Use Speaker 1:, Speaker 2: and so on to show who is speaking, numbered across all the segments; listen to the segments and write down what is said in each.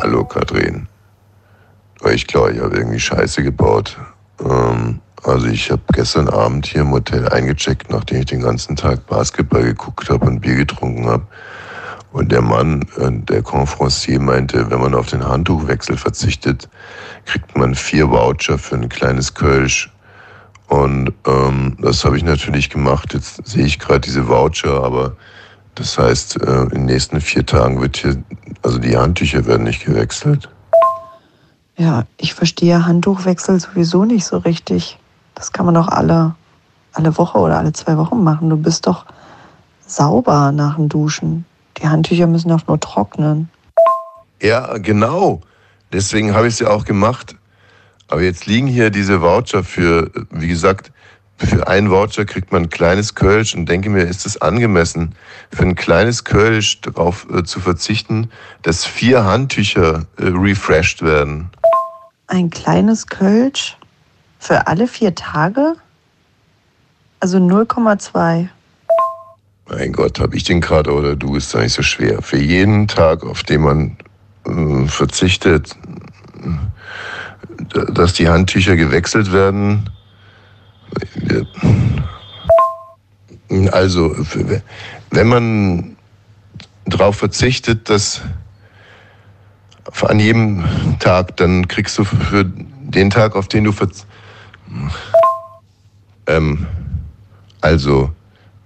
Speaker 1: Hallo Katrin. Ich glaube, ich habe irgendwie Scheiße gebaut. Ähm, also ich habe gestern Abend hier im Hotel eingecheckt, nachdem ich den ganzen Tag Basketball geguckt habe und Bier getrunken habe. Und der Mann, äh, der Conferencier, meinte, wenn man auf den Handtuchwechsel verzichtet, kriegt man vier Voucher für ein kleines Kölsch. Und ähm, das habe ich natürlich gemacht. Jetzt sehe ich gerade diese Voucher, aber das heißt, äh, in den nächsten vier Tagen wird hier, also die Handtücher werden nicht gewechselt.
Speaker 2: Ja, ich verstehe Handtuchwechsel sowieso nicht so richtig. Das kann man doch alle, alle Woche oder alle zwei Wochen machen. Du bist doch sauber nach dem Duschen. Die Handtücher müssen doch nur trocknen.
Speaker 1: Ja, genau. Deswegen habe ich es ja auch gemacht. Aber jetzt liegen hier diese Voucher für, wie gesagt, für einen Voucher kriegt man ein kleines Kölsch und denke mir, ist es angemessen, für ein kleines Kölsch darauf äh, zu verzichten, dass vier Handtücher äh, refreshed werden.
Speaker 2: Ein kleines Kölsch für alle vier Tage? Also 0,2.
Speaker 1: Mein Gott, habe ich den Kater oder du, ist doch nicht so schwer. Für jeden Tag, auf den man äh, verzichtet, d- dass die Handtücher gewechselt werden. äh, Also, f- wenn man darauf verzichtet, dass an jedem Tag, dann kriegst du für den Tag, auf den du verzichtest. Ähm, also,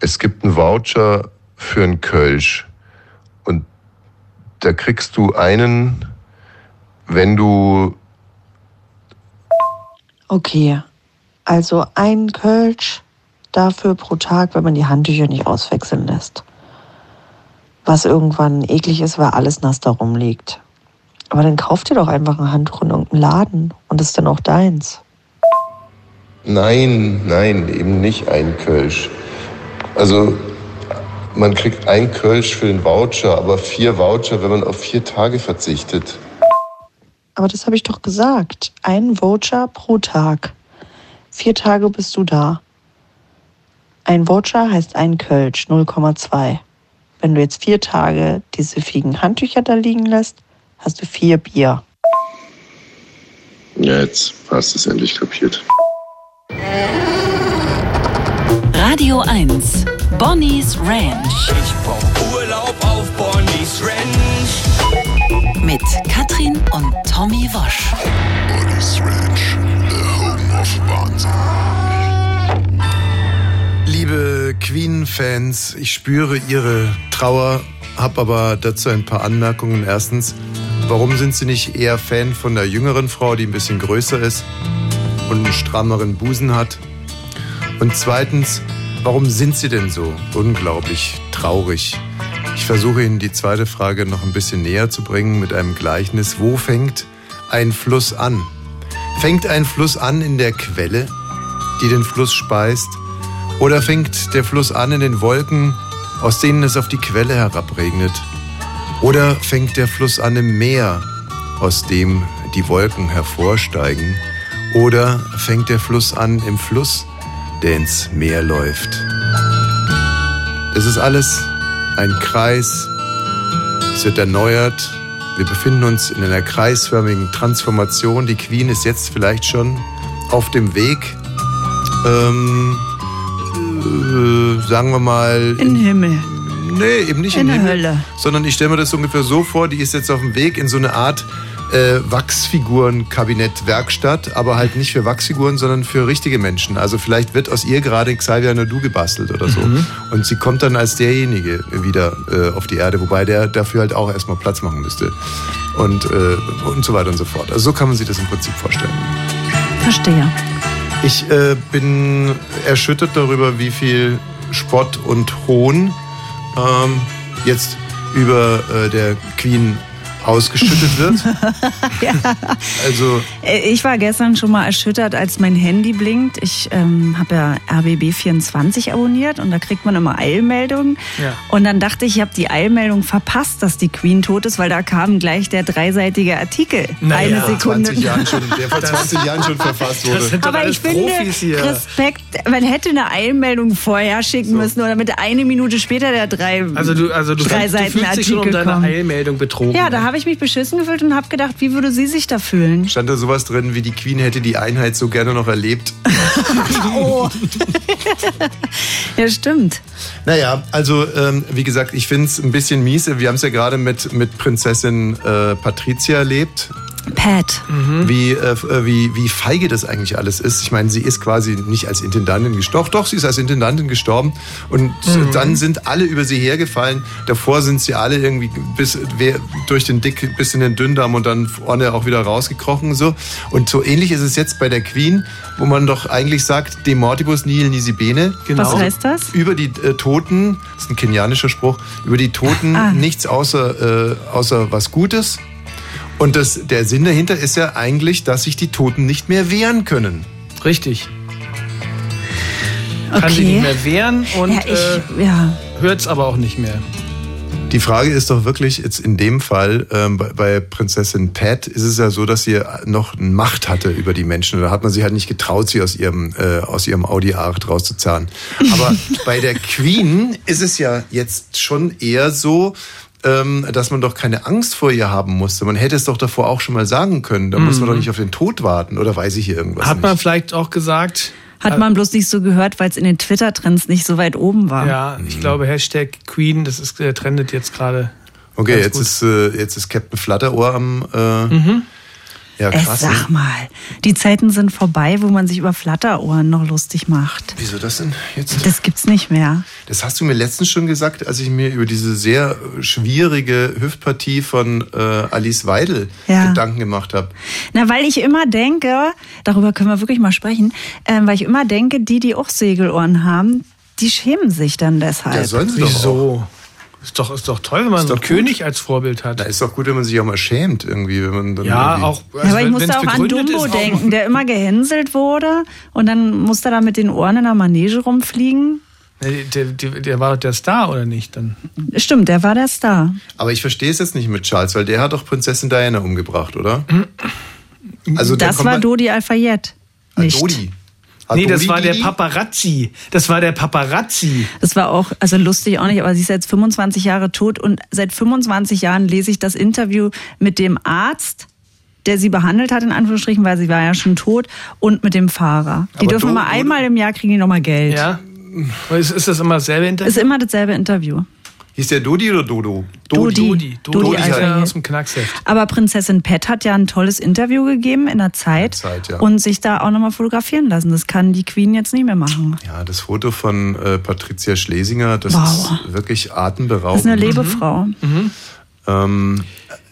Speaker 1: es gibt einen Voucher für einen Kölsch. Und da kriegst du einen, wenn du.
Speaker 2: Okay, also ein Kölsch dafür pro Tag, wenn man die Handtücher nicht auswechseln lässt. Was irgendwann eklig ist, weil alles nass da rumliegt. Aber dann kauf dir doch einfach ein Handtuch in irgendeinem Laden und das ist dann auch deins.
Speaker 1: Nein, nein, eben nicht ein Kölsch. Also, man kriegt ein Kölsch für den Voucher, aber vier Voucher, wenn man auf vier Tage verzichtet.
Speaker 2: Aber das habe ich doch gesagt. Ein Voucher pro Tag. Vier Tage bist du da. Ein Voucher heißt ein Kölsch, 0,2. Wenn du jetzt vier Tage diese fliegen Handtücher da liegen lässt, hast du vier Bier.
Speaker 1: Ja, jetzt hast du es endlich kapiert.
Speaker 3: Radio 1. Bonnie's Ranch
Speaker 4: Ich brauch Urlaub auf Bonnie's Ranch.
Speaker 3: mit Katrin und Tommy Wosch.
Speaker 5: Liebe Queen-Fans, ich spüre Ihre Trauer, habe aber dazu ein paar Anmerkungen. Erstens, warum sind Sie nicht eher Fan von der jüngeren Frau, die ein bisschen größer ist und einen strammeren Busen hat? Und zweitens, warum sind Sie denn so unglaublich traurig? Ich versuche Ihnen die zweite Frage noch ein bisschen näher zu bringen mit einem Gleichnis. Wo fängt ein Fluss an? Fängt ein Fluss an in der Quelle, die den Fluss speist? Oder fängt der Fluss an in den Wolken, aus denen es auf die Quelle herabregnet? Oder fängt der Fluss an im Meer, aus dem die Wolken hervorsteigen? Oder fängt der Fluss an im Fluss, der ins Meer läuft? Es ist alles ein Kreis, es wird erneuert. Wir befinden uns in einer kreisförmigen Transformation. Die Queen ist jetzt vielleicht schon auf dem Weg, ähm, äh, sagen wir mal,
Speaker 6: In den Himmel.
Speaker 5: Nee, eben nicht in,
Speaker 6: In
Speaker 5: den Himmel,
Speaker 6: der Hölle.
Speaker 5: Sondern ich stelle mir das ungefähr so vor, die ist jetzt auf dem Weg in so eine Art äh, Wachsfiguren-Kabinett-Werkstatt, aber halt nicht für Wachsfiguren, sondern für richtige Menschen. Also vielleicht wird aus ihr gerade Xavier Nadu gebastelt oder so. Und sie kommt dann als derjenige wieder äh, auf die Erde, wobei der dafür halt auch erstmal Platz machen müsste. Und, äh, und so weiter und so fort. Also so kann man sich das im Prinzip vorstellen.
Speaker 6: Verstehe.
Speaker 5: Ich äh, bin erschüttert darüber, wie viel Spott und Hohn ähm, jetzt über äh, der Queen ausgeschüttet wird. Also
Speaker 6: Äh, Ich war gestern schon mal erschüttert, als mein Handy blinkt. Ich ähm, habe ja RBB24 abonniert und da kriegt man immer Eilmeldungen.
Speaker 7: Ja.
Speaker 6: Und dann dachte ich, ich habe die Eilmeldung verpasst, dass die Queen tot ist, weil da kam gleich der dreiseitige Artikel.
Speaker 7: Na
Speaker 6: Eine
Speaker 7: ja.
Speaker 5: vor
Speaker 6: Sekunde.
Speaker 5: 20 Jahren schon, der vor 20 Jahren schon verfasst
Speaker 7: Das
Speaker 5: wurde.
Speaker 7: sind doch
Speaker 6: Aber
Speaker 7: alles
Speaker 6: ich finde,
Speaker 7: Profis hier.
Speaker 6: Respekt, man hätte eine Eilmeldung vorher schicken müssen oder mit eine Minute später der drei
Speaker 7: also du, also du,
Speaker 6: drei
Speaker 7: du
Speaker 6: Seiten
Speaker 7: fühlst dich schon um
Speaker 6: Artikel
Speaker 7: deine
Speaker 6: kommen.
Speaker 7: Eilmeldung betrogen.
Speaker 6: Ja, da habe habe ich mich beschissen gefühlt und habe gedacht, wie würde sie sich da fühlen?
Speaker 5: Stand da sowas drin, wie die Queen hätte die Einheit so gerne noch erlebt?
Speaker 6: Ja, stimmt.
Speaker 5: Naja, also ähm, wie gesagt, ich finde es ein bisschen mies. Wir haben es ja gerade mit, mit Prinzessin äh, Patricia erlebt,
Speaker 6: Pat.
Speaker 5: wie, äh, f- äh, wie, wie feige das eigentlich alles ist. Ich meine, sie ist quasi nicht als Intendantin gestorben. Doch, sie ist als Intendantin gestorben. Und dann sind alle über sie hergefallen. Davor sind sie alle irgendwie bis, wer- durch den dick bis in den Dünndarm und dann vorne auch wieder rausgekrochen. So. Und so ähnlich ist es jetzt bei der Queen, wo man doch eigentlich sagt, de mortibus nihil nisi bene.
Speaker 6: Genau. Was heißt das?
Speaker 5: Über die äh, Toten, das ist ein kenianischer Spruch, über die Toten nichts außer, äh, außer was Gutes. Und das, der Sinn dahinter ist ja eigentlich, dass sich die Toten nicht mehr wehren können.
Speaker 7: Richtig. Kann sie nicht
Speaker 6: Okay.
Speaker 7: mehr wehren und
Speaker 6: ja, ich, ja.
Speaker 7: äh, hört es aber auch nicht mehr.
Speaker 5: Die Frage ist doch wirklich jetzt in dem Fall, ähm, bei, bei Prinzessin Pat ist es ja so, dass sie noch Macht hatte über die Menschen. Da hat man sich halt nicht getraut, sie aus ihrem, äh, aus ihrem Audi A8 rauszuzahlen. Aber bei der Queen ist es ja jetzt schon eher so, ähm, dass man doch keine Angst vor ihr haben musste. Man hätte es doch davor auch schon mal sagen können. Da muss man doch nicht auf den Tod warten. Oder weiß ich hier irgendwas
Speaker 7: Mhm. Hat
Speaker 5: nicht?
Speaker 7: man vielleicht auch gesagt.
Speaker 6: Hat man bloß nicht so gehört, weil es in den Twitter-Trends nicht so weit oben war.
Speaker 7: Ja, ich glaube, Hashtag Queen, das ist, äh, trendet jetzt gerade.
Speaker 5: Okay,
Speaker 7: Ganz
Speaker 5: jetzt
Speaker 7: gut. Mhm.
Speaker 5: ist, äh, jetzt ist Captain Flutterohr am. Äh, Ja,
Speaker 6: Ey,
Speaker 5: krass.
Speaker 6: sag mal, die Zeiten sind vorbei, wo man sich über Flatterohren noch lustig macht.
Speaker 5: Wieso das denn jetzt?
Speaker 6: Das gibt's nicht mehr.
Speaker 5: Das hast du mir letztens schon gesagt, als ich mir über diese sehr äh, schwierige Hüftpartie von äh, Alice Weidel
Speaker 6: Ja.
Speaker 5: Gedanken gemacht habe.
Speaker 6: Na, weil ich immer denke, darüber können wir wirklich mal sprechen, ähm, weil ich immer denke, die, die auch Segelohren haben, die schämen sich dann deshalb.
Speaker 5: Ja, sollen sie doch auch.
Speaker 7: Wieso? Ist doch, ist doch toll, wenn man
Speaker 5: doch
Speaker 7: so einen
Speaker 5: gut.
Speaker 7: König als Vorbild hat.
Speaker 5: Da ist doch gut, wenn man sich auch mal schämt irgendwie. Wenn man dann
Speaker 7: ja,
Speaker 5: irgendwie-
Speaker 7: auch. also
Speaker 6: Ja, aber ich
Speaker 7: wenn-
Speaker 6: muss
Speaker 7: wenn's
Speaker 6: da auch an
Speaker 7: begründet
Speaker 6: Dumbo
Speaker 7: ist, auch-
Speaker 6: denken, der immer gehänselt wurde und dann musste er da mit den Ohren in der Manege rumfliegen.
Speaker 7: Nee, Der, der, der war doch der Star, oder nicht? Dann.
Speaker 6: Stimmt, der war der Star.
Speaker 5: Aber ich verstehe es jetzt nicht mit Charles, weil der hat doch Prinzessin Diana umgebracht, oder? Also da
Speaker 6: Mm, das
Speaker 5: kommt
Speaker 6: war
Speaker 5: man-
Speaker 6: Dodi Al-Fayed.
Speaker 5: Ah,
Speaker 6: Nicht.
Speaker 5: Dodi. Ah,
Speaker 7: Nee, das
Speaker 5: Dodi,
Speaker 7: war der
Speaker 5: Didi?
Speaker 7: Paparazzi. Das war der Paparazzi.
Speaker 6: Das war auch, also lustig auch nicht, aber sie ist jetzt 25 Jahre tot und seit 25 Jahren lese ich das Interview mit dem Arzt, der sie behandelt hat, in Anführungsstrichen, weil sie war ja schon tot, und mit dem Fahrer. Die
Speaker 5: Aber
Speaker 6: dürfen
Speaker 5: Do-
Speaker 6: immer
Speaker 5: Do-
Speaker 6: einmal im Jahr kriegen die nochmal Geld.
Speaker 7: Ja. Aber Ist, ist das immer dasselbe Interview?
Speaker 6: Ist immer dasselbe Interview.
Speaker 5: Hieß der Dodi oder Dodo?
Speaker 6: Dodi.
Speaker 7: Dodi. Dodi,
Speaker 6: Dodi also,
Speaker 7: ist ja
Speaker 6: Alfayed.
Speaker 7: aus dem Knacksheft.
Speaker 6: Aber Prinzessin Pet hat ja ein tolles Interview gegeben in der Zeit,
Speaker 5: Zeit, ja.
Speaker 6: und sich da auch nochmal fotografieren lassen. Das kann die Queen jetzt nicht mehr machen.
Speaker 5: Ja, das Foto von äh, Patricia Schlesinger, das
Speaker 6: Wow.
Speaker 5: ist wirklich
Speaker 6: Das ist eine
Speaker 5: atemberaubend.
Speaker 6: Lebefrau.
Speaker 5: ähm,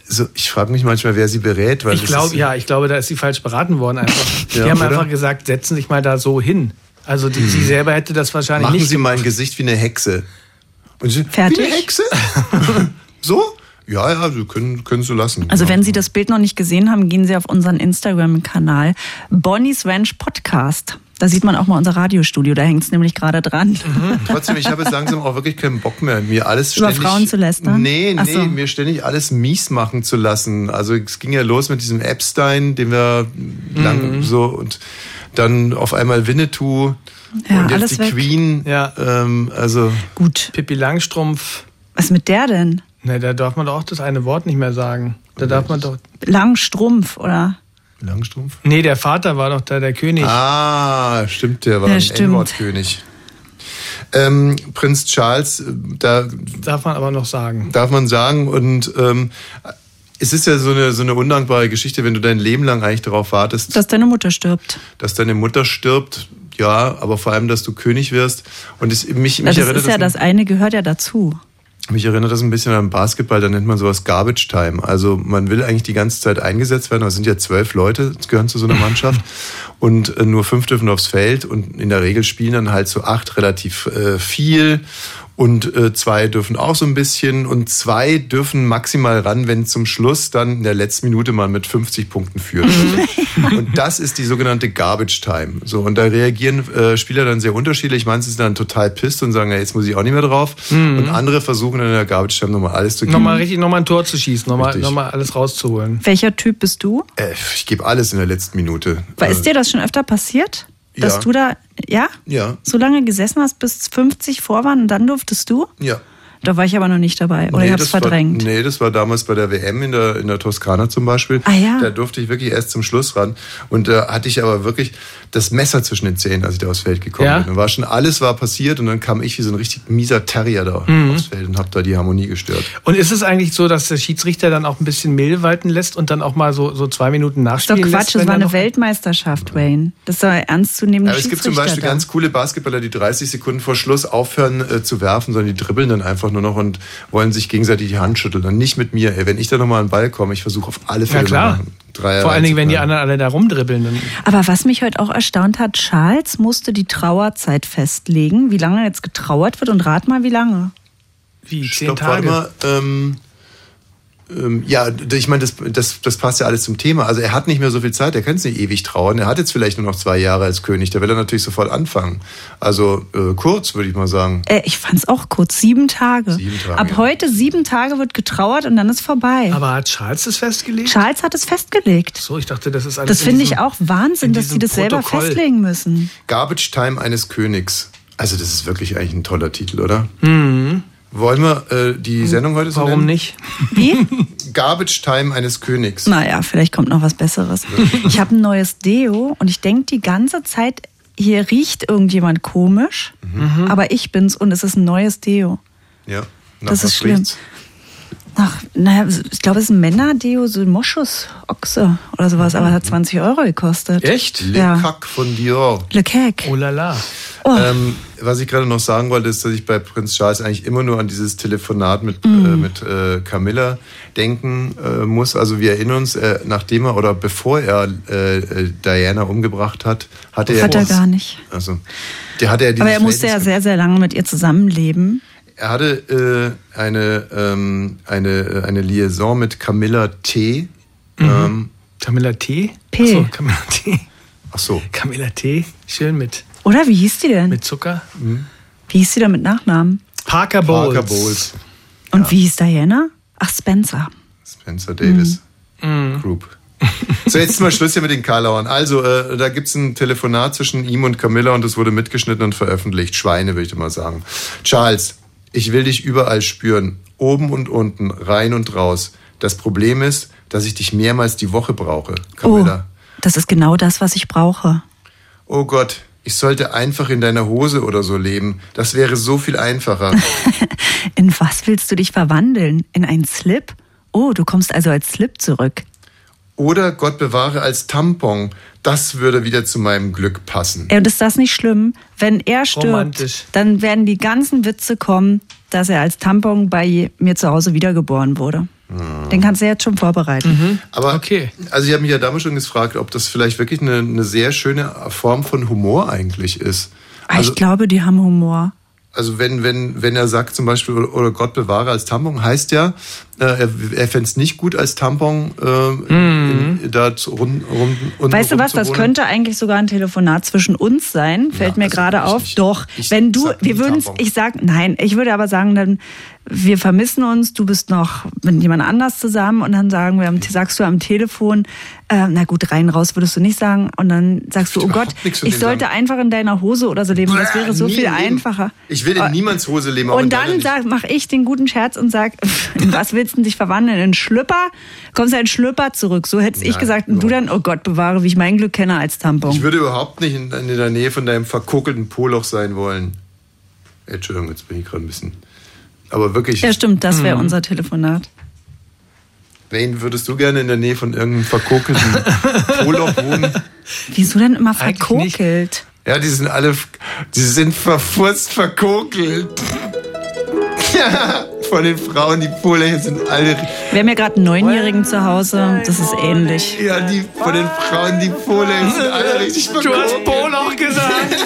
Speaker 5: also ich frage mich manchmal, wer sie berät, weil
Speaker 7: Ich
Speaker 5: das
Speaker 7: glaube,
Speaker 5: ist,
Speaker 7: ja, ich glaube, da ist sie falsch beraten worden einfach.
Speaker 5: Ja,
Speaker 7: die haben
Speaker 5: oder? Hm.
Speaker 7: einfach gesagt, setzen sich mal da so hin. Also die, sie selber hätte das wahrscheinlich
Speaker 5: machen
Speaker 7: nicht.
Speaker 5: Sie mein Gesicht wie eine Hexe. Und sie,
Speaker 6: Fertig?
Speaker 5: Wie eine Hexe? so? Ja, ja, Sie können, können so lassen.
Speaker 6: Also
Speaker 5: ja.
Speaker 6: wenn Sie das Bild noch nicht gesehen haben, gehen Sie auf unseren Instagram-Kanal Bonnie's Ranch Podcast. Da sieht man auch mal unser Radiostudio, da hängt es nämlich gerade dran.
Speaker 5: Trotzdem, ich habe jetzt langsam auch wirklich keinen Bock mehr, mir alles
Speaker 6: Über
Speaker 5: ständig...
Speaker 6: Frauen zu lästern?
Speaker 5: Nee,
Speaker 6: Ach
Speaker 5: nee,
Speaker 6: so.
Speaker 5: mir ständig alles mies machen zu lassen. Also es ging ja los mit diesem Epstein, den wir lang
Speaker 7: Mhm.
Speaker 5: so... Und dann auf einmal Winnetou
Speaker 6: Ja,
Speaker 5: und jetzt
Speaker 6: alles
Speaker 5: die
Speaker 6: weg.
Speaker 5: Queen.
Speaker 7: Ja.
Speaker 5: Ähm, also...
Speaker 6: Gut,
Speaker 7: Pippi Langstrumpf.
Speaker 6: was mit der denn?
Speaker 7: Ne, da darf man doch auch das eine Wort nicht mehr sagen. Da darf man doch.
Speaker 6: Langstrumpf, oder?
Speaker 5: Langstrumpf?
Speaker 7: Nee, der Vater war doch da der König.
Speaker 5: Ah, stimmt, der war
Speaker 6: Ja,
Speaker 5: ein
Speaker 6: stimmt.
Speaker 5: N-Wort-König. Ähm, Prinz Charles, äh, da
Speaker 7: Darf man aber noch sagen.
Speaker 5: darf man sagen. Und ähm, es ist ja so eine, so eine undankbare Geschichte, wenn du dein Leben lang eigentlich darauf wartest,
Speaker 6: Dass deine Mutter stirbt.
Speaker 5: dass deine Mutter stirbt. Ja, aber vor allem, dass du König wirst. Und es, mich, mich,
Speaker 6: das
Speaker 5: erinnert
Speaker 6: ist ja das
Speaker 5: das,
Speaker 6: eine, gehört ja dazu.
Speaker 5: mich erinnert das ein bisschen an Basketball, da nennt man sowas Garbage Time. Also man will eigentlich die ganze Zeit eingesetzt werden, aber es sind ja zwölf Leute, es gehören zu so einer Mannschaft. Und äh, nur fünf dürfen aufs Feld und in der Regel spielen dann halt so acht relativ äh, viel. Und äh, zwei dürfen auch so ein bisschen und zwei dürfen maximal ran, wenn zum Schluss dann in der letzten Minute man mit 50 Punkten führt. und das ist die sogenannte Garbage Time. So und da reagieren äh, Spieler dann sehr unterschiedlich. Manche sind dann total pisst und sagen, ja, jetzt muss ich auch nicht mehr drauf. Und andere versuchen dann in der Garbage Time nochmal alles zu geben.
Speaker 7: Nochmal richtig, nochmal ein Tor zu schießen,
Speaker 5: Hm.
Speaker 7: nochmal,
Speaker 5: Richtig.
Speaker 7: nochmal alles rauszuholen.
Speaker 6: Welcher Typ bist du?
Speaker 5: Äh, ich gebe alles in der letzten Minute.
Speaker 6: Weil Ist dir das schon öfter passiert? Dass
Speaker 5: Äh. ja.
Speaker 6: du da, ja?
Speaker 5: Ja.
Speaker 6: So lange gesessen hast, bis 50 vor waren und dann durftest du?
Speaker 5: Ja.
Speaker 6: Da war ich aber noch nicht dabei. Oder ich habe es
Speaker 5: das
Speaker 6: verdrängt.
Speaker 5: War, nee, das war damals bei der WM in der, in der Toskana zum Beispiel.
Speaker 6: Ah, ja.
Speaker 5: Da durfte ich wirklich erst zum Schluss ran. Und da hatte ich aber wirklich das Messer zwischen den Zähnen, als ich da aufs Feld gekommen
Speaker 7: Ja?
Speaker 5: bin. Und war schon, alles war passiert und dann kam ich wie so ein richtig mieser Terrier da
Speaker 7: Mhm.
Speaker 5: aufs Feld und hab da die Harmonie gestört.
Speaker 7: Und ist es eigentlich so, dass der Schiedsrichter dann auch ein bisschen milde walten lässt und dann auch mal so, so zwei Minuten
Speaker 6: Das
Speaker 7: nachspielen
Speaker 6: ist doch
Speaker 7: lässt?
Speaker 6: Quatsch, das
Speaker 7: wenn
Speaker 6: war
Speaker 7: da
Speaker 6: eine
Speaker 7: noch-
Speaker 6: Weltmeisterschaft, Wayne. Das war ernstzunehmend.
Speaker 5: Aber es gibt zum Beispiel ganz coole Basketballer, die 30 Sekunden vor Schluss aufhören äh, zu werfen, sondern die dribbeln dann einfach nur noch und wollen sich gegenseitig die Hand schütteln. Und nicht mit mir. Ey, wenn ich da nochmal an den Ball komme, ich versuche auf alle Fälle
Speaker 7: Ja klar.
Speaker 5: noch einen Dreier
Speaker 7: Vor allen Dingen, wenn die
Speaker 5: reinzuknallen.
Speaker 7: anderen alle da rumdribbeln. Dann
Speaker 6: Aber was mich heute auch erstaunt hat, Charles musste die Trauerzeit festlegen, wie lange jetzt getrauert wird und rat mal, wie lange.
Speaker 7: wie zehn
Speaker 5: Stopp, warte
Speaker 7: Tage.
Speaker 5: mal. Ähm, ähm, ja, d- ich meine, das, das, das passt ja alles zum Thema. Also er hat nicht mehr so viel Zeit, er kann es nicht ewig trauern. Er hat jetzt vielleicht nur noch zwei Jahre als König, da will er natürlich sofort anfangen. Also äh, kurz, würde ich mal sagen.
Speaker 6: Äh, ich fand's auch kurz, sieben Tage.
Speaker 5: Sieben Tage,
Speaker 6: Ab
Speaker 5: ja.
Speaker 6: heute sieben Tage wird getrauert und dann ist vorbei.
Speaker 7: Aber hat Charles das festgelegt?
Speaker 6: Charles hat es festgelegt.
Speaker 7: so, ich dachte, das
Speaker 5: also
Speaker 7: ist alles.
Speaker 6: Das
Speaker 7: in
Speaker 6: finde
Speaker 7: diesem-
Speaker 6: ich auch
Speaker 7: in
Speaker 6: Wahnsinn, dass die
Speaker 7: diesem
Speaker 6: das selber
Speaker 7: Protokoll.
Speaker 6: festlegen müssen.
Speaker 5: Garbage Time eines Königs. Also das ist wirklich eigentlich ein toller Titel, oder? Mhm. Wollen wir äh, die Sendung heute so
Speaker 7: Hm, Warum
Speaker 5: nennen?
Speaker 7: nicht?
Speaker 6: Wie?
Speaker 5: Garbage Time eines Königs.
Speaker 6: Naja, vielleicht kommt noch was Besseres. Ich habe ein neues Deo und ich denke die ganze Zeit, hier riecht irgendjemand komisch, aber ich bin's und es ist ein neues Deo.
Speaker 5: Ja. Nach
Speaker 6: Das
Speaker 5: was
Speaker 6: ist schlimm.
Speaker 5: riecht's?
Speaker 6: Ach, naja, ich glaube, es ist ein Männerdeo, so ein Moschus-Ochse oder sowas, aber es hat 20 Euro gekostet.
Speaker 7: Echt?
Speaker 5: Le
Speaker 6: Ja.
Speaker 5: Cac von Dior.
Speaker 6: Le Cake.
Speaker 7: Oh la la.
Speaker 5: Ähm, was ich gerade noch sagen wollte, ist, dass ich bei Prinz Charles eigentlich immer nur an dieses Telefonat mit,
Speaker 6: Mhm.
Speaker 5: äh, mit äh, Camilla denken äh, muss. Also wir erinnern uns, äh, nachdem er oder bevor er äh, äh, Diana umgebracht hat, hatte er
Speaker 6: Hat er
Speaker 5: dieses-
Speaker 6: gar nicht.
Speaker 5: Also, der hatte ja dieses
Speaker 6: Aber er musste ja
Speaker 5: Verhältnis-
Speaker 6: sehr, sehr lange mit ihr zusammenleben.
Speaker 5: Er hatte äh, eine, ähm, eine, äh, eine Liaison mit Camilla T. Ähm,
Speaker 7: Camilla T.
Speaker 6: P.
Speaker 7: Achso, Camilla T.
Speaker 5: ach so,
Speaker 7: Camilla T. Schön mit,
Speaker 6: Oder wie hieß die denn?
Speaker 7: mit Zucker.
Speaker 6: wie hieß die denn mit Nachnamen?
Speaker 7: Parker Bowles.
Speaker 5: Parker Bowles,
Speaker 6: Und wie hieß Diana? Ach, Spencer.
Speaker 5: Spencer Davis Group. So, jetzt mal Schluss hier mit den Karlauern. Also, äh, da gibt's ein Telefonat zwischen ihm und Camilla und das wurde mitgeschnitten und veröffentlicht. Schweine, würde ich mal sagen. Charles, ich will dich überall spüren. Oben und unten, rein und raus. Das Problem ist, dass ich dich mehrmals die Woche brauche, Camilla.
Speaker 6: Oh, das ist genau das, was ich brauche.
Speaker 5: Oh Gott, ich sollte einfach in deiner Hose oder so leben. Das wäre so viel einfacher.
Speaker 6: In was willst du dich verwandeln? In einen Slip? Oh, du kommst also als Slip zurück.
Speaker 5: Oder Gott bewahre als Tampon. Das würde wieder zu meinem Glück passen.
Speaker 6: Ey, Und ist das nicht schlimm? Wenn er stirbt,
Speaker 7: Romantisch.
Speaker 6: dann werden die ganzen Witze kommen, dass er als Tampon bei mir zu Hause wiedergeboren wurde. Den kannst du jetzt schon vorbereiten.
Speaker 5: Aber
Speaker 7: Okay.
Speaker 5: also ich habe mich ja damals schon gefragt, ob das vielleicht wirklich eine, eine sehr schöne Form von Humor eigentlich ist.
Speaker 6: Ah,
Speaker 5: Also,
Speaker 6: ich glaube, die haben Humor.
Speaker 5: also wenn, wenn, wenn er sagt zum Beispiel, oder Gott bewahre als Tampon, heißt ja, äh, er, er fände es nicht gut als Tampon äh, in, da zu, rund, rund, unten
Speaker 6: Mhm. Weißt du was,
Speaker 5: zu
Speaker 6: das
Speaker 5: wohnen.
Speaker 6: könnte eigentlich sogar ein Telefonat zwischen uns sein,
Speaker 5: Ja,
Speaker 6: fällt mir
Speaker 5: also
Speaker 6: gerade
Speaker 5: ich
Speaker 6: auf.
Speaker 5: nicht.
Speaker 6: Doch,
Speaker 5: Ich
Speaker 6: wenn du,
Speaker 5: sag
Speaker 6: wir
Speaker 5: nie
Speaker 6: würden,
Speaker 5: Tampon.
Speaker 6: ich sag, nein, ich würde aber sagen, dann, wir vermissen uns, du bist noch mit jemand anders zusammen und dann sagen wir, am- sagst du am Telefon, äh, na gut, rein, raus würdest du nicht sagen und dann sagst du, oh Gott,
Speaker 5: überhaupt nichts von
Speaker 6: ich
Speaker 5: dem
Speaker 6: sollte
Speaker 5: sagen.
Speaker 6: einfach in deiner Hose oder so leben, das
Speaker 5: Bäh,
Speaker 6: wäre so
Speaker 5: nie
Speaker 6: viel
Speaker 5: im Leben.
Speaker 6: einfacher.
Speaker 5: Ich will in
Speaker 6: Äh,
Speaker 5: niemands Hose leben, aber in
Speaker 6: Und
Speaker 5: deiner
Speaker 6: dann
Speaker 5: nicht.
Speaker 6: sag, mach ich den guten Scherz und sag, in was willst du dich verwandeln? In Schlüpper? Kommst du in Schlüpper zurück? So hätte ich
Speaker 5: Nein,
Speaker 6: gesagt. Und du
Speaker 5: überhaupt
Speaker 6: dann, oh Gott, bewahre, wie ich mein Glück kenne als
Speaker 5: Ich
Speaker 6: Tampon.
Speaker 5: würde überhaupt nicht in, in der Nähe von deinem verkokelten Poloch sein wollen. Äh, Entschuldigung, jetzt bin ich gerade ein bisschen. Aber wirklich,
Speaker 6: Ja, stimmt, das wäre unser Telefonat.
Speaker 5: wen würdest du gerne in der Nähe von irgendeinem verkokelten Poloch wohnen?
Speaker 6: Wieso denn immer
Speaker 7: Eigentlich
Speaker 6: verkokelt?
Speaker 5: Ja, die sind alle, die sind verfurzt verkokelt. Ja, von den Frauen, die Polöcher sind alle,
Speaker 6: Wir haben ja gerade einen Neunjährigen zu Hause. Das ist ähnlich.
Speaker 5: ja, die, von den Frauen, die Polöcher sind alle richtig
Speaker 7: Du hast
Speaker 5: verkokelt.
Speaker 7: Boloch gesagt.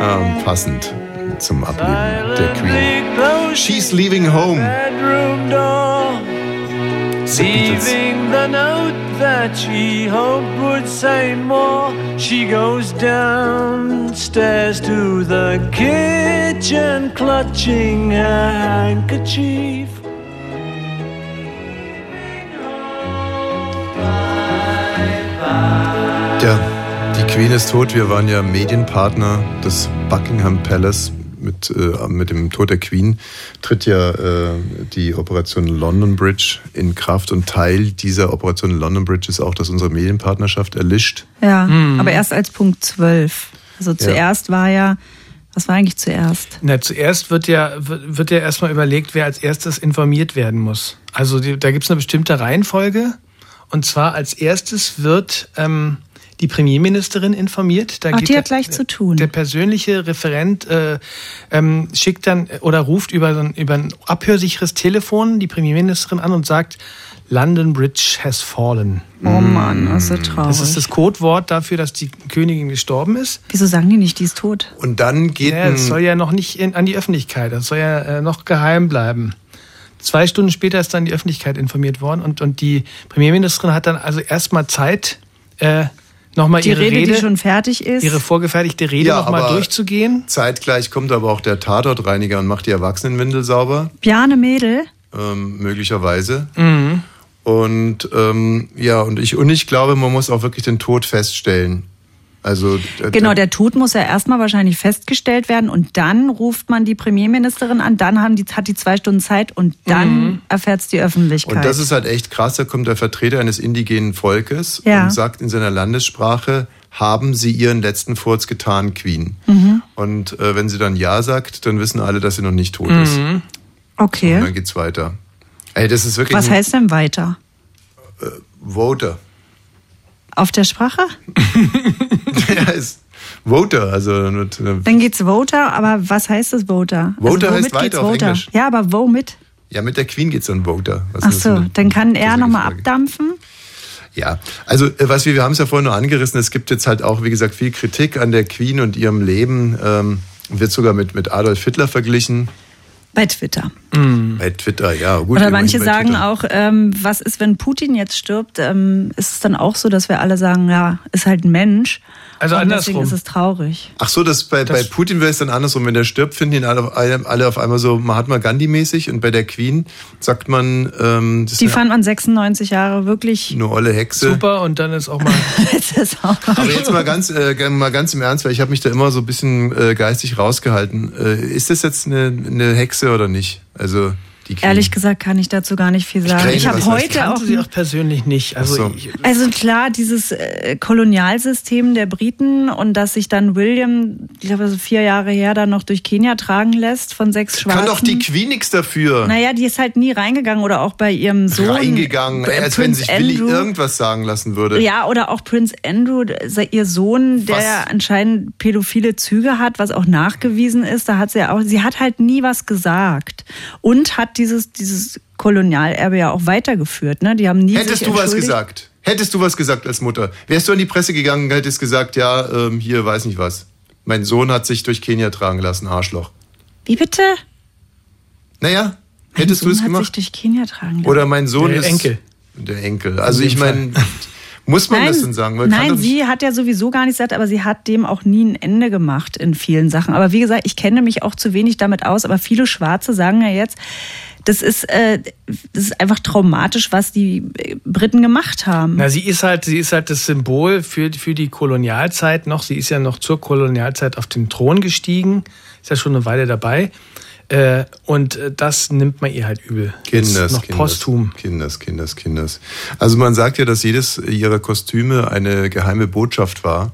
Speaker 5: Ähm, passend zum Ableben der Queen. She's leaving home.
Speaker 8: bedroom door,
Speaker 5: The Beatles.
Speaker 8: leaving the note that she hoped would say more. She goes downstairs to the kitchen, clutching her handkerchief.
Speaker 5: Ja, die Queen ist tot. Wir waren ja Medienpartner des Buckingham Palace mit, äh, mit dem Tod der Queen tritt ja äh, die Operation London Bridge in Kraft und Teil dieser Operation London Bridge ist auch, dass unsere Medienpartnerschaft erlischt.
Speaker 6: Ja, aber erst als Punkt 12. Also zuerst war ja, was war eigentlich zuerst?
Speaker 7: Na, zuerst wird ja, wird wird ja erstmal überlegt, wer als erstes informiert werden muss. Also die, da gibt es eine bestimmte Reihenfolge. Und zwar als erstes wird ähm, die Premierministerin informiert. Da
Speaker 6: Ach, die
Speaker 7: der-
Speaker 6: hat gleich zu tun.
Speaker 7: Der persönliche Referent äh, ähm, schickt dann äh, oder ruft über, so ein- über ein abhörsicheres Telefon die Premierministerin an und sagt, London Bridge has fallen.
Speaker 6: Oh Mann, das ist so traurig.
Speaker 7: Das ist das Codewort dafür, dass die Königin gestorben ist.
Speaker 6: Wieso sagen die nicht, die ist tot?
Speaker 5: Und dann geht
Speaker 7: Ja, das
Speaker 5: ein-
Speaker 7: soll ja noch nicht in, an die Öffentlichkeit, das soll ja äh, noch geheim bleiben. Zwei Stunden später ist dann die Öffentlichkeit informiert worden und, und die Premierministerin hat dann also erstmal Zeit, äh, nochmal
Speaker 6: Die
Speaker 7: ihre
Speaker 6: Rede,
Speaker 7: Rede,
Speaker 6: die schon fertig ist.
Speaker 7: ihre vorgefertigte Rede
Speaker 5: Ja,
Speaker 7: noch nochmal
Speaker 5: aber-
Speaker 7: durchzugehen.
Speaker 5: zeitgleich kommt aber auch der Tatortreiniger und macht die Erwachsenenwindel sauber.
Speaker 6: Bjarne Mädel.
Speaker 5: ähm, möglicherweise.
Speaker 7: Mhm.
Speaker 5: Und ähm, ja, und ich, und ich glaube, man muss auch wirklich den Tod feststellen. Also äh,
Speaker 6: Genau, der Tod muss ja erstmal wahrscheinlich festgestellt werden und dann ruft man die Premierministerin an, dann haben die, hat die zwei Stunden Zeit und dann erfährt es die Öffentlichkeit.
Speaker 5: und das ist halt echt krass, da kommt der Vertreter eines indigenen Volkes
Speaker 6: Ja.
Speaker 5: und sagt in seiner Landessprache, haben Sie Ihren letzten Furz getan, Queen?
Speaker 6: Mhm.
Speaker 5: Und äh, wenn sie dann Ja sagt, dann wissen alle, dass sie noch nicht tot ist. Und
Speaker 6: okay.
Speaker 5: dann geht's weiter. Ey, das ist wirklich
Speaker 6: Was
Speaker 5: ein
Speaker 6: heißt denn weiter?
Speaker 5: Voter.
Speaker 6: Auf der Sprache?
Speaker 5: ja, ist Voter, also mit, äh,
Speaker 6: Dann geht's Voter, aber was heißt das Voter? Also
Speaker 5: Voter
Speaker 6: womit
Speaker 5: heißt weiter auf Englisch.
Speaker 6: Ja, aber womit?
Speaker 5: ja, mit der Queen geht's an Voter. Was
Speaker 6: Ach
Speaker 5: ist das für
Speaker 6: so,
Speaker 5: eine
Speaker 6: dann kann er
Speaker 5: lustige
Speaker 6: nochmal
Speaker 5: Frage?
Speaker 6: abdampfen.
Speaker 5: Ja, also äh, was wir, wir haben es ja vorhin nur angerissen, es gibt jetzt halt auch, wie gesagt, viel Kritik an der Queen und ihrem Leben. Ähm, wird sogar mit, mit Adolf Hitler verglichen.
Speaker 6: Bei Twitter.
Speaker 5: Bei Twitter, ja, gut.
Speaker 6: Oder
Speaker 5: immerhin
Speaker 6: manche
Speaker 5: bei
Speaker 6: sagen
Speaker 5: Twitter.
Speaker 6: auch, ähm, was ist, wenn Putin jetzt stirbt? Ähm, ist es dann auch so, dass wir alle sagen, ja, ist halt ein Mensch.
Speaker 7: Also
Speaker 6: und Deswegen
Speaker 7: andersrum.
Speaker 6: ist es traurig.
Speaker 5: Ach so, das bei, bei Putin wäre es dann andersrum. Wenn der stirbt, finden ihn alle auf, alle, alle auf einmal so Mahatma Gandhi-mäßig. Und bei der Queen sagt man, ähm, das
Speaker 6: Die
Speaker 5: ist eine,
Speaker 6: fand man 96 Jahre wirklich.
Speaker 5: eine olle Hexe.
Speaker 7: Super, und dann ist auch mal.
Speaker 6: Das ist auch
Speaker 5: Aber jetzt mal ganz, äh, g- mal ganz im Ernst, weil ich habe mich da immer so ein bisschen äh, geistig rausgehalten. Äh, ist das jetzt eine, eine Hexe oder nicht? Also die Queen.
Speaker 6: Ehrlich gesagt kann ich dazu gar nicht viel sagen.
Speaker 5: kenne
Speaker 6: Ich habe
Speaker 5: das nicht.
Speaker 6: heute auch.
Speaker 7: kannte sie auch persönlich nicht. Also
Speaker 5: Ach so.
Speaker 7: ich,
Speaker 6: Also klar, dieses äh, Kolonialsystem der Briten und dass sich dann William, ich glaube, so vier Jahre her, dann noch durch Kenia tragen lässt von sechs Schwarzen.
Speaker 5: Kann doch die Queen nichts dafür.
Speaker 6: Naja, die ist halt nie reingegangen oder auch bei ihrem Sohn.
Speaker 5: reingegangen,
Speaker 6: äh,
Speaker 5: als wenn
Speaker 6: Prinz
Speaker 5: sich Willi
Speaker 6: Andrew.
Speaker 5: irgendwas sagen lassen würde.
Speaker 6: Ja, oder auch Prinz Andrew, se- ihr Sohn, der
Speaker 5: Was?
Speaker 6: anscheinend pädophile Züge hat, was auch nachgewiesen ist. Da hat sie ja auch, sie hat halt nie was gesagt und hat dieses, dieses Kolonialerbe ja auch weitergeführt. Ne? Die haben nie
Speaker 5: Hättest
Speaker 6: sich
Speaker 5: du was
Speaker 6: entschuldigt.
Speaker 5: gesagt? Hättest du was gesagt als Mutter? Wärst du an die Presse gegangen und hättest gesagt, ja, ähm, hier, weiß nicht was. Mein Sohn hat sich durch Kenia tragen lassen, Arschloch.
Speaker 6: Wie bitte?
Speaker 5: Naja,
Speaker 6: Mein
Speaker 5: hättest
Speaker 6: Sohn
Speaker 5: du es
Speaker 6: hat sich
Speaker 5: gemacht?
Speaker 6: durch Kenia tragen lassen.
Speaker 5: Oder mein Sohn
Speaker 7: Der
Speaker 5: ist...
Speaker 7: Enkel.
Speaker 5: Der Enkel. Also ich
Speaker 7: dem
Speaker 5: meine, muss man das denn sagen? Man kann
Speaker 6: nein,
Speaker 5: doch nicht-
Speaker 6: sie hat ja sowieso gar nichts gesagt, aber sie hat dem auch nie ein Ende gemacht in vielen Sachen. Aber wie gesagt, ich kenne mich auch zu wenig damit aus, aber viele Schwarze sagen ja jetzt, das ist, äh, das ist einfach traumatisch, was die äh, Briten gemacht haben.
Speaker 7: Na, sie ist halt, sie ist halt das Symbol für, für die Kolonialzeit noch. Sie ist ja noch zur Kolonialzeit auf den Thron gestiegen. Ist ja schon eine Weile dabei. Äh, und äh, das nimmt man ihr halt übel. Jetzt
Speaker 5: Kinders,
Speaker 7: noch
Speaker 5: Kinders,
Speaker 7: posthum.
Speaker 5: Kinders, Kinders, Kinders. Also man sagt ja, dass jedes ihrer Kostüme eine geheime Botschaft war.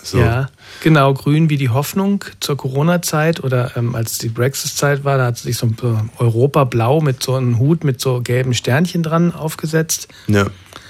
Speaker 5: Also,
Speaker 7: Ja, genau. Grün wie die Hoffnung zur Corona-Zeit oder ähm, als die Brexit-Zeit war, da hat sie sich so ein äh, Europa-Blau mit so einem Hut mit so gelben Sternchen dran aufgesetzt.
Speaker 5: Ja.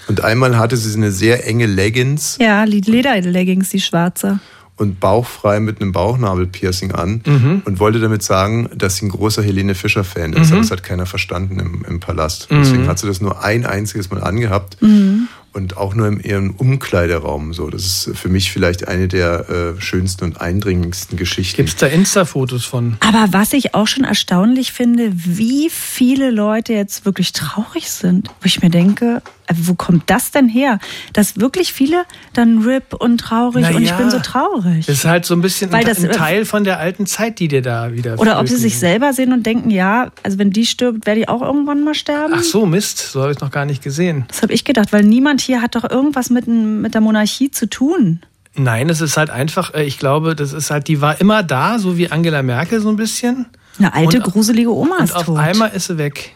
Speaker 5: Und einmal hatte sie eine sehr enge Leggings
Speaker 6: Ja, die Lederleggings, die schwarze.
Speaker 5: und bauchfrei mit einem Bauchnabelpiercing an und wollte damit sagen, dass sie ein großer Helene Fischer-Fan ist. Aber das hat keiner verstanden im, im Palast. Deswegen hat sie das nur ein einziges Mal angehabt und auch nur in ihrem Umkleideraum. So, das ist für mich vielleicht eine der äh, schönsten und eindringlichsten Geschichten.
Speaker 7: Gibt's da Insta-Fotos von?
Speaker 6: Aber was ich auch schon erstaunlich finde, wie viele Leute jetzt wirklich traurig sind, wo ich mir denke, äh, wo kommt das denn her? Dass wirklich viele dann RIP und traurig
Speaker 7: Na
Speaker 6: und ich
Speaker 7: ja.
Speaker 6: bin so traurig.
Speaker 7: Das ist halt so ein bisschen
Speaker 6: Weil
Speaker 7: ein,
Speaker 6: das-
Speaker 7: ein Teil von der alten Zeit, die dir da wieder.
Speaker 6: Oder ob sie sich
Speaker 7: flöten.
Speaker 6: selber sehen und denken, ja, also wenn die stirbt, werde ich auch irgendwann mal sterben.
Speaker 7: Ach so, Mist, so habe ich noch gar nicht gesehen.
Speaker 6: Das habe ich gedacht, weil niemand hier hat doch irgendwas mit, n- mit der Monarchie zu tun.
Speaker 7: Nein, es ist halt einfach, äh, ich glaube, das ist halt, die war immer da, so wie Angela Merkel so ein bisschen.
Speaker 6: Eine alte,
Speaker 7: Und-
Speaker 6: gruselige Oma
Speaker 7: Und
Speaker 6: ist
Speaker 7: auf
Speaker 6: tot.
Speaker 7: einmal ist sie weg.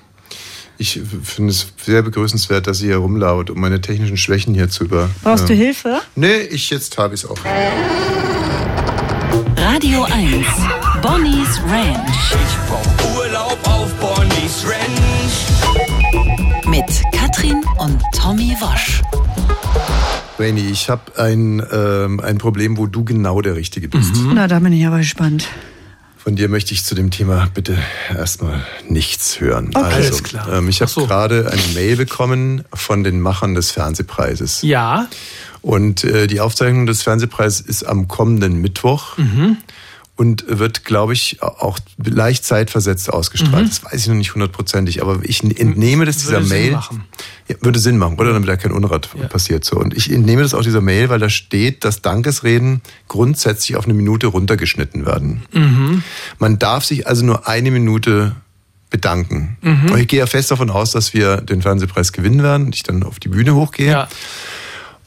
Speaker 5: Ich finde es sehr begrüßenswert, dass ihr hier rumlauert, um meine technischen Schwächen hier zu über.
Speaker 6: Brauchst du Hilfe?
Speaker 5: Nee, ich jetzt habe ich es auch.
Speaker 3: Radio 1. Bonnie's Ranch.
Speaker 4: Ich brauch Urlaub auf Bonnie's Ranch.
Speaker 3: Mit Katrin und Tommy Wasch.
Speaker 5: Rainy, ich habe ein, ähm, ein Problem, wo du genau der Richtige bist.
Speaker 7: Mhm. Hm?
Speaker 6: Na, da bin ich aber gespannt.
Speaker 5: Von dir möchte ich zu dem Thema bitte erstmal nichts hören. Also,
Speaker 7: Alles klar.
Speaker 5: Ähm, ich habe
Speaker 7: Ach so.
Speaker 5: gerade eine Mail bekommen von den Machern des Fernsehpreises.
Speaker 7: Ja,
Speaker 5: Und äh, die Aufzeichnung des Fernsehpreises ist am kommenden Mittwoch
Speaker 7: Mhm.
Speaker 5: und wird, glaube ich, auch leicht zeitversetzt ausgestrahlt. Das weiß ich noch nicht hundertprozentig, aber ich entnehme das
Speaker 7: Mhm. Hm.
Speaker 5: dieser
Speaker 7: Würde Sinn
Speaker 5: Mail.
Speaker 7: machen.
Speaker 5: Ja, würde Sinn machen, oder? Damit da kein Unrat
Speaker 7: Ja.
Speaker 5: passiert. So. Und ich entnehme das aus dieser Mail, weil da steht, dass Dankesreden grundsätzlich auf eine Minute runtergeschnitten werden.
Speaker 7: Mhm.
Speaker 5: Man darf sich also nur eine Minute bedanken.
Speaker 7: Mhm.
Speaker 5: Und ich gehe ja fest davon aus, dass wir den Fernsehpreis gewinnen werden und ich dann auf die Bühne hochgehe.
Speaker 7: ja.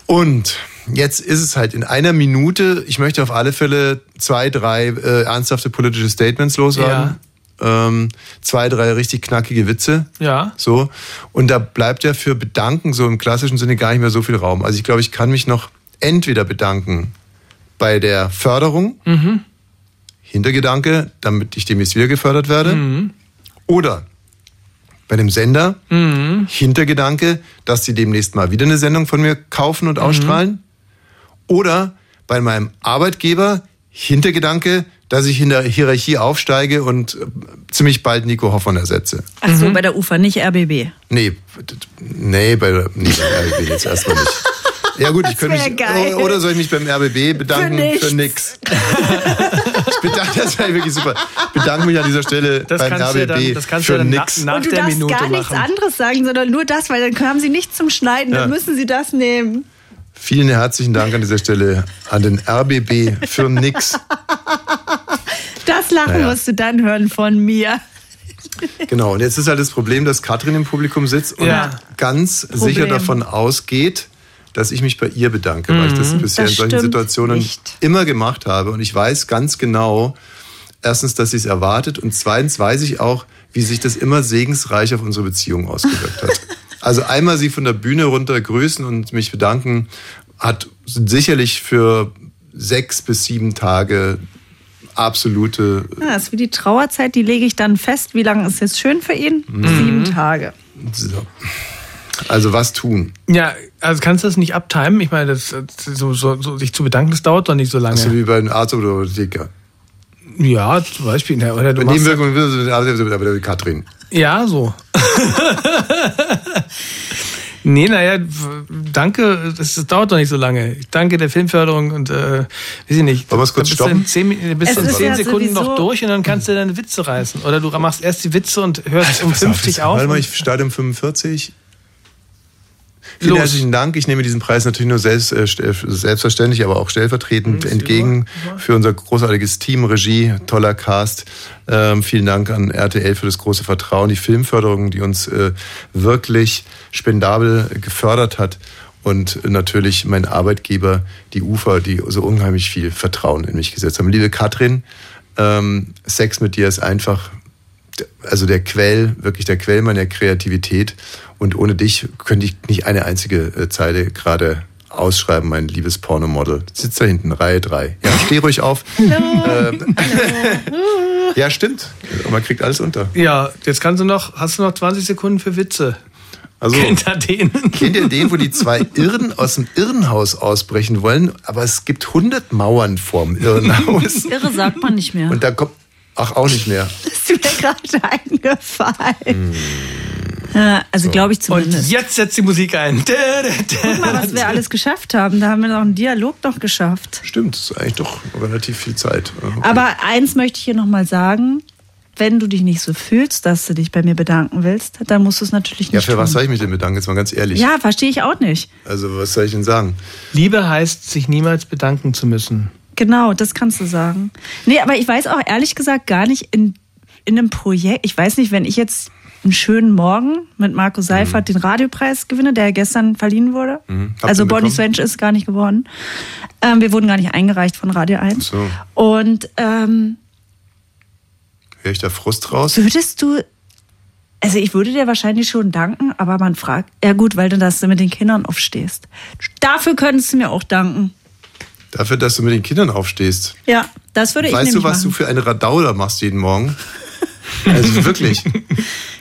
Speaker 5: Und jetzt ist es halt in einer Minute, ich möchte auf alle Fälle zwei, drei äh, ernsthafte politische Statements loswerden. Ähm, zwei, drei richtig knackige Witze.
Speaker 7: Ja.
Speaker 5: So. Und da bleibt ja für Bedanken so im klassischen Sinne gar nicht mehr so viel Raum. Also ich glaube, ich kann mich noch entweder bedanken bei der Förderung. Hintergedanke, damit ich demnächst wieder gefördert werde. Oder bei dem Sender. Hintergedanke, dass sie demnächst mal wieder eine Sendung von mir kaufen und ausstrahlen. Oder bei meinem Arbeitgeber Hintergedanke, dass ich in der Hierarchie aufsteige und äh, ziemlich bald Nico Hoffmann ersetze.
Speaker 6: Ach
Speaker 7: Mhm.
Speaker 6: so, bei der Ufer, nicht RBB.
Speaker 5: Nee, d- nee, bei, der- nee, beim RBB jetzt erstmal nicht. Ja gut, ich könnte
Speaker 6: wär
Speaker 5: mich, oh,
Speaker 6: geil.
Speaker 5: oder soll ich mich beim RBB bedanken
Speaker 6: Für nichts.
Speaker 5: für nix? ich bedanke, das wäre wirklich super. Ich bedanke mich an dieser Stelle
Speaker 7: Das
Speaker 5: beim
Speaker 7: kannst
Speaker 5: RBB
Speaker 7: du ja dann, das kannst du
Speaker 5: für
Speaker 7: ja dann na,
Speaker 5: nix.
Speaker 7: nach
Speaker 6: Und du
Speaker 7: der
Speaker 6: darfst
Speaker 7: Minute
Speaker 6: gar nichts
Speaker 7: machen.
Speaker 6: anderes sagen, sondern nur das, weil dann kamen sie nicht zum Schneiden, dann
Speaker 5: Ja.
Speaker 6: müssen sie das nehmen.
Speaker 5: Vielen herzlichen Dank an dieser Stelle an den RBB für nix.
Speaker 6: Das Lachen
Speaker 5: Naja.
Speaker 6: musst du dann hören von mir.
Speaker 5: Genau, und jetzt ist halt das Problem, dass Katrin im Publikum sitzt und
Speaker 7: Ja.
Speaker 5: ganz
Speaker 6: Problem.
Speaker 5: sicher davon ausgeht, dass ich mich bei ihr bedanke, weil ich das bisher
Speaker 6: Das
Speaker 5: in solchen
Speaker 6: stimmt
Speaker 5: Situationen
Speaker 6: nicht.
Speaker 5: immer gemacht habe. Und ich weiß ganz genau, erstens, dass sie es erwartet und zweitens weiß ich auch, wie sich das immer segensreich auf unsere Beziehung ausgewirkt hat. Also einmal sie von der Bühne runter grüßen und mich bedanken, hat sicherlich für sechs bis sieben Tage absolute
Speaker 6: Ja, Ah, das ist wie die Trauerzeit, die lege ich dann fest. Wie lange ist jetzt schön für ihn? Sieben Tage.
Speaker 5: So. Also was tun?
Speaker 7: Ja, also kannst du das nicht abtimen? Ich meine, das, das- so, so, so, sich zu bedanken, das dauert doch nicht so lange.
Speaker 5: So wie bei einem Arzt oder Apotheker.
Speaker 7: ja, zum Beispiel. Na, Oder du machst,
Speaker 5: Nebenwirkungen Also, aber der Katrin.
Speaker 7: ja, so. nee, naja, danke, das, das dauert doch nicht so lange. Ich danke der Filmförderung und, äh, weiß ich nicht.
Speaker 5: Wollen wir's kurz
Speaker 7: Da bist du in
Speaker 5: stoppen?
Speaker 7: Zehn, Min- da bist
Speaker 6: Es
Speaker 7: du in
Speaker 6: ist
Speaker 7: zehn
Speaker 6: ja
Speaker 7: Sekunden noch
Speaker 6: sowieso-
Speaker 7: durch und dann kannst du deine Witze reißen. Oder du machst erst die Witze und hörst um 50 auf.
Speaker 5: Warte mal,
Speaker 7: und-
Speaker 5: ich starte um 45. Vielen
Speaker 7: Los.
Speaker 5: herzlichen Dank. Ich nehme diesen Preis natürlich nur selbst, äh, st- äh, selbstverständlich, aber auch stellvertretend entgegen für unser großartiges Team, Regie, toller Cast. Ähm, vielen Dank an RTL für das große Vertrauen, die Filmförderung, die uns äh, wirklich spendabel gefördert hat. Und natürlich mein Arbeitgeber, die UFA, die so unheimlich viel Vertrauen in mich gesetzt haben. Liebe Katrin, ähm, Sex mit dir ist einfach also der Quell, wirklich der Quell meiner Kreativität. Und ohne dich könnte ich nicht eine einzige äh, Zeile gerade ausschreiben, mein liebes Pornomodel. Sitzt da hinten, Reihe 3. Ja, steh ruhig auf. Ähm, ja, stimmt. Man kriegt alles unter.
Speaker 7: Ja, jetzt kannst du noch, hast du noch 20 Sekunden für Witze.
Speaker 5: Also,
Speaker 7: Hinter denen.
Speaker 5: kennt ihr den, wo die zwei Irren aus dem Irrenhaus ausbrechen wollen, aber es gibt 100 Mauern vorm Irrenhaus.
Speaker 6: Irre sagt man nicht mehr.
Speaker 5: Und da kommt, ach, auch nicht mehr.
Speaker 6: Ist mir gerade eingefallen.
Speaker 5: Mm.
Speaker 6: Ja, also glaube ich
Speaker 7: Und
Speaker 6: zumindest.
Speaker 7: jetzt setzt die Musik ein.
Speaker 6: Guck mal, was wir alles geschafft haben. Da haben wir noch einen Dialog noch geschafft.
Speaker 5: Stimmt, das ist eigentlich doch relativ viel Zeit.
Speaker 6: Aber eins möchte ich hier nochmal sagen. Wenn du dich nicht so fühlst, dass du dich bei mir bedanken willst, dann musst du es natürlich
Speaker 5: Ja,
Speaker 6: nicht
Speaker 5: für was
Speaker 6: tun.
Speaker 5: soll ich mich denn bedanken? Jetzt mal ganz ehrlich.
Speaker 6: Ja, verstehe ich auch nicht.
Speaker 5: Also, was soll ich denn sagen?
Speaker 7: Liebe heißt, sich niemals bedanken zu müssen.
Speaker 6: Genau, das kannst du sagen. Nee, aber ich weiß auch ehrlich gesagt gar nicht in, in einem Projekt, ich weiß nicht, wenn ich jetzt einen schönen Morgen mit Marco Seifert, den Radiopreis gewinne, der ja gestern verliehen wurde.
Speaker 5: Mhm. Habt ihr
Speaker 6: Also
Speaker 5: ihn
Speaker 6: Bonnie
Speaker 5: bekommen?
Speaker 6: Swench ist gar nicht geworden. Ähm, wir wurden gar nicht eingereicht von Radio 1.
Speaker 5: So.
Speaker 6: Und ähm,
Speaker 5: Hör ich da Frust raus?
Speaker 6: Würdest du, also ich würde dir wahrscheinlich schon danken, aber man fragt, ja gut, weil du das mit den Kindern aufstehst. Dafür könntest du mir auch danken.
Speaker 5: Dafür, dass du mit den Kindern aufstehst.
Speaker 6: Ja, das würde ich
Speaker 5: weißt du,
Speaker 6: nämlich
Speaker 5: was du
Speaker 6: machen.
Speaker 5: für eine Radauder machst jeden Morgen? Also wirklich.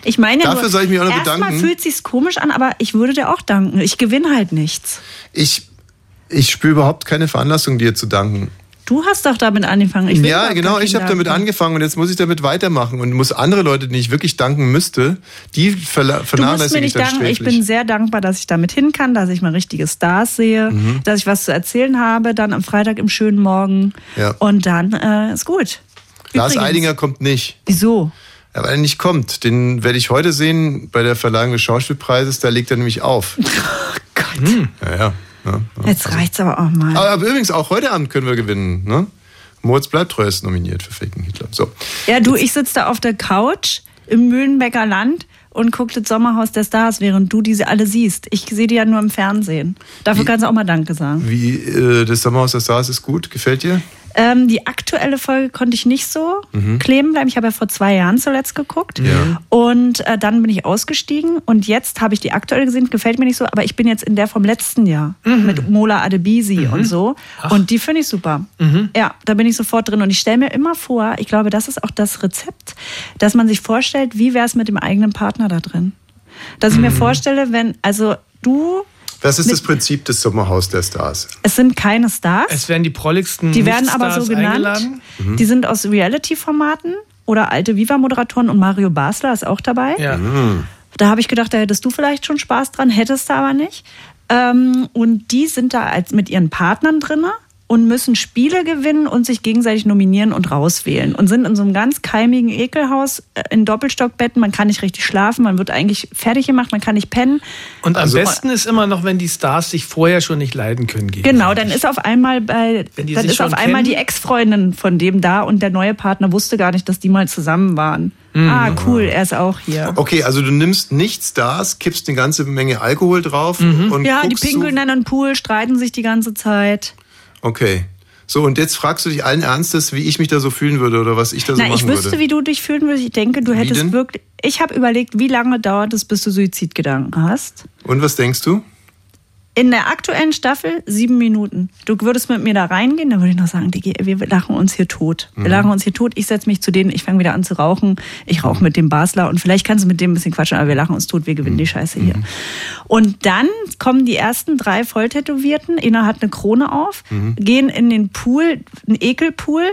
Speaker 6: ich meine, ja
Speaker 5: Dafür
Speaker 6: nur,
Speaker 5: soll ich mich auch noch
Speaker 6: Erstmal
Speaker 5: bedanken.
Speaker 6: fühlt sich's komisch an, aber ich würde dir auch danken. Ich gewinne halt nichts.
Speaker 5: Ich, ich spüre überhaupt keine Veranlassung, dir zu danken.
Speaker 6: Du hast doch damit angefangen. Ich will
Speaker 5: ja,
Speaker 6: überhaupt
Speaker 5: genau,
Speaker 6: keinen
Speaker 5: ich habe
Speaker 6: danken.
Speaker 5: damit angefangen und jetzt muss ich damit weitermachen und muss andere Leute, denen ich wirklich danken müsste, die verla-
Speaker 6: Du musst mir
Speaker 5: vernachlässige ich
Speaker 6: nicht
Speaker 5: dann
Speaker 6: danken. Ich
Speaker 5: sträflich.
Speaker 6: bin sehr dankbar, dass ich damit hin kann, dass ich mal richtige Stars sehe,
Speaker 5: Mhm.
Speaker 6: dass ich was zu erzählen habe, dann am Freitag im schönen Morgen.
Speaker 5: Ja.
Speaker 6: Und dann äh, ist gut.
Speaker 5: Lars
Speaker 6: Übrigens-
Speaker 5: Eidinger kommt nicht.
Speaker 6: Wieso?
Speaker 5: Ja, Weil er nicht kommt. Den werde ich heute sehen bei der Verleihung des Schauspielpreises. Da legt er nämlich auf.
Speaker 6: Oh Gott,
Speaker 5: Ja, ja. ja.
Speaker 6: jetzt reicht's aber auch mal.
Speaker 5: Hm. Aber, aber übrigens, auch heute Abend können wir gewinnen. Ne? Moritz bleibt treu ist nominiert für Faken Hitler. So.
Speaker 6: Ja, du, ich sitze da auf der Couch im Mühlenbecker Land und gucke das Sommerhaus der Stars, während du diese alle siehst. Ich sehe die ja nur im Fernsehen. Dafür
Speaker 5: Wie-
Speaker 6: kannst du auch mal Danke sagen.
Speaker 5: Wie äh, das Sommerhaus der Stars ist gut. Gefällt dir?
Speaker 6: Ähm, die aktuelle Folge konnte ich nicht so kleben bleiben. Ich habe ja vor zwei Jahren zuletzt geguckt.
Speaker 5: Ja.
Speaker 6: Und äh, dann bin ich ausgestiegen. Und jetzt habe ich die aktuelle gesehen, gefällt mir nicht so. Aber ich bin jetzt in der vom letzten Jahr mit Mola Adebisi und so. Und die finde ich super. Ja, da bin ich sofort drin. Und ich stelle mir immer vor, ich glaube, das ist auch das Rezept, dass man sich vorstellt, wie wäre es mit dem eigenen Partner da drin. Dass ich mir vorstelle, wenn, also du,
Speaker 5: Das ist
Speaker 6: Mit-
Speaker 5: das Prinzip des Sommerhaus der Stars.
Speaker 6: es sind keine Stars.
Speaker 7: Es werden die prolligsten
Speaker 6: Die werden aber
Speaker 7: Nichtstars
Speaker 6: so genannt.
Speaker 7: eingeladen.
Speaker 6: Die sind aus Reality-Formaten oder alte Viva-Moderatoren und Mario Basler ist auch dabei.
Speaker 7: Ja.
Speaker 6: Da habe ich gedacht, da hättest du vielleicht schon Spaß dran, hättest du aber nicht. Ähm, und die sind da als mit ihren Partnern drinne und müssen Spiele gewinnen und sich gegenseitig nominieren und rauswählen und sind in so einem ganz keimigen Ekelhaus äh, in Doppelstockbetten. Man kann nicht richtig schlafen, man wird eigentlich fertig gemacht, man kann nicht pennen.
Speaker 7: Und am
Speaker 5: Also
Speaker 7: besten ist immer noch, wenn die Stars sich vorher schon nicht leiden können. Gegen
Speaker 6: Genau, dann ist auf einmal bei,
Speaker 7: Wenn die
Speaker 6: dann
Speaker 7: sich
Speaker 6: ist auf
Speaker 7: schon
Speaker 6: einmal die
Speaker 7: kennen.
Speaker 6: Ex-Freundin von dem da und der neue Partner wusste gar nicht, dass die mal zusammen waren. Ah, cool, er ist auch hier.
Speaker 5: Okay, also du nimmst nicht Stars, kippst eine ganze Menge Alkohol drauf und
Speaker 6: Ja, die
Speaker 5: guckst
Speaker 6: pinkeln
Speaker 5: so,
Speaker 6: dann im Pool, streiten sich die ganze Zeit.
Speaker 5: Okay. So, und jetzt fragst du dich allen Ernstes, wie ich mich da so fühlen würde oder was ich da so
Speaker 6: Na,
Speaker 5: machen
Speaker 6: ich wüsste,
Speaker 5: würde.
Speaker 6: wie du dich fühlen würdest. Ich denke, du hättest
Speaker 5: denn?
Speaker 6: wirklich. Ich habe überlegt, wie lange dauert es, bis du Suizidgedanken hast.
Speaker 5: und was denkst du?
Speaker 6: In der aktuellen Staffel sieben Minuten. Du würdest mit mir da reingehen, dann würde ich noch sagen, Digi, wir lachen uns hier tot. Wir lachen uns hier tot. Ich setze mich zu denen, ich fange wieder an zu rauchen. Ich rauche mit dem Basler und vielleicht kannst du mit dem ein bisschen quatschen, aber wir lachen uns tot, wir gewinnen die Scheiße hier. Und dann kommen die ersten drei Volltätowierten, einer hat eine Krone auf, gehen in den Pool, einen Ekelpool,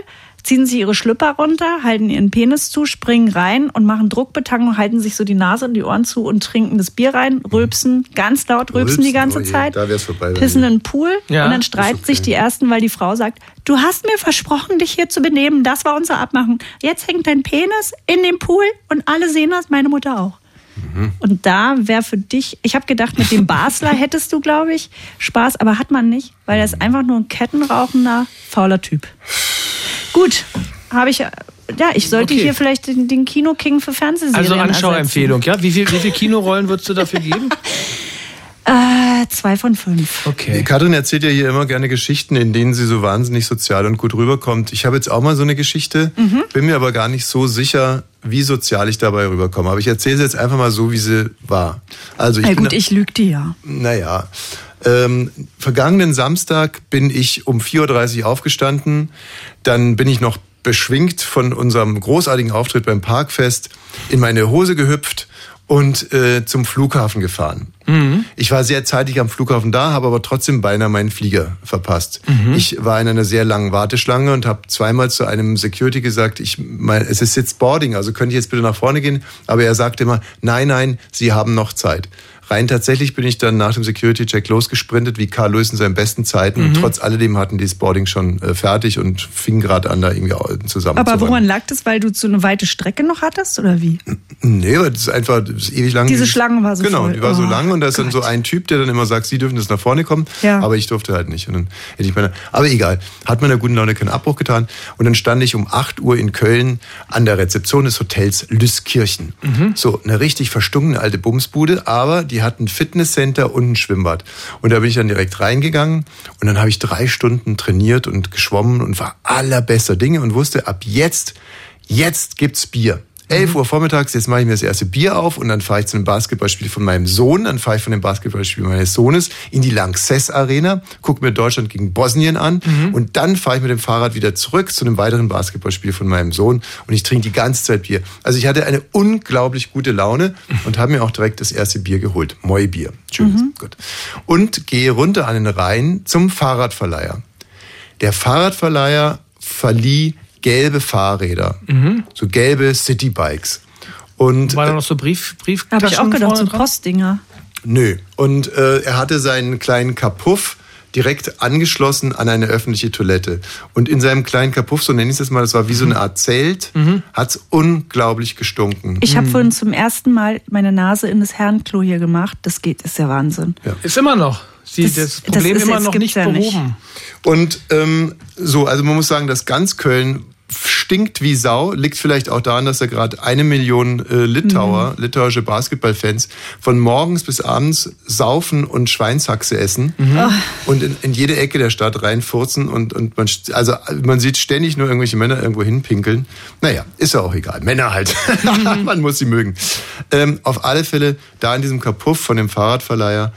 Speaker 6: ziehen sich ihre Schlüpper runter, halten ihren Penis zu, springen rein und machen Druckbetankung, halten sich so die Nase und die Ohren zu und trinken das Bier rein, rülpsen, ganz laut rülpsen die
Speaker 5: Rülpsen,
Speaker 6: ganze
Speaker 5: oh je,
Speaker 6: Zeit,
Speaker 5: da wär's vorbei bei
Speaker 6: pissen
Speaker 5: mir.
Speaker 6: in den Pool
Speaker 7: Ja,
Speaker 6: und dann
Speaker 7: ist
Speaker 6: streiten sich die Ersten, weil die Frau sagt, du hast mir versprochen, dich hier zu benehmen, das war unser Abmachen. Jetzt hängt dein Penis in dem Pool und alle sehen das, meine Mutter auch.
Speaker 5: Mhm.
Speaker 6: Und da wäre für dich, ich habe gedacht, mit dem Basler hättest du, glaube ich, Spaß, aber hat man nicht, weil er ist einfach nur ein kettenrauchender, fauler Typ. Gut, habe ich, äh, ja, ich sollte
Speaker 7: Okay.
Speaker 6: hier vielleicht den, den Kino-King für Fernsehserien
Speaker 7: Also
Speaker 6: ersetzen.
Speaker 7: Anschauempfehlung, ja? Wie viel, wie viel Kinorollen würdest du dafür geben?
Speaker 6: Äh, zwei von fünf.
Speaker 7: Okay.
Speaker 5: Katrin erzählt ja hier immer gerne Geschichten, in denen sie so wahnsinnig sozial und gut rüberkommt. Ich habe jetzt auch mal so eine Geschichte,
Speaker 6: Mhm.
Speaker 5: bin mir aber gar nicht so sicher, wie sozial ich dabei rüberkomme. Aber ich erzähle sie jetzt einfach mal so, wie sie war. Also ich
Speaker 6: Na
Speaker 5: bin
Speaker 6: gut, ich lüge dir ja.
Speaker 5: naja, ähm, vergangenen Samstag bin ich um 4.30 Uhr aufgestanden. Dann bin ich noch beschwingt von unserem großartigen Auftritt beim Parkfest in meine Hose gehüpft und äh, zum Flughafen gefahren. Ich war sehr zeitig am Flughafen da, habe aber trotzdem beinahe meinen Flieger verpasst.
Speaker 6: Mhm.
Speaker 5: Ich war in einer sehr langen Warteschlange und habe zweimal zu einem Security gesagt, ich mein, es ist jetzt Boarding, also könnte ich jetzt bitte nach vorne gehen, aber er sagte immer, nein, nein, Sie haben noch Zeit. Rein tatsächlich bin ich dann nach dem Security-Check losgesprintet, wie Carl Lewis in seinen besten Zeiten.
Speaker 6: Mhm.
Speaker 5: Und trotz alledem hatten die das Boarding schon äh, fertig und fingen gerade an, da irgendwie zusammen
Speaker 6: Aber woran lag das? Weil du so eine weite Strecke noch hattest oder wie?
Speaker 5: Nee, weil das ist einfach das ist ewig lang.
Speaker 6: Diese Schlange war so
Speaker 5: Genau,
Speaker 6: voll.
Speaker 5: die war so
Speaker 6: Oh,
Speaker 5: lang und da ist dann so
Speaker 6: Gott.
Speaker 5: ein Typ, der dann immer sagt, sie dürfen jetzt nach vorne kommen,
Speaker 6: Ja.
Speaker 5: aber ich durfte halt nicht. Und dann hätte ich meine, aber egal, hat meiner guten Laune keinen Abbruch getan. Und dann stand ich um 8 Uhr in Köln an der Rezeption des Hotels Lüskirchen. So, eine richtig verstunkene alte Bumsbude, aber die hatten ein Fitnesscenter und ein Schwimmbad. Und da bin ich dann direkt reingegangen und dann habe ich drei Stunden trainiert und geschwommen und war allerbester Dinge und wusste, ab jetzt, jetzt gibt's Bier. 11 Uhr vormittags, jetzt mache ich mir das erste Bier auf und dann fahre ich zu einem Basketballspiel von meinem Sohn, dann fahre ich von dem Basketballspiel meines Sohnes in die Lanxess Arena, gucke mir Deutschland gegen Bosnien an und dann fahre ich mit dem Fahrrad wieder zurück zu einem weiteren Basketballspiel von meinem Sohn und ich trinke die ganze Zeit Bier. Also ich hatte eine unglaublich gute Laune und habe mir auch direkt das erste Bier geholt. Moi-Bier. Schönes. Gut. Und gehe runter an den Rhein zum Fahrradverleiher. Der Fahrradverleiher verlieh gelbe Fahrräder, so gelbe Citybikes. Und
Speaker 7: Mhm. War da
Speaker 5: äh,
Speaker 7: noch so Brief, Brieftaschen
Speaker 6: Habe ich auch gedacht,
Speaker 7: vorne
Speaker 6: so
Speaker 7: dran?
Speaker 6: Postdinger.
Speaker 5: nö. Und äh, er hatte seinen kleinen Kapuff direkt angeschlossen an eine öffentliche Toilette. Und in seinem kleinen Kapuff, so nenne ich es jetzt mal, das war wie so
Speaker 7: Mhm.
Speaker 5: eine Art Zelt, hat's unglaublich gestunken.
Speaker 6: Ich habe vorhin zum ersten Mal meine Nase in das Herrenklo hier gemacht. Das geht, ist ja Wahnsinn.
Speaker 7: Ist immer noch. Sie, das,
Speaker 6: Das- das
Speaker 7: Problem
Speaker 6: ist-
Speaker 7: immer
Speaker 6: das
Speaker 7: noch
Speaker 6: gibt's
Speaker 7: nicht
Speaker 6: ja nicht.
Speaker 7: behoben.
Speaker 5: Und ähm, so, also man muss sagen, dass ganz Köln stinkt wie Sau, liegt vielleicht auch daran, dass da gerade eine Million äh, Litauer, litauische Basketballfans von morgens bis abends saufen und Schweinshaxe essen und in, in jede Ecke der Stadt reinfurzen und, und man, st- also man sieht ständig nur irgendwelche Männer irgendwo hinpinkeln. Naja, ist ja auch egal. Männer halt. man muss sie mögen. Ähm, auf alle Fälle, da in diesem Kapuff von dem Fahrradverleiher,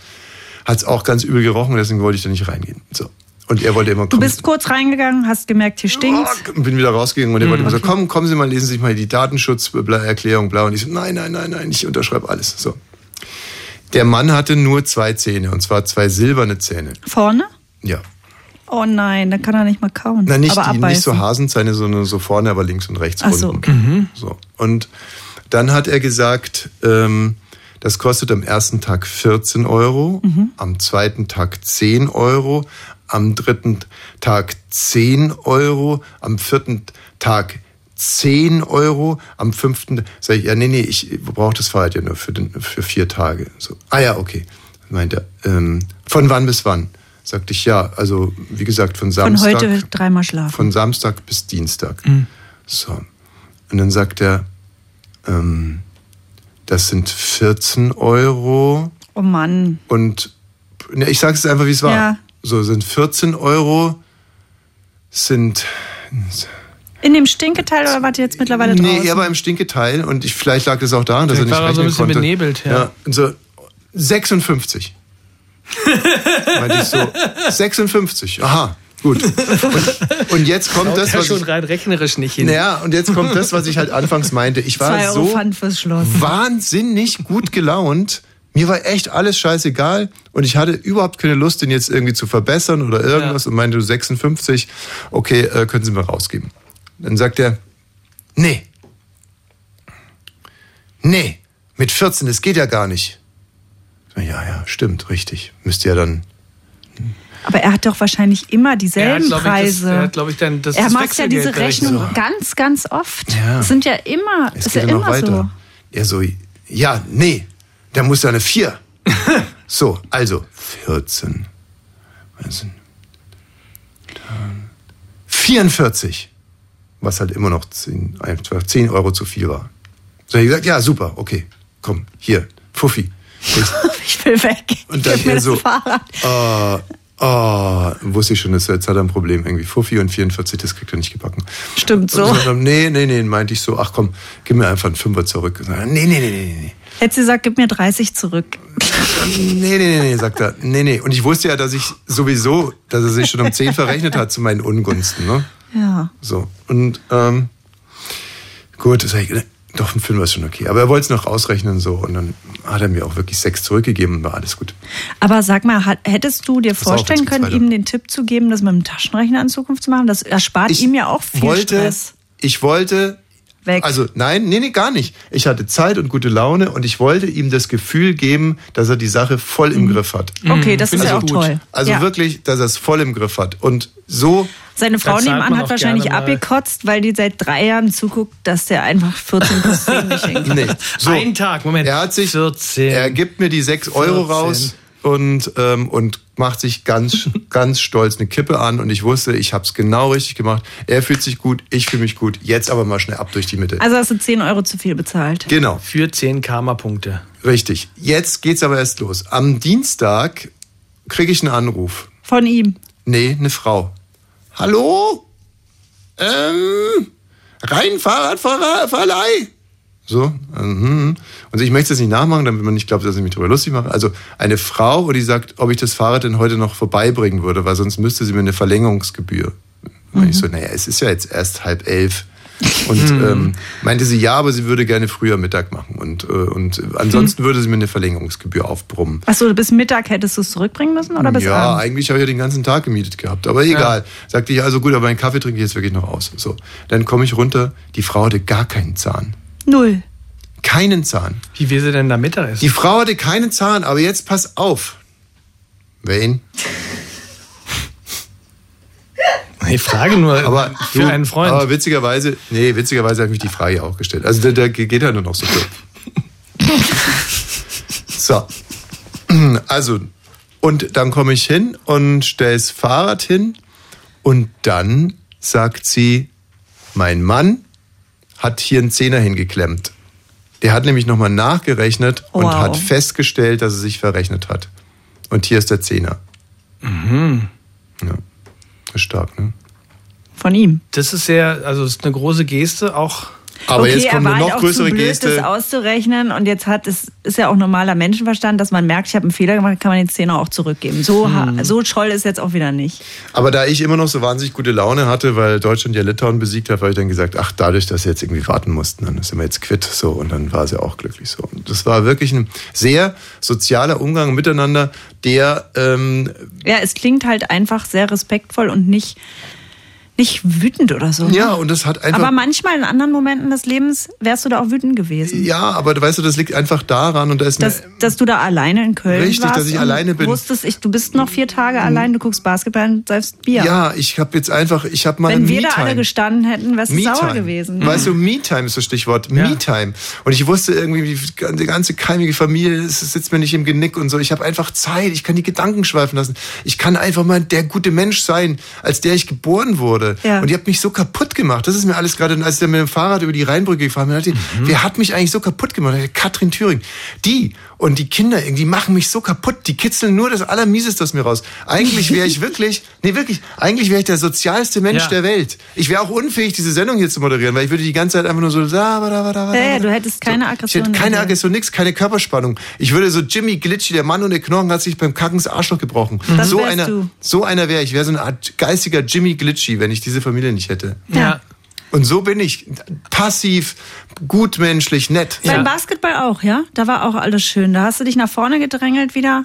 Speaker 5: Hat's auch ganz übel gerochen, deswegen wollte ich da nicht reingehen. So. Und er wollte immer
Speaker 6: Du bist kurz reingegangen, hast gemerkt, hier stinkt's.
Speaker 5: und bin wieder rausgegangen und er
Speaker 6: Mhm.
Speaker 5: wollte immer so, komm, kommen Sie mal, lesen Sie sich mal die Datenschutzerklärung, bla. Und ich so, nein, nein, nein, nein, ich unterschreibe alles. So. Der Mann hatte nur zwei Zähne, und zwar zwei silberne Zähne.
Speaker 6: Vorne?
Speaker 5: Ja.
Speaker 6: Oh nein, dann kann er nicht mal kauen.
Speaker 5: Na, nicht,
Speaker 6: aber
Speaker 5: die, nicht so
Speaker 6: abbeißen.
Speaker 5: Hasenzähne, sondern so vorne, aber links und rechts
Speaker 6: Ach so, Mhm.
Speaker 5: unten. So. Und dann hat er gesagt, ähm, das kostet am ersten Tag 14 Euro,
Speaker 6: Mhm.
Speaker 5: am zweiten Tag 10 Euro, am dritten Tag 10 Euro, am vierten Tag 10 Euro, am fünften sag ich, ja, nee, nee, ich brauche das Fahrrad ja nur für, den, für vier Tage. So. Ah ja, okay, meint er. Ähm, von wann bis wann? Sagte ich, ja, also wie gesagt, von
Speaker 6: Von
Speaker 5: Samstag
Speaker 6: heute dreimal schlafen.
Speaker 5: von Samstag bis Dienstag.
Speaker 6: Mhm.
Speaker 5: So. Und dann sagt er, ähm, das sind 14 Euro
Speaker 6: Oh Mann.
Speaker 5: und ne, ich sage es einfach, wie es war.
Speaker 6: Ja.
Speaker 5: So sind 14 Euro sind
Speaker 6: In dem Stinketeil oder wart ihr jetzt mittlerweile
Speaker 5: nee,
Speaker 6: draußen?
Speaker 5: er war im Stinketeil und ich, vielleicht lag das auch daran, dass
Speaker 7: Vielleicht
Speaker 5: er nicht
Speaker 7: war er so ein
Speaker 5: rechnen
Speaker 7: bisschen
Speaker 5: konnte.
Speaker 7: benebelt, ja.
Speaker 5: und so 56. Meinte ich so 56. Aha, gut. Und, und jetzt kommt das,
Speaker 7: Das war
Speaker 5: was
Speaker 7: schon
Speaker 5: ich,
Speaker 7: rein rechnerisch nicht hin.
Speaker 5: Naja, und jetzt kommt das, was ich halt anfangs meinte. Ich war
Speaker 6: Zwei Euro
Speaker 5: so
Speaker 6: Pfand fürs Schloss.
Speaker 5: wahnsinnig gut gelaunt. Mir war echt alles scheißegal und ich hatte überhaupt keine Lust, den jetzt irgendwie zu verbessern oder irgendwas und meinte 56, okay, äh, können Sie mir rausgeben. Dann sagt er, nee, nee, mit 14, das geht ja gar nicht. Ja, ja, stimmt, richtig. Müsst ihr ja dann
Speaker 6: Aber er hat doch wahrscheinlich immer
Speaker 7: Er hat,
Speaker 6: dieselben
Speaker 7: glaub ich, das-
Speaker 6: Preise.
Speaker 7: er hat, glaub ich, dann das-
Speaker 6: Er
Speaker 7: das
Speaker 6: macht ja diese
Speaker 7: Wechselgeld
Speaker 6: Rechnung
Speaker 7: berechnet.
Speaker 6: ganz, ganz oft.
Speaker 5: Ja.
Speaker 6: Es Sind ja immer,
Speaker 5: Es
Speaker 6: ist
Speaker 5: geht
Speaker 6: ja
Speaker 5: ja noch
Speaker 6: immer
Speaker 5: weiter.
Speaker 6: so.
Speaker 5: Er so, ja, nee, da muss ja eine 4. so, also 14. Also, dann 44. Was halt immer noch 10, einfach 10 Euro zu viel war. So, ich gesagt, ja, super, okay, komm, hier, Fuffi. Ich,
Speaker 6: Ich will weg.
Speaker 5: und
Speaker 6: Gib
Speaker 5: dann
Speaker 6: mir
Speaker 5: er
Speaker 6: das
Speaker 5: so,
Speaker 6: Fahrrad.
Speaker 5: ah, ah, wusste ich schon, das, jetzt hat er ein Problem irgendwie. Fuffi und 44, das kriegt er nicht gebacken.
Speaker 6: Stimmt so.
Speaker 5: Und
Speaker 7: Also-
Speaker 5: ich so, nee, nee, nee, meinte ich so, ach komm, gib mir einfach einen Fünfer zurück. Und so, Nee, nee, nee, nee, nee.
Speaker 6: Hätte sie gesagt, gib mir 30 zurück.
Speaker 5: Nee, nee, nee, nee, sagt er. Nee, nee. Und ich wusste ja, dass ich sowieso, dass er sich schon um 10 verrechnet hat zu meinen Ungunsten, ne?
Speaker 6: Ja.
Speaker 5: So. Und, ähm, gut, das ich, doch, ein Film war schon okay. Aber er wollte es noch ausrechnen, so. Und dann hat er mir auch wirklich sechs zurückgegeben und war alles gut.
Speaker 6: Aber sag mal, hat- hättest du dir
Speaker 5: auf,
Speaker 6: vorstellen
Speaker 5: jetzt geht's
Speaker 6: können,
Speaker 5: weiter.
Speaker 6: ihm den Tipp zu geben, das mit dem Taschenrechner in Zukunft zu machen? Das erspart ihm ja auch viel
Speaker 5: wollte,
Speaker 6: Stress.
Speaker 5: Ich wollte
Speaker 6: weg.
Speaker 5: Also nein, nee, nee, gar nicht. Ich hatte Zeit und gute Laune und ich wollte ihm das Gefühl geben, dass er die Sache voll im Griff hat.
Speaker 6: okay, Mhm. das
Speaker 7: find
Speaker 6: ist
Speaker 7: ich
Speaker 6: ja auch
Speaker 7: gut.
Speaker 6: toll.
Speaker 5: Also
Speaker 6: ja.
Speaker 5: wirklich, dass er es voll im Griff hat. Und so,
Speaker 6: Seine Frau
Speaker 7: zahlt
Speaker 6: nebenan
Speaker 7: man
Speaker 6: hat
Speaker 7: auch
Speaker 6: wahrscheinlich
Speaker 7: gerne mal.
Speaker 6: abgekotzt, weil die seit drei Jahren zuguckt, dass der einfach 14 plus 10 nicht hinkriegt.
Speaker 5: nee. So,
Speaker 7: Ein Tag, Moment.
Speaker 5: er hat sich,
Speaker 7: 14.
Speaker 5: er gibt mir die 6 Euro
Speaker 7: 14.
Speaker 5: raus und, ähm, und macht sich ganz, ganz stolz eine Kippe an und ich wusste, ich habe es genau richtig gemacht. Er fühlt sich gut, ich fühle mich gut. Jetzt aber mal schnell ab durch die Mitte.
Speaker 6: Also hast du 10 Euro zu viel bezahlt.
Speaker 5: genau.
Speaker 7: Für 10 Karma-Punkte.
Speaker 5: Richtig. Jetzt geht's aber erst los. Am Dienstag kriege ich einen Anruf.
Speaker 6: Von ihm.
Speaker 5: Nee, eine Frau. Hallo? Ähm, rein Fahrradverleih. So, mhm. Und ich möchte das nicht nachmachen, damit man nicht glaubt, dass ich mich darüber lustig mache. Also eine Frau, und die sagt, ob ich das Fahrrad denn heute noch vorbeibringen würde, weil sonst müsste sie mir eine Verlängerungsgebühr. Und ich so, naja, es ist ja jetzt erst halb elf. Und ähm, meinte sie, ja, aber sie würde gerne früher Mittag machen. Und, äh, und ansonsten würde sie mir eine Verlängerungsgebühr aufbrummen.
Speaker 6: Achso, bis Mittag hättest du es zurückbringen müssen oder bis
Speaker 5: Ja,
Speaker 6: abends?
Speaker 5: eigentlich habe ich ja den ganzen Tag gemietet gehabt. Aber egal. Sagte ich, also gut, aber einen Kaffee trinke ich jetzt wirklich noch aus. So. Dann komme ich runter. Die Frau hatte gar keinen Zahn.
Speaker 6: Null.
Speaker 5: Keinen Zahn.
Speaker 7: Wie will sie denn da Mittagessen?
Speaker 5: Die Frau hatte keinen Zahn, aber jetzt pass auf. Wayne.
Speaker 7: Ich frage nur
Speaker 5: Aber
Speaker 7: für
Speaker 5: du,
Speaker 7: einen Freund.
Speaker 5: Aber witzigerweise, nee, witzigerweise habe ich mich die Frage auch gestellt. Also da, da geht ja nur noch so kurz. so. Also, und dann komme ich hin und stelle das Fahrrad hin und dann sagt sie, mein Mann hat hier einen Zehner hingeklemmt. Der hat nämlich nochmal nachgerechnet und
Speaker 6: Wow.
Speaker 5: hat festgestellt, dass er sich verrechnet hat. Und hier ist der Zehner. Mhm. Ja. Ist stark, ne?
Speaker 6: Von ihm.
Speaker 7: das ist sehr, also das ist eine große Geste, auch
Speaker 5: Aber
Speaker 6: okay,
Speaker 5: jetzt kommt
Speaker 6: er
Speaker 5: eine
Speaker 6: war halt
Speaker 5: noch
Speaker 6: auch
Speaker 5: größere
Speaker 6: zu blöd, das
Speaker 5: Geste.
Speaker 6: auszurechnen und jetzt hat es ist ja auch normaler Menschenverstand, dass man merkt, ich habe einen Fehler gemacht, kann man den Zehner auch zurückgeben. So ha-
Speaker 5: Hm.
Speaker 6: so toll ist jetzt auch wieder nicht.
Speaker 5: Aber da ich immer noch so wahnsinnig gute Laune hatte, weil Deutschland ja Litauen besiegt hat, habe ich dann gesagt, ach, dadurch, dass wir jetzt irgendwie warten mussten, dann sind wir jetzt quitt. So, und dann war sie auch glücklich so. Und das war wirklich ein sehr sozialer Umgang miteinander, der ähm,
Speaker 6: Ja, es klingt halt einfach sehr respektvoll und nicht nicht wütend oder so. ne?
Speaker 5: ja, und das hat einfach.
Speaker 6: Aber manchmal in anderen Momenten des Lebens wärst du da auch wütend gewesen.
Speaker 5: ja, aber du weißt du, das liegt einfach daran und da ist
Speaker 6: Dass,
Speaker 5: eine,
Speaker 6: dass du da alleine in Köln
Speaker 5: Richtig,
Speaker 6: warst.
Speaker 5: dass ich
Speaker 6: und
Speaker 5: alleine bin. Mhm.
Speaker 6: Wusstest ich, du bist noch vier Tage allein, du guckst Basketball und säufst Bier.
Speaker 5: ja, ich habe jetzt einfach, ich habe mal
Speaker 6: Wenn
Speaker 5: ein
Speaker 6: wir da alle
Speaker 5: Me-Time.
Speaker 6: gestanden hätten, wärst du sauer
Speaker 5: Me-Time.
Speaker 6: gewesen.
Speaker 5: Mhm. Weißt du, Me-Time ist das Stichwort. Me-Time. Und ich wusste irgendwie, die, die ganze keimige Familie es sitzt mir nicht im Genick und so. Ich habe einfach Zeit. Ich kann die Gedanken schweifen lassen. Ich kann einfach mal der gute Mensch sein, als der ich geboren wurde.
Speaker 6: Ja.
Speaker 5: Und ihr habt mich so kaputt gemacht. Das ist mir alles gerade, als ich mit dem Fahrrad über die Rheinbrücke gefahren bin, dachte ich, wer hat mich eigentlich so kaputt gemacht? Katrin Thüring. Die und die Kinder, irgendwie machen mich so kaputt. Die kitzeln nur das Allermieseste aus mir raus. Eigentlich wäre ich wirklich, nee, wirklich, eigentlich wäre ich der sozialste Mensch
Speaker 7: Ja.
Speaker 5: der Welt. Ich wäre auch unfähig, diese Sendung hier zu moderieren, weil ich würde die ganze Zeit einfach nur so da, da, da, da, da.
Speaker 6: Ja, ja, du hättest keine Aggression
Speaker 5: Ich hätte keine
Speaker 6: in dir.
Speaker 5: Aggression, nix, keine Körperspannung. Ich würde so Jimmy Glitchy, der Mann ohne Knochen, hat sich beim Kackens Arschloch gebrochen.
Speaker 6: Mhm. Das
Speaker 5: So
Speaker 6: wärst
Speaker 5: einer,
Speaker 6: du.
Speaker 5: so einer wäre ich. Ich wäre so eine Art geistiger Jimmy Glitchy, wenn ich diese Familie nicht hätte.
Speaker 7: ja.
Speaker 5: Und so bin ich. Passiv, gutmenschlich, nett.
Speaker 6: Beim
Speaker 7: Ja.
Speaker 6: Basketball auch, ja? Da war auch alles schön. Da hast du dich nach vorne gedrängelt wieder.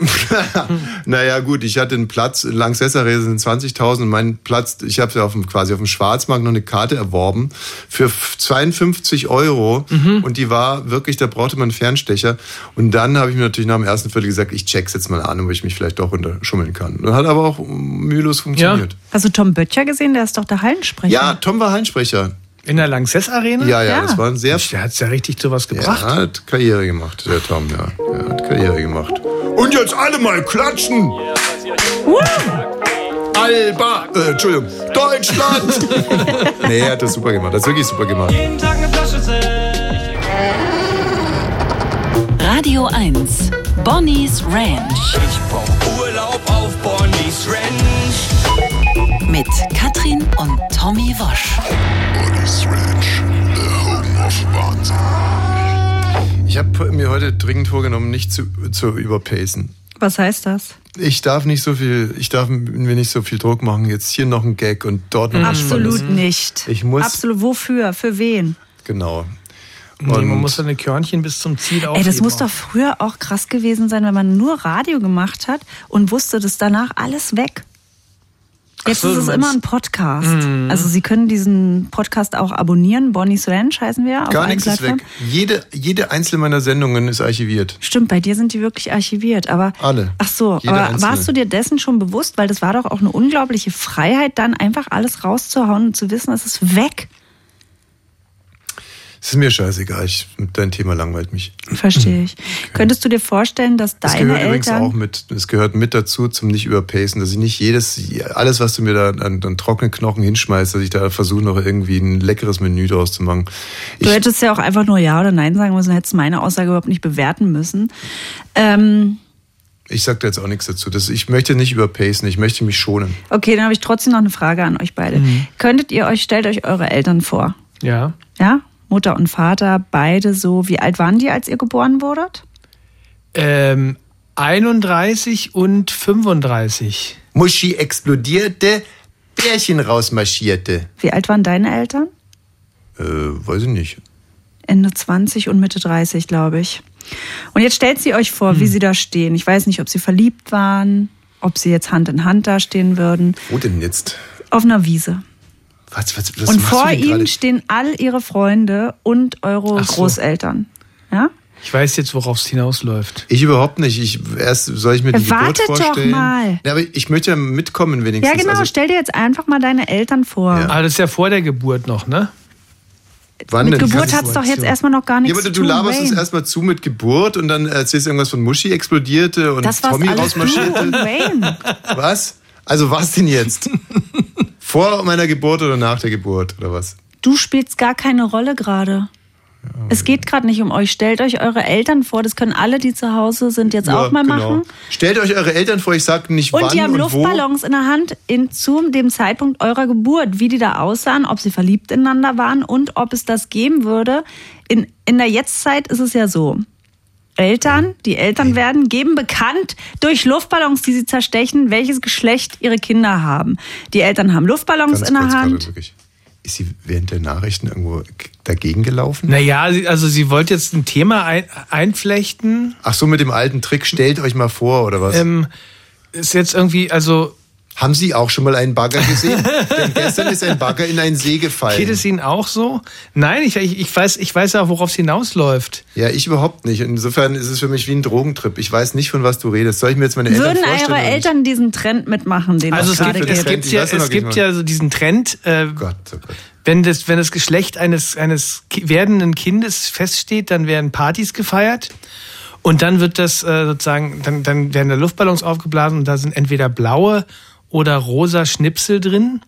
Speaker 5: naja, gut, ich hatte einen Platz, in Langsessarese sind 20.000 und mein Platz, ich habe ja auf dem, quasi auf dem Schwarzmarkt noch eine Karte erworben für f- 52 Euro und die war wirklich, da brauchte man einen Fernstecher und dann habe ich mir natürlich nach dem ersten Viertel gesagt, ich check's jetzt mal an, ob ich mich vielleicht doch runterschummeln kann. Und hat aber auch mühelos funktioniert.
Speaker 6: Hast du Tom Böttcher gesehen? Der ist doch der Hallensprecher.
Speaker 5: Ja, Tom war Heinsprecher.
Speaker 7: in der Lanxess Arena.
Speaker 5: Ja, ja,
Speaker 6: Ja.
Speaker 5: das war ein sehr
Speaker 7: Der hat's ja richtig zu was
Speaker 5: Ja,
Speaker 7: gebracht.
Speaker 5: hat Karriere gemacht, der Tom, ja. Er hat Karriere gemacht. Und jetzt alle mal klatschen! Alba! Äh, Entschuldigung, Deutschland! nee, er hat das super gemacht. Das ist wirklich super gemacht.
Speaker 4: Jeden Tag eine Flasche Sekt.
Speaker 3: Radio 1. Bonnie's Ranch
Speaker 4: Ich brauch Urlaub auf Bonnie's Ranch.
Speaker 3: mit Katrin und Tommy Wosch.
Speaker 5: Ich habe mir heute dringend vorgenommen, nicht zu, zu überpacen.
Speaker 6: Was heißt das?
Speaker 5: Ich darf nicht so viel, ich darf mir nicht so viel Druck machen. Jetzt hier noch ein Gag und dort noch
Speaker 7: Mhm.
Speaker 5: ein
Speaker 6: Absolut
Speaker 5: Spannungs-
Speaker 6: nicht.
Speaker 5: Ich muss-
Speaker 6: Absolut. Wofür? Für wen?
Speaker 5: Genau.
Speaker 7: Nee,
Speaker 5: Und-
Speaker 7: man muss seine Körnchen bis zum Ziel
Speaker 6: Ey,
Speaker 7: aufheben.
Speaker 6: das muss
Speaker 7: auch.
Speaker 6: doch früher auch krass gewesen sein, wenn man nur Radio gemacht hat und wusste, dass danach alles weg. Jetzt
Speaker 7: so,
Speaker 6: ist
Speaker 7: du
Speaker 6: es
Speaker 7: meinst-
Speaker 6: immer ein Podcast.
Speaker 5: Mhm.
Speaker 6: Also Sie können diesen Podcast auch abonnieren. Bonnie's Ranch heißen wir. auf
Speaker 5: Gar
Speaker 6: allen
Speaker 5: nichts ist
Speaker 6: Plattformen.
Speaker 5: weg. Jede, jede einzelne meiner Sendungen ist archiviert.
Speaker 6: Stimmt, bei dir sind die wirklich archiviert, aber
Speaker 5: Alle.
Speaker 6: Ach so,
Speaker 5: Jede
Speaker 6: aber
Speaker 5: einzelne.
Speaker 6: warst du dir dessen schon bewusst, weil das war doch auch eine unglaubliche Freiheit, dann einfach alles rauszuhauen und zu wissen, es ist weg.
Speaker 5: Es ist mir scheißegal, ich, dein Thema langweilt mich.
Speaker 6: Verstehe ich. Könntest du dir vorstellen, dass
Speaker 5: Das
Speaker 6: deine
Speaker 5: gehört übrigens
Speaker 6: Eltern
Speaker 5: auch mit, es gehört mit dazu zum nicht überpacen, dass ich nicht jedes, alles, was du mir da an, an trockenen Knochen hinschmeißt, dass ich da versuche, noch irgendwie ein leckeres Menü draus zu machen.
Speaker 6: Du
Speaker 5: Ich,
Speaker 6: hättest ja auch einfach nur Ja oder Nein sagen müssen, hättest meine Aussage überhaupt nicht bewerten müssen. Ähm,
Speaker 5: ich sag da jetzt auch nichts dazu. Das, ich möchte nicht überpacen, ich möchte mich schonen.
Speaker 6: okay, dann habe ich trotzdem noch eine Frage an euch beide. Könntet ihr euch, stellt euch eure Eltern vor,
Speaker 7: Ja.
Speaker 6: ja? Mutter und Vater, beide so. Wie alt waren die, als ihr geboren wurdet?
Speaker 7: Ähm, 31 und 35.
Speaker 5: Muschi explodierte, Bärchen rausmarschierte.
Speaker 6: Wie alt waren deine Eltern?
Speaker 5: Äh, weiß ich nicht.
Speaker 6: Ende 20 und Mitte 30, glaube ich. Und jetzt stellt sie euch vor, wie sie da stehen. Ich weiß nicht, ob sie verliebt waren, ob sie jetzt Hand in Hand dastehen würden.
Speaker 5: Wo denn jetzt?
Speaker 6: Auf einer Wiese.
Speaker 5: Was, was, was
Speaker 6: und
Speaker 5: machst du
Speaker 6: vor
Speaker 5: denn
Speaker 6: ihnen
Speaker 5: gerade?
Speaker 6: stehen all ihre Freunde und eure
Speaker 7: Ach so.
Speaker 6: Großeltern. Ja?
Speaker 7: Ich weiß jetzt, worauf es hinausläuft.
Speaker 5: Ich überhaupt nicht. Ich, erst soll ich mir die
Speaker 6: Wartet
Speaker 5: Geburt
Speaker 6: doch
Speaker 5: vorstellen.
Speaker 6: mal.
Speaker 5: Ja, aber ich möchte ja mitkommen
Speaker 6: Ja,
Speaker 5: wenigstens.
Speaker 6: genau.
Speaker 5: Also,
Speaker 6: Stell dir jetzt einfach mal deine Eltern vor.
Speaker 5: Ja.
Speaker 7: Aber das ist ja vor der Geburt noch, ne?
Speaker 5: wann
Speaker 6: Mit
Speaker 5: denn?
Speaker 6: Geburt
Speaker 5: Kannst-
Speaker 6: hat es doch jetzt erstmal noch gar
Speaker 5: Ja,
Speaker 6: nichts
Speaker 5: aber
Speaker 6: zu
Speaker 5: du
Speaker 6: tun.
Speaker 5: laberst uns
Speaker 6: Wayne.
Speaker 5: erstmal zu mit Geburt und dann erzählst du irgendwas von Muschi explodierte und
Speaker 6: das war's
Speaker 5: Tommy
Speaker 6: alles du und
Speaker 5: rausmarschierte.
Speaker 6: Wayne.
Speaker 5: Was? Also was denn jetzt? Vor meiner Geburt oder nach der Geburt oder was?
Speaker 6: Du spielst gar keine Rolle gerade. Es geht gerade nicht um euch. Stellt euch eure Eltern vor. Das können alle, die zu Hause sind, jetzt auch mal
Speaker 5: genau.
Speaker 6: machen.
Speaker 5: Stellt euch eure Eltern vor, ich sag nicht wann
Speaker 6: Und die haben
Speaker 5: und wo.
Speaker 6: Luftballons in der Hand in, zu dem Zeitpunkt eurer Geburt, wie die da aussahen, ob sie verliebt ineinander waren und ob es das geben würde. In, in der Jetztzeit ist es ja so. Eltern, die
Speaker 5: Hm.
Speaker 6: Eltern werden, geben bekannt durch Luftballons, die sie zerstechen, welches Geschlecht ihre Kinder haben. Die Eltern haben Luftballons
Speaker 5: Ganz
Speaker 6: in der
Speaker 5: kurz gerade
Speaker 6: Hand.
Speaker 5: wirklich. Ist sie während der Nachrichten irgendwo k- dagegen gelaufen?
Speaker 7: Naja, sie- also sie wollte jetzt ein Thema ein, einflechten.
Speaker 5: Ach so, mit dem alten Trick, stellt euch mal vor oder was?
Speaker 7: Ähm, ist jetzt irgendwie, also
Speaker 5: Haben Sie auch schon mal einen Bagger gesehen? Denn gestern ist ein Bagger in einen See gefallen.
Speaker 7: geht es Ihnen auch so? Nein, ich, ich, ich weiß, ich weiß ja auch, worauf es hinausläuft.
Speaker 5: Ja, ich überhaupt nicht. Insofern ist es für mich wie ein Drogentrip. Ich weiß nicht, von was du redest. Soll ich mir jetzt meine Eltern
Speaker 6: Würden
Speaker 5: vorstellen?
Speaker 6: eure
Speaker 5: oder nicht?
Speaker 6: Eltern diesen Trend mitmachen, den
Speaker 7: Also
Speaker 6: es
Speaker 7: es
Speaker 6: gerade
Speaker 7: gibt,
Speaker 5: für den
Speaker 7: es
Speaker 6: gibt?
Speaker 5: Trend,
Speaker 7: gibt
Speaker 5: ich
Speaker 7: ja,
Speaker 5: weiß ja noch
Speaker 7: es
Speaker 5: nicht
Speaker 7: gibt
Speaker 5: mal.
Speaker 7: ja so diesen Trend, äh,
Speaker 5: Gott, oh Gott.
Speaker 7: wenn das, wenn das Geschlecht eines, eines ki- werdenden Kindes feststeht, dann werden Partys gefeiert. Und dann wird das äh, sozusagen, dann, dann werden da Luftballons aufgeblasen und da sind entweder blaue oder rosa Schnipsel drin.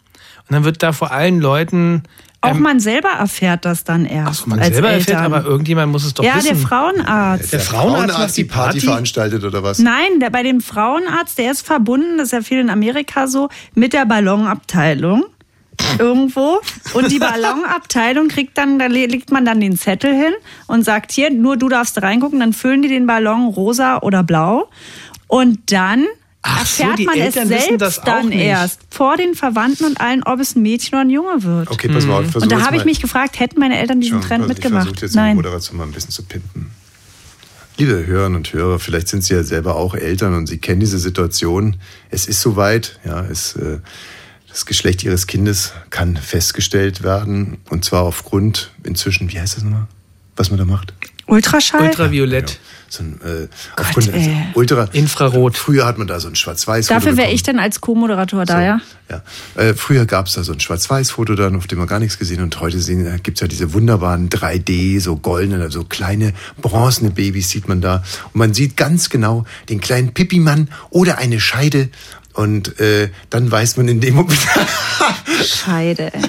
Speaker 7: Und dann wird da vor allen Leuten,
Speaker 6: Auch man selber erfährt das dann erst.
Speaker 7: also man
Speaker 6: als
Speaker 7: selber
Speaker 6: Eltern.
Speaker 7: erfährt, aber irgendjemand muss es doch
Speaker 6: ja,
Speaker 7: wissen.
Speaker 6: der Frauenarzt.
Speaker 7: Der Frauenarzt macht die Party?
Speaker 5: veranstaltet oder was?
Speaker 6: Nein, der, bei dem Frauenarzt, der ist verbunden, das ist ja viel in Amerika so, mit der Ballonabteilung irgendwo. Und die Ballonabteilung kriegt dann, da le- legt man dann den Zettel hin und sagt, hier, nur du darfst reingucken, dann füllen die den Ballon rosa oder blau. Und dann
Speaker 7: Ach so,
Speaker 6: erfährt
Speaker 7: die
Speaker 6: man
Speaker 7: Eltern
Speaker 6: es
Speaker 7: wissen
Speaker 6: selbst
Speaker 7: das auch
Speaker 6: dann
Speaker 7: nicht.
Speaker 6: erst vor den Verwandten und allen, ob es ein Mädchen oder ein Junge wird.
Speaker 5: Okay, pass mal auf. Ich versuch
Speaker 6: Mhm. Und da
Speaker 5: jetzt
Speaker 6: habe ich
Speaker 5: mal-
Speaker 6: mich gefragt, hätten meine Eltern
Speaker 5: Schon,
Speaker 6: diesen
Speaker 7: also
Speaker 6: Trend
Speaker 5: pass- Ich
Speaker 6: mitgemacht?
Speaker 5: versuche jetzt den
Speaker 6: Nein.
Speaker 5: Moderation mal ein bisschen zu pimpen. Liebe Hörerinnen und Hörer, vielleicht sind Sie ja selber auch Eltern und Sie kennen diese Situation. Es ist soweit, ja, es, äh, das Geschlecht Ihres Kindes kann festgestellt werden und zwar aufgrund inzwischen, wie heißt das nochmal, was man da macht?
Speaker 6: Ultraschall?
Speaker 7: Ultraviolett.
Speaker 5: So ein, äh, aufgrund eines
Speaker 6: ey.
Speaker 5: Ultra
Speaker 7: Infrarot.
Speaker 5: Früher hat man da so ein Schwarz-Weiß.
Speaker 6: Dafür wäre ich dann als Co-Moderator da, ja?
Speaker 5: Ja. Äh, früher gab es da so ein Schwarz-Weiß-Foto dann, auf dem man gar nichts gesehen und heute sehen, gibt es ja diese wunderbaren 3D, so goldene, so kleine bronzene Babys sieht man da. Und man sieht ganz genau den kleinen Pippi-Mann oder eine Scheide. Und äh, dann weiß man in dem Moment,
Speaker 6: Scheide, ey.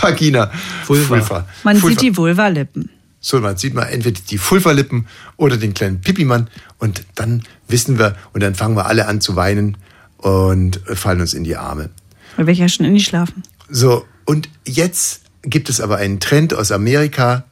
Speaker 5: Vagina,
Speaker 7: Vulva.
Speaker 6: Man
Speaker 5: Vulva.
Speaker 6: sieht die Vulvalippen.
Speaker 5: So, man sieht mal entweder die Fulferlippen oder den kleinen Pippi-Mann und dann wissen wir und dann fangen wir alle an zu weinen und fallen uns in die Arme.
Speaker 6: Da will ich ja schon in die schlafen.
Speaker 5: So, und jetzt gibt es aber einen Trend aus Amerika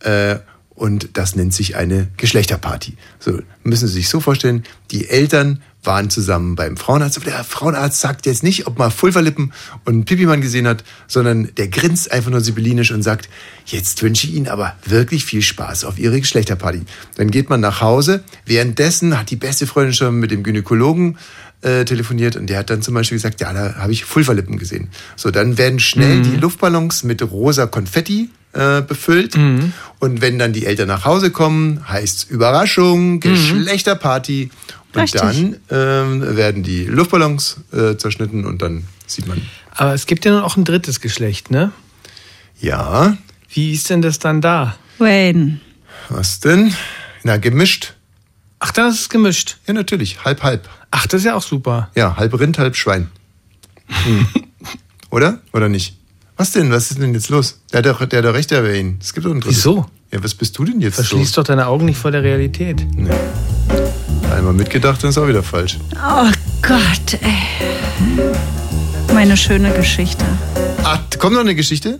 Speaker 5: äh, Und das nennt sich eine Geschlechterparty. So, müssen Sie sich so vorstellen, die Eltern waren zusammen beim Frauenarzt. Und der Frauenarzt sagt jetzt nicht, ob mal Vulvalippen und Pipimann gesehen hat, sondern der grinst einfach nur sibyllinisch und sagt, jetzt wünsche ich Ihnen aber wirklich viel Spaß auf Ihre Geschlechterparty. Dann geht man nach Hause. Währenddessen hat die beste Freundin schon mit dem Gynäkologen äh, telefoniert und der hat dann zum Beispiel gesagt, ja, da habe ich Vulvalippen gesehen. So, dann werden schnell die Luftballons mit rosa Konfetti äh, befüllt
Speaker 7: Mhm.
Speaker 5: und wenn dann die Eltern nach Hause kommen, heißt's
Speaker 7: Mhm.
Speaker 5: Überraschung, Geschlechterparty und
Speaker 6: Richtig.
Speaker 5: dann ähm, werden die Luftballons äh, zerschnitten und dann sieht man,
Speaker 7: Aber es gibt ja nun auch ein drittes Geschlecht, ne?
Speaker 5: ja,
Speaker 7: Wie ist denn das dann da?
Speaker 6: Wayne.
Speaker 5: was denn? Na, gemischt.
Speaker 7: Ach, dann ist es gemischt.
Speaker 5: Ja, natürlich, halb, halb.
Speaker 7: Ach, das ist ja auch super.
Speaker 5: Ja, halb Rind, halb Schwein. Hm. Oder? Oder nicht? Was denn? Was ist denn jetzt los? Der hat doch, der hat doch recht, der Wayne. Es gibt doch ein drittes.
Speaker 7: Wieso?
Speaker 5: Ja, was bist du denn jetzt
Speaker 7: Verschließ doch deine Augen nicht vor der Realität.
Speaker 5: so? Einmal mitgedacht, dann ist auch wieder falsch.
Speaker 6: Oh Gott, ey. Meine schöne Geschichte.
Speaker 5: Ach, Ah, kommt noch eine Geschichte?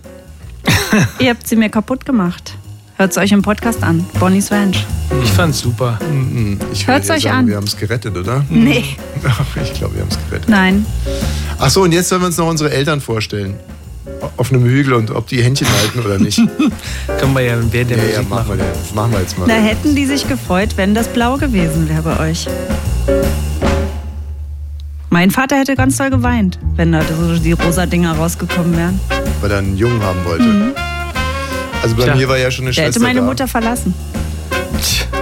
Speaker 6: Ihr habt sie mir kaputt gemacht. Hört's euch im Podcast an. Bonnie's Ranch.
Speaker 7: Ich fand's super.
Speaker 5: Ich würde
Speaker 6: Hört's
Speaker 5: ja
Speaker 6: euch
Speaker 5: sagen,
Speaker 6: an.
Speaker 5: Wir haben es gerettet, oder?
Speaker 6: Nee.
Speaker 5: Ich glaube, wir haben es gerettet.
Speaker 6: Nein.
Speaker 5: Ach so, und jetzt sollen wir uns noch unsere Eltern vorstellen. Auf einem Hügel und ob die Händchen halten oder nicht.
Speaker 7: Können wir ja in Wer der
Speaker 5: ja, ja,
Speaker 7: Musik machen.
Speaker 5: machen wir, jetzt- machen wir jetzt mal.
Speaker 6: Da hätten die sich gefreut, wenn das blau gewesen wäre bei euch. Mein Vater hätte ganz doll geweint, wenn da so die rosa Dinger rausgekommen wären.
Speaker 5: Weil er einen Jungen haben wollte. Also bei
Speaker 7: Tja.
Speaker 5: mir war ja schon eine
Speaker 6: Der
Speaker 5: Schwester
Speaker 6: Mhm. hätte meine
Speaker 5: da.
Speaker 6: Mutter verlassen.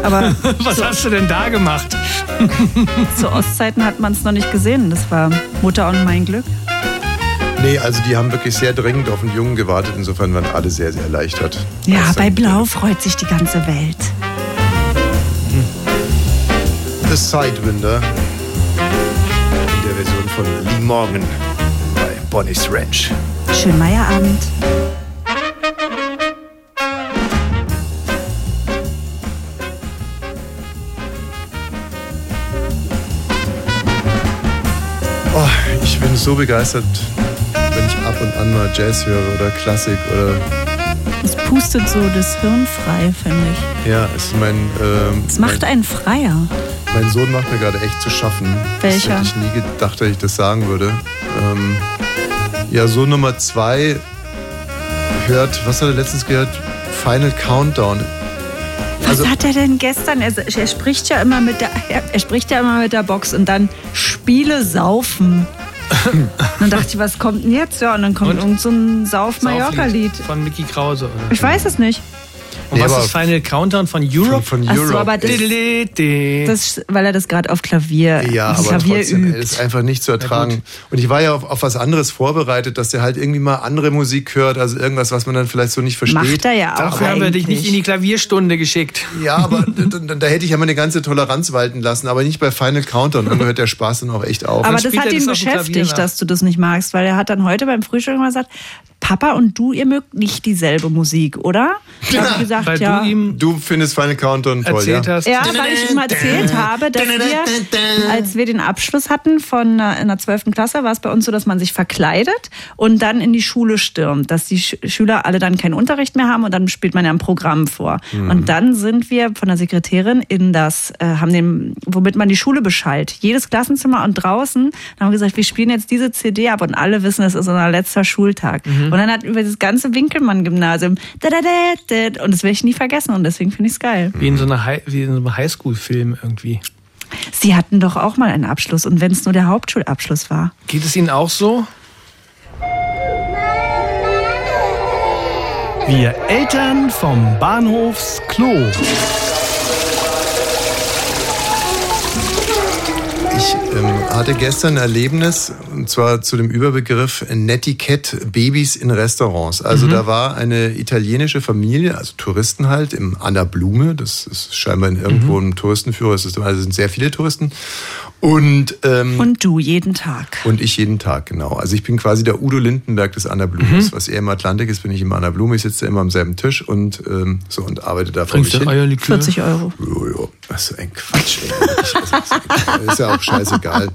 Speaker 6: Aber
Speaker 7: Was hast du denn da gemacht?
Speaker 6: zu Ostzeiten hat man es noch nicht gesehen. Das war Mutter und mein Glück.
Speaker 5: Nee, also die haben wirklich sehr dringend auf einen Jungen gewartet. Insofern waren alle sehr, sehr erleichtert.
Speaker 6: Ja,
Speaker 5: Das
Speaker 6: bei
Speaker 5: dann-
Speaker 6: Blau freut sich die ganze Welt.
Speaker 5: The Sidewinder. In der Version von Lee Morgan bei Bonnie's Ranch.
Speaker 6: Schönen Meierabend.
Speaker 5: Oh, ich bin so begeistert, wenn ich ab und an mal Jazz höre oder Klassik oder...
Speaker 6: Es pustet so das Hirn frei, finde ich.
Speaker 5: Ja, es ist mein... Ähm,
Speaker 6: Es macht einen freier.
Speaker 5: mein, mein Sohn macht mir gerade echt zu schaffen.
Speaker 6: Welcher?
Speaker 5: Das hätte ich nie gedacht, dass ich das sagen würde. Ähm, ja, so Nummer zwei hört... Was hat er letztens gehört? Final Countdown.
Speaker 6: Was hat er denn gestern? Er, er spricht ja immer mit der, er, er spricht ja immer mit der Box und dann Spiele saufen. dann dachte ich, was kommt denn jetzt? Ja, und dann kommt
Speaker 7: Und?
Speaker 6: irgend so ein Sauf-Mallorca-Lied.
Speaker 7: Von Mickey Krause. Oder?
Speaker 6: Ich weiß es nicht.
Speaker 7: Und
Speaker 5: Nee,
Speaker 7: was
Speaker 5: aber-
Speaker 7: ist Final Countdown von Europe?
Speaker 5: Von, von
Speaker 6: Ach so,
Speaker 5: Europe.
Speaker 6: aber das-
Speaker 7: Diddle-di.
Speaker 6: Das, weil er das gerade auf Klavier,
Speaker 5: Ja,
Speaker 6: auf
Speaker 5: aber
Speaker 6: Klavier
Speaker 5: trotzdem,
Speaker 6: übt.
Speaker 5: ey, ist einfach nicht zu ertragen. Und ich war ja auf, auf was anderes vorbereitet, dass der halt irgendwie mal andere Musik hört, also irgendwas, was man dann vielleicht so nicht versteht.
Speaker 6: Macht er ja auch.
Speaker 7: Dafür haben wir dich nicht in die
Speaker 6: eigentlich.
Speaker 7: Klavierstunde geschickt.
Speaker 5: Ja, aber da, da, da hätte ich ja meine ganze Toleranz walten lassen, aber nicht bei Final Countdown. Dann hört der Spaß dann auch echt auf.
Speaker 6: Aber
Speaker 7: Dann
Speaker 6: das
Speaker 7: spielt
Speaker 6: hat
Speaker 7: er
Speaker 6: ihn
Speaker 7: das auf dem Klavier
Speaker 6: beschäftigt,
Speaker 7: nach.
Speaker 6: dass du das nicht magst, weil er hat dann heute beim Frühstück immer gesagt, Papa und du, ihr mögt nicht dieselbe Musik, oder? Da hab ich gesagt,
Speaker 7: Weil
Speaker 6: ja.
Speaker 7: du ihm
Speaker 5: du findest Final Countdown toll,
Speaker 7: erzählt
Speaker 5: ja?
Speaker 7: hast.
Speaker 6: Ja, weil ich ihm erzählt habe, dass wir, als wir den Abschluss hatten von äh, in der 12. Klasse, war es bei uns so, dass man sich verkleidet und dann in die Schule stürmt, dass die Sch Schüler alle dann keinen Unterricht mehr haben und dann spielt man ja ein Programm vor. Und dann sind wir von der Sekretärin in das, äh, haben den, womit man die Schule beschallt. Jedes Klassenzimmer und draußen dann haben wir gesagt, wir spielen jetzt diese CD ab und alle wissen, es ist unser letzter Schultag. Und dann hat über das ganze Winkelmann-Gymnasium da, da, da, da, und das will ich nie vergessen und deswegen finde ich es geil.
Speaker 7: Wie in so, einer Hi wie in so einem Highschool-Film irgendwie.
Speaker 6: Sie hatten doch auch mal einen Abschluss und wenn es nur der Hauptschulabschluss war.
Speaker 7: Geht es Ihnen auch so? Wir Eltern vom Bahnhofsklo.
Speaker 5: Ich ähm, hatte gestern ein Erlebnis, und zwar zu dem Überbegriff Netiquette Babys in Restaurants. Also da war eine italienische Familie, also Touristen halt, im Anna Blume, das ist scheinbar in irgendwo im Touristenführersystem, also sind sehr viele Touristen. Und, ähm,
Speaker 6: Und du jeden Tag.
Speaker 5: und ich jeden Tag, genau. Also ich bin quasi der Udo Lindenberg des Anna
Speaker 7: Mhm.
Speaker 5: Blumes. Was er im Atlantik ist, bin ich im Anna Blume. Ich sitze immer am selben Tisch und ähm, so und arbeite da vor mich hin.
Speaker 7: Trinkst du Eierlikör?
Speaker 6: 40 Euro.
Speaker 5: Jojo, was für ein Quatsch. Ey. Ist ja auch scheißegal.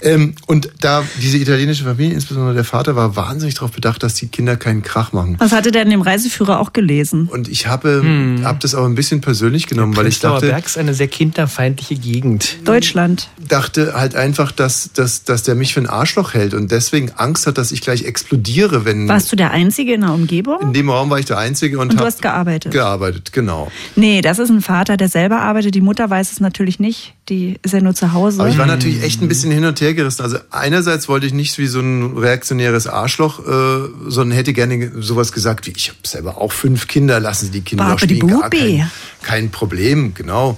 Speaker 5: ähm, und da diese italienische Familie, insbesondere der Vater, war wahnsinnig darauf bedacht, dass die Kinder keinen Krach machen.
Speaker 6: Was hatte der in dem Reiseführer auch gelesen?
Speaker 5: Und ich habe ähm, hab das auch ein bisschen persönlich genommen, weil ich
Speaker 7: Hm. Prenzlauer
Speaker 5: dachte,
Speaker 7: Berg ist eine sehr kinderfeindliche Gegend.
Speaker 6: Deutschland.
Speaker 5: dachte halt einfach, dass, dass, dass der mich für ein Arschloch hält und deswegen Angst hat, dass ich gleich explodiere, wenn.
Speaker 6: Warst du der Einzige in der Umgebung?
Speaker 5: In dem Raum war ich der Einzige und,
Speaker 6: Und du
Speaker 5: hab
Speaker 6: hast gearbeitet.
Speaker 5: Gearbeitet, genau.
Speaker 6: Nee, das ist ein Vater, der selber arbeitet. Die Mutter weiß es natürlich nicht. Die ist ja nur zu Hause.
Speaker 5: Aber ich war natürlich echt ein bisschen hin und her gerissen. Also einerseits wollte ich nicht wie so ein reaktionäres Arschloch, äh, sondern hätte gerne sowas gesagt wie, ich habe selber auch fünf Kinder, lassen Sie die Kinder
Speaker 6: Barbara
Speaker 5: doch spielen,
Speaker 6: die
Speaker 5: gar kein,
Speaker 6: Bubi.
Speaker 5: kein Problem, genau.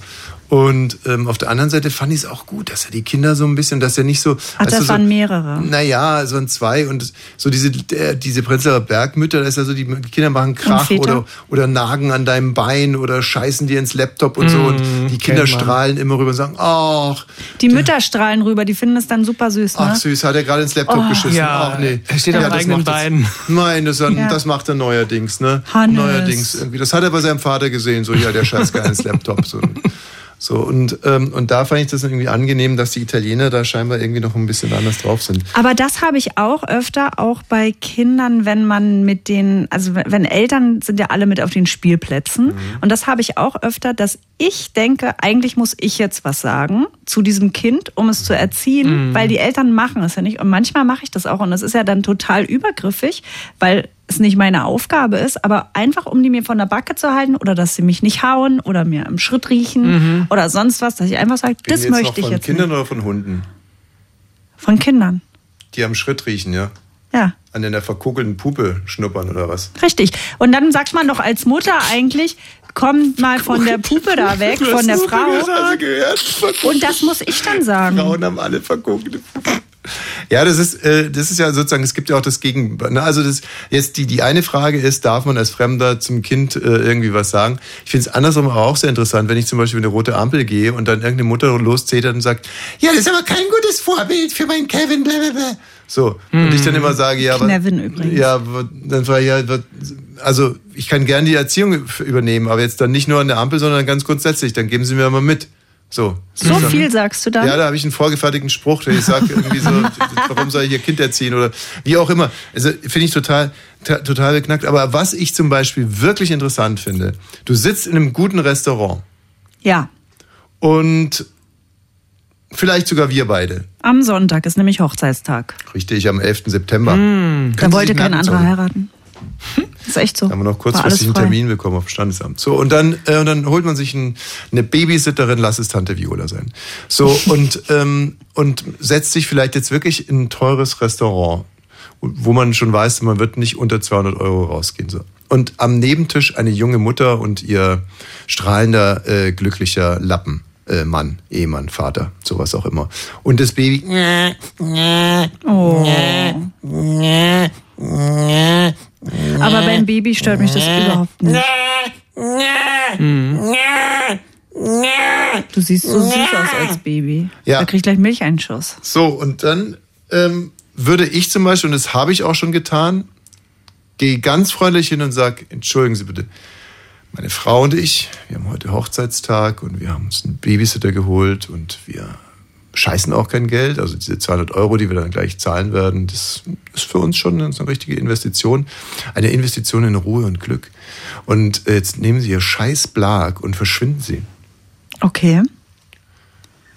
Speaker 5: Und ähm, auf der anderen Seite fand ich es auch gut, dass er die Kinder so ein bisschen, dass er nicht so...
Speaker 6: Ach, das
Speaker 5: weißt du, so,
Speaker 6: waren mehrere.
Speaker 5: Naja, so ein Zwei und so diese, der, diese Prenzlauer Bergmütter, da ist ja so, die Kinder machen Krach
Speaker 6: Väter?
Speaker 5: oder, oder nagen an deinem Bein oder scheißen dir ins Laptop und so und die Kinder
Speaker 7: kennt man.
Speaker 5: strahlen immer rüber und sagen, ach,
Speaker 6: Die Mütter strahlen rüber, die finden es dann super süß. Ne? Oh.
Speaker 5: Ach süß, hat er gerade ins Laptop geschissen.
Speaker 7: ja,
Speaker 5: Ach nee.
Speaker 7: er steht am
Speaker 5: das
Speaker 7: eigenen
Speaker 5: macht jetzt-
Speaker 7: Bein.
Speaker 5: Nein, das, dann,
Speaker 6: Ja.
Speaker 5: das macht er neuerdings, ne?
Speaker 6: Hannes.
Speaker 5: Neuerdings irgendwie. Das hat er bei seinem Vater gesehen, so ja, der scheiß geil ins Laptop. So. So, und, ähm, und da fand ich das irgendwie angenehm, dass die Italiener da scheinbar irgendwie noch ein bisschen anders drauf sind.
Speaker 6: Aber das habe ich auch öfter, auch bei Kindern, wenn man mit den, also wenn Eltern sind ja alle mit auf den Spielplätzen.
Speaker 5: Mhm.
Speaker 6: Und das habe ich auch öfter, dass ich denke, eigentlich muss ich jetzt was sagen zu diesem Kind, um es zu erziehen,
Speaker 5: Mhm.
Speaker 6: weil die Eltern machen es ja nicht. Und manchmal mache ich das auch. Und das ist ja dann total übergriffig, weil es nicht meine Aufgabe ist, aber einfach, um die mir von der Backe zu halten oder dass sie mich nicht hauen oder mir im Schritt riechen oder sonst was, dass ich einfach sage, das
Speaker 5: Mhm. Reden wir
Speaker 6: möchte
Speaker 5: noch
Speaker 6: ich
Speaker 5: von
Speaker 6: jetzt
Speaker 5: Kindern
Speaker 6: nicht.
Speaker 5: oder von Hunden?
Speaker 6: Von Kindern.
Speaker 5: Die am Schritt riechen, ja?
Speaker 6: Ja.
Speaker 5: An einer verkugelten Puppe schnuppern oder was?
Speaker 6: Richtig. Und dann sagt man doch als Mutter eigentlich, komm mal von der Puppe da weg, von der Frau.
Speaker 5: Also gehört, verkugelte
Speaker 6: Und das muss ich dann sagen.
Speaker 5: Frauen haben alle verguckt. Ja, das ist, äh, das ist ja sozusagen, es gibt ja auch das Gegen. Ne? Also das, jetzt die, die eine Frage ist, darf man als Fremder zum Kind äh, irgendwie was sagen? Ich finde es andersrum aber auch sehr interessant, wenn ich zum Beispiel in eine rote Ampel gehe und dann irgendeine Mutter loszetert und sagt, ja, das ist aber kein gutes Vorbild für meinen Kevin, blablabla. So, und ich dann immer sage, ja, aber,
Speaker 6: Hm. Kevin übrigens.
Speaker 5: ja, aber dann frage ich, ja, aber- also ich kann gerne die Erziehung übernehmen, aber jetzt dann nicht nur an der Ampel, sondern ganz grundsätzlich, dann geben Sie mir mal mit. So.
Speaker 6: So viel sagst du dann?
Speaker 5: Mhm. Ja, da habe ich einen vorgefertigten Spruch, der ich sage irgendwie so, warum soll ich ihr Kind erziehen oder wie auch immer. Also finde ich total, ta- total beknackt. Aber was ich zum Beispiel wirklich interessant finde, du sitzt in einem guten Restaurant
Speaker 6: Ja.
Speaker 5: und vielleicht sogar wir beide.
Speaker 6: Am Sonntag ist nämlich Hochzeitstag.
Speaker 5: Richtig, am 11. September.
Speaker 6: Hm. Da wollte kein anderer
Speaker 5: heiraten.
Speaker 6: heiraten. Hm? Ist echt so.
Speaker 5: Da haben wir noch
Speaker 6: War alles
Speaker 5: kurzfristig einen
Speaker 6: frei.
Speaker 5: Termin bekommen auf dem Standesamt. So, und dann, äh, und dann holt man sich ein, eine Babysitterin, lass es Tante Viola sein. So, und, ähm, und setzt sich vielleicht jetzt wirklich in ein teures Restaurant, wo man schon weiß, man wird nicht unter 200 Euro rausgehen. So. Und am Nebentisch eine junge Mutter und ihr strahlender, äh, glücklicher Lappen. äh, Mann, Ehemann, Vater, sowas auch immer. Und das Baby
Speaker 6: Oh. Aber beim Baby stört mich das überhaupt nicht.
Speaker 5: Mhm.
Speaker 6: Du siehst so süß aus als Baby.
Speaker 5: Ja.
Speaker 6: Da krieg ich gleich Milcheinschuss.
Speaker 5: So, und dann ähm, würde ich zum Beispiel, und das habe ich auch schon getan, gehe ganz freundlich hin und sage, entschuldigen Sie bitte, meine Frau und ich, wir haben heute Hochzeitstag und wir haben uns einen Babysitter geholt und wir scheißen auch kein Geld. Also diese 200 Euro, die wir dann gleich zahlen werden, das ist für uns schon eine, so eine richtige Investition. Eine Investition in Ruhe und Glück. Und äh, jetzt nehmen Sie Ihr scheiß Blag und verschwinden Sie.
Speaker 6: Okay.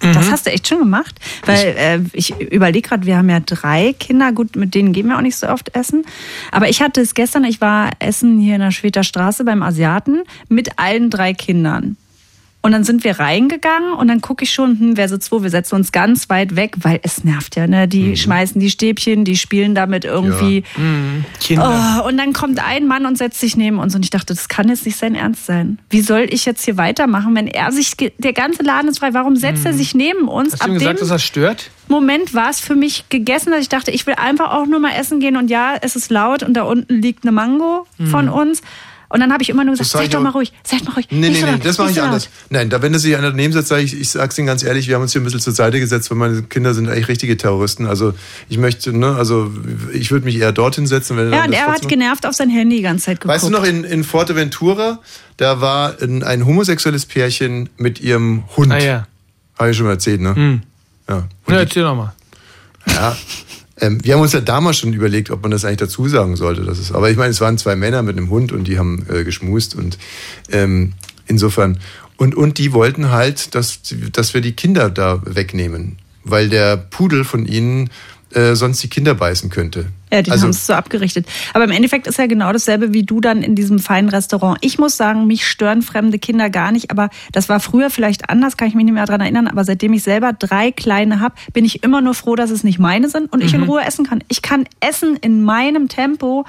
Speaker 6: Das hast du echt schon gemacht, weil äh, ich überlege gerade, wir haben ja drei Kinder, gut, mit denen gehen wir auch nicht so oft essen. Aber ich hatte es gestern, ich war essen hier in der Schweter Straße beim Asiaten mit allen drei Kindern. Und dann sind wir reingegangen und dann gucke ich schon, hm, wer sitzt wo? Wir setzen uns ganz weit weg, weil es nervt ja, ne? Die
Speaker 5: Mhm.
Speaker 6: schmeißen die Stäbchen, die spielen damit irgendwie.
Speaker 5: Mhm.
Speaker 7: Kinder.
Speaker 6: Oh, und dann kommt ein Mann und setzt sich neben uns. Und ich dachte, das kann jetzt nicht sein Ernst sein. Wie soll ich jetzt hier weitermachen, wenn er sich, ge- der ganze Laden ist frei, warum setzt
Speaker 5: Mhm.
Speaker 6: er sich neben uns?
Speaker 7: Hast
Speaker 6: Ab
Speaker 7: du ihm
Speaker 6: dem
Speaker 7: gesagt, dass das stört?
Speaker 6: Moment war es für mich gegessen, dass ich dachte, ich will einfach auch nur mal essen gehen. Und ja, es ist laut und da unten liegt eine Mango von uns. Und dann habe ich immer nur gesagt,
Speaker 5: Mhm. Das sag ich
Speaker 6: seid doch
Speaker 5: aber-
Speaker 6: mal ruhig, seid mal ruhig.
Speaker 5: Nee,
Speaker 6: nicht
Speaker 5: nee,
Speaker 6: so
Speaker 5: nee,
Speaker 6: laut,
Speaker 5: das mache
Speaker 6: nicht
Speaker 5: ich
Speaker 6: so
Speaker 5: anders.
Speaker 6: laut.
Speaker 5: Nein, da, wenn du sie einer daneben setzt, sage ich, ich sag's Ihnen ganz ehrlich, wir haben uns hier ein bisschen zur Seite gesetzt, weil meine Kinder sind eigentlich richtige Terroristen. Also ich möchte, ne, also ich würde mich eher dorthin setzen, wenn
Speaker 6: Ja,
Speaker 5: dann
Speaker 6: und
Speaker 5: das
Speaker 6: er hat
Speaker 5: trotzdem-
Speaker 6: genervt auf sein Handy die ganze Zeit geguckt.
Speaker 5: Weißt du noch, in, in Forteventura, da war ein, ein homosexuelles Pärchen mit ihrem Hund.
Speaker 7: Ah ja. Hm.
Speaker 5: Habe ich schon mal erzählt, ne? Ja.
Speaker 7: Na, erzähl doch mal.
Speaker 5: Ja. Ähm, wir haben uns ja damals schon überlegt, ob man das eigentlich dazu sagen sollte. Dass es, aber ich meine, es waren zwei Männer mit einem Hund und die haben äh, geschmust und ähm, insofern. Und, und die wollten halt, dass, dass wir die Kinder da wegnehmen, weil der Pudel von ihnen äh, sonst die Kinder beißen könnte. Also,
Speaker 6: Ja, die haben es so abgerichtet. Aber im Endeffekt ist ja genau dasselbe wie du dann in diesem feinen Restaurant. Ich muss sagen, mich stören fremde Kinder gar nicht, aber das war früher vielleicht anders, kann ich mich nicht mehr daran erinnern. Aber seitdem ich selber drei kleine habe, bin ich immer nur froh, dass es nicht meine sind und
Speaker 5: Mhm.
Speaker 6: ich in Ruhe essen kann. Ich kann essen in meinem Tempo.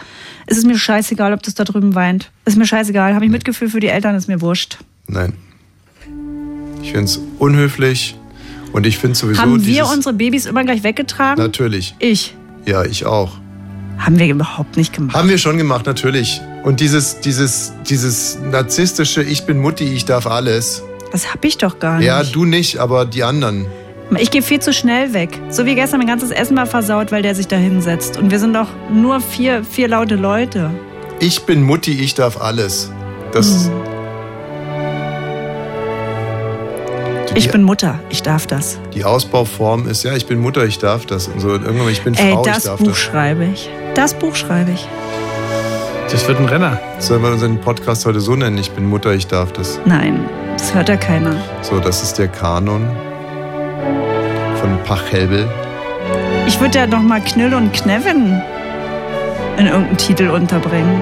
Speaker 6: Es ist mir scheißegal, ob das da drüben weint. Ist mir scheißegal. Habe ich Mitgefühl für die Eltern, ist mir wurscht.
Speaker 5: Nein. Ich finde es unhöflich und ich finde sowieso
Speaker 6: haben wir
Speaker 5: dieses,
Speaker 6: unsere Babys immer gleich weggetragen?
Speaker 5: Natürlich.
Speaker 6: Ich.
Speaker 5: Ja, ich auch.
Speaker 6: Haben wir überhaupt nicht gemacht.
Speaker 5: Haben wir schon gemacht, natürlich. Und dieses, dieses, dieses narzisstische, ich bin Mutti, ich darf alles.
Speaker 6: Das hab ich doch gar nicht.
Speaker 5: Ja, du nicht, aber die anderen.
Speaker 6: Ich gehe viel zu schnell weg. So wie gestern, mein ganzes Essen war versaut, weil der sich da hinsetzt. Und wir sind doch nur vier, vier laute Leute.
Speaker 5: Ich bin Mutti, ich darf alles. Das.
Speaker 6: Mhm.
Speaker 5: Die,
Speaker 6: Ich bin Mutter, ich darf das.
Speaker 5: die Ausbauform ist, ja, ich bin Mutter, ich darf das. Und so, und irgendwann, ich bin
Speaker 6: Ey,
Speaker 5: Frau, ich
Speaker 6: das
Speaker 5: darf
Speaker 6: Buch schreibe ich. Das Buch schreibe ich.
Speaker 7: Das wird ein Renner.
Speaker 5: das. Sollen wir unseren Podcast heute so nennen? Ich bin Mutter, ich darf das.
Speaker 6: Nein, das hört ja keiner.
Speaker 5: So, das ist der Kanon von Pachelbel.
Speaker 6: Ich würde ja noch mal Knill und Knevin in irgendeinen Titel unterbringen.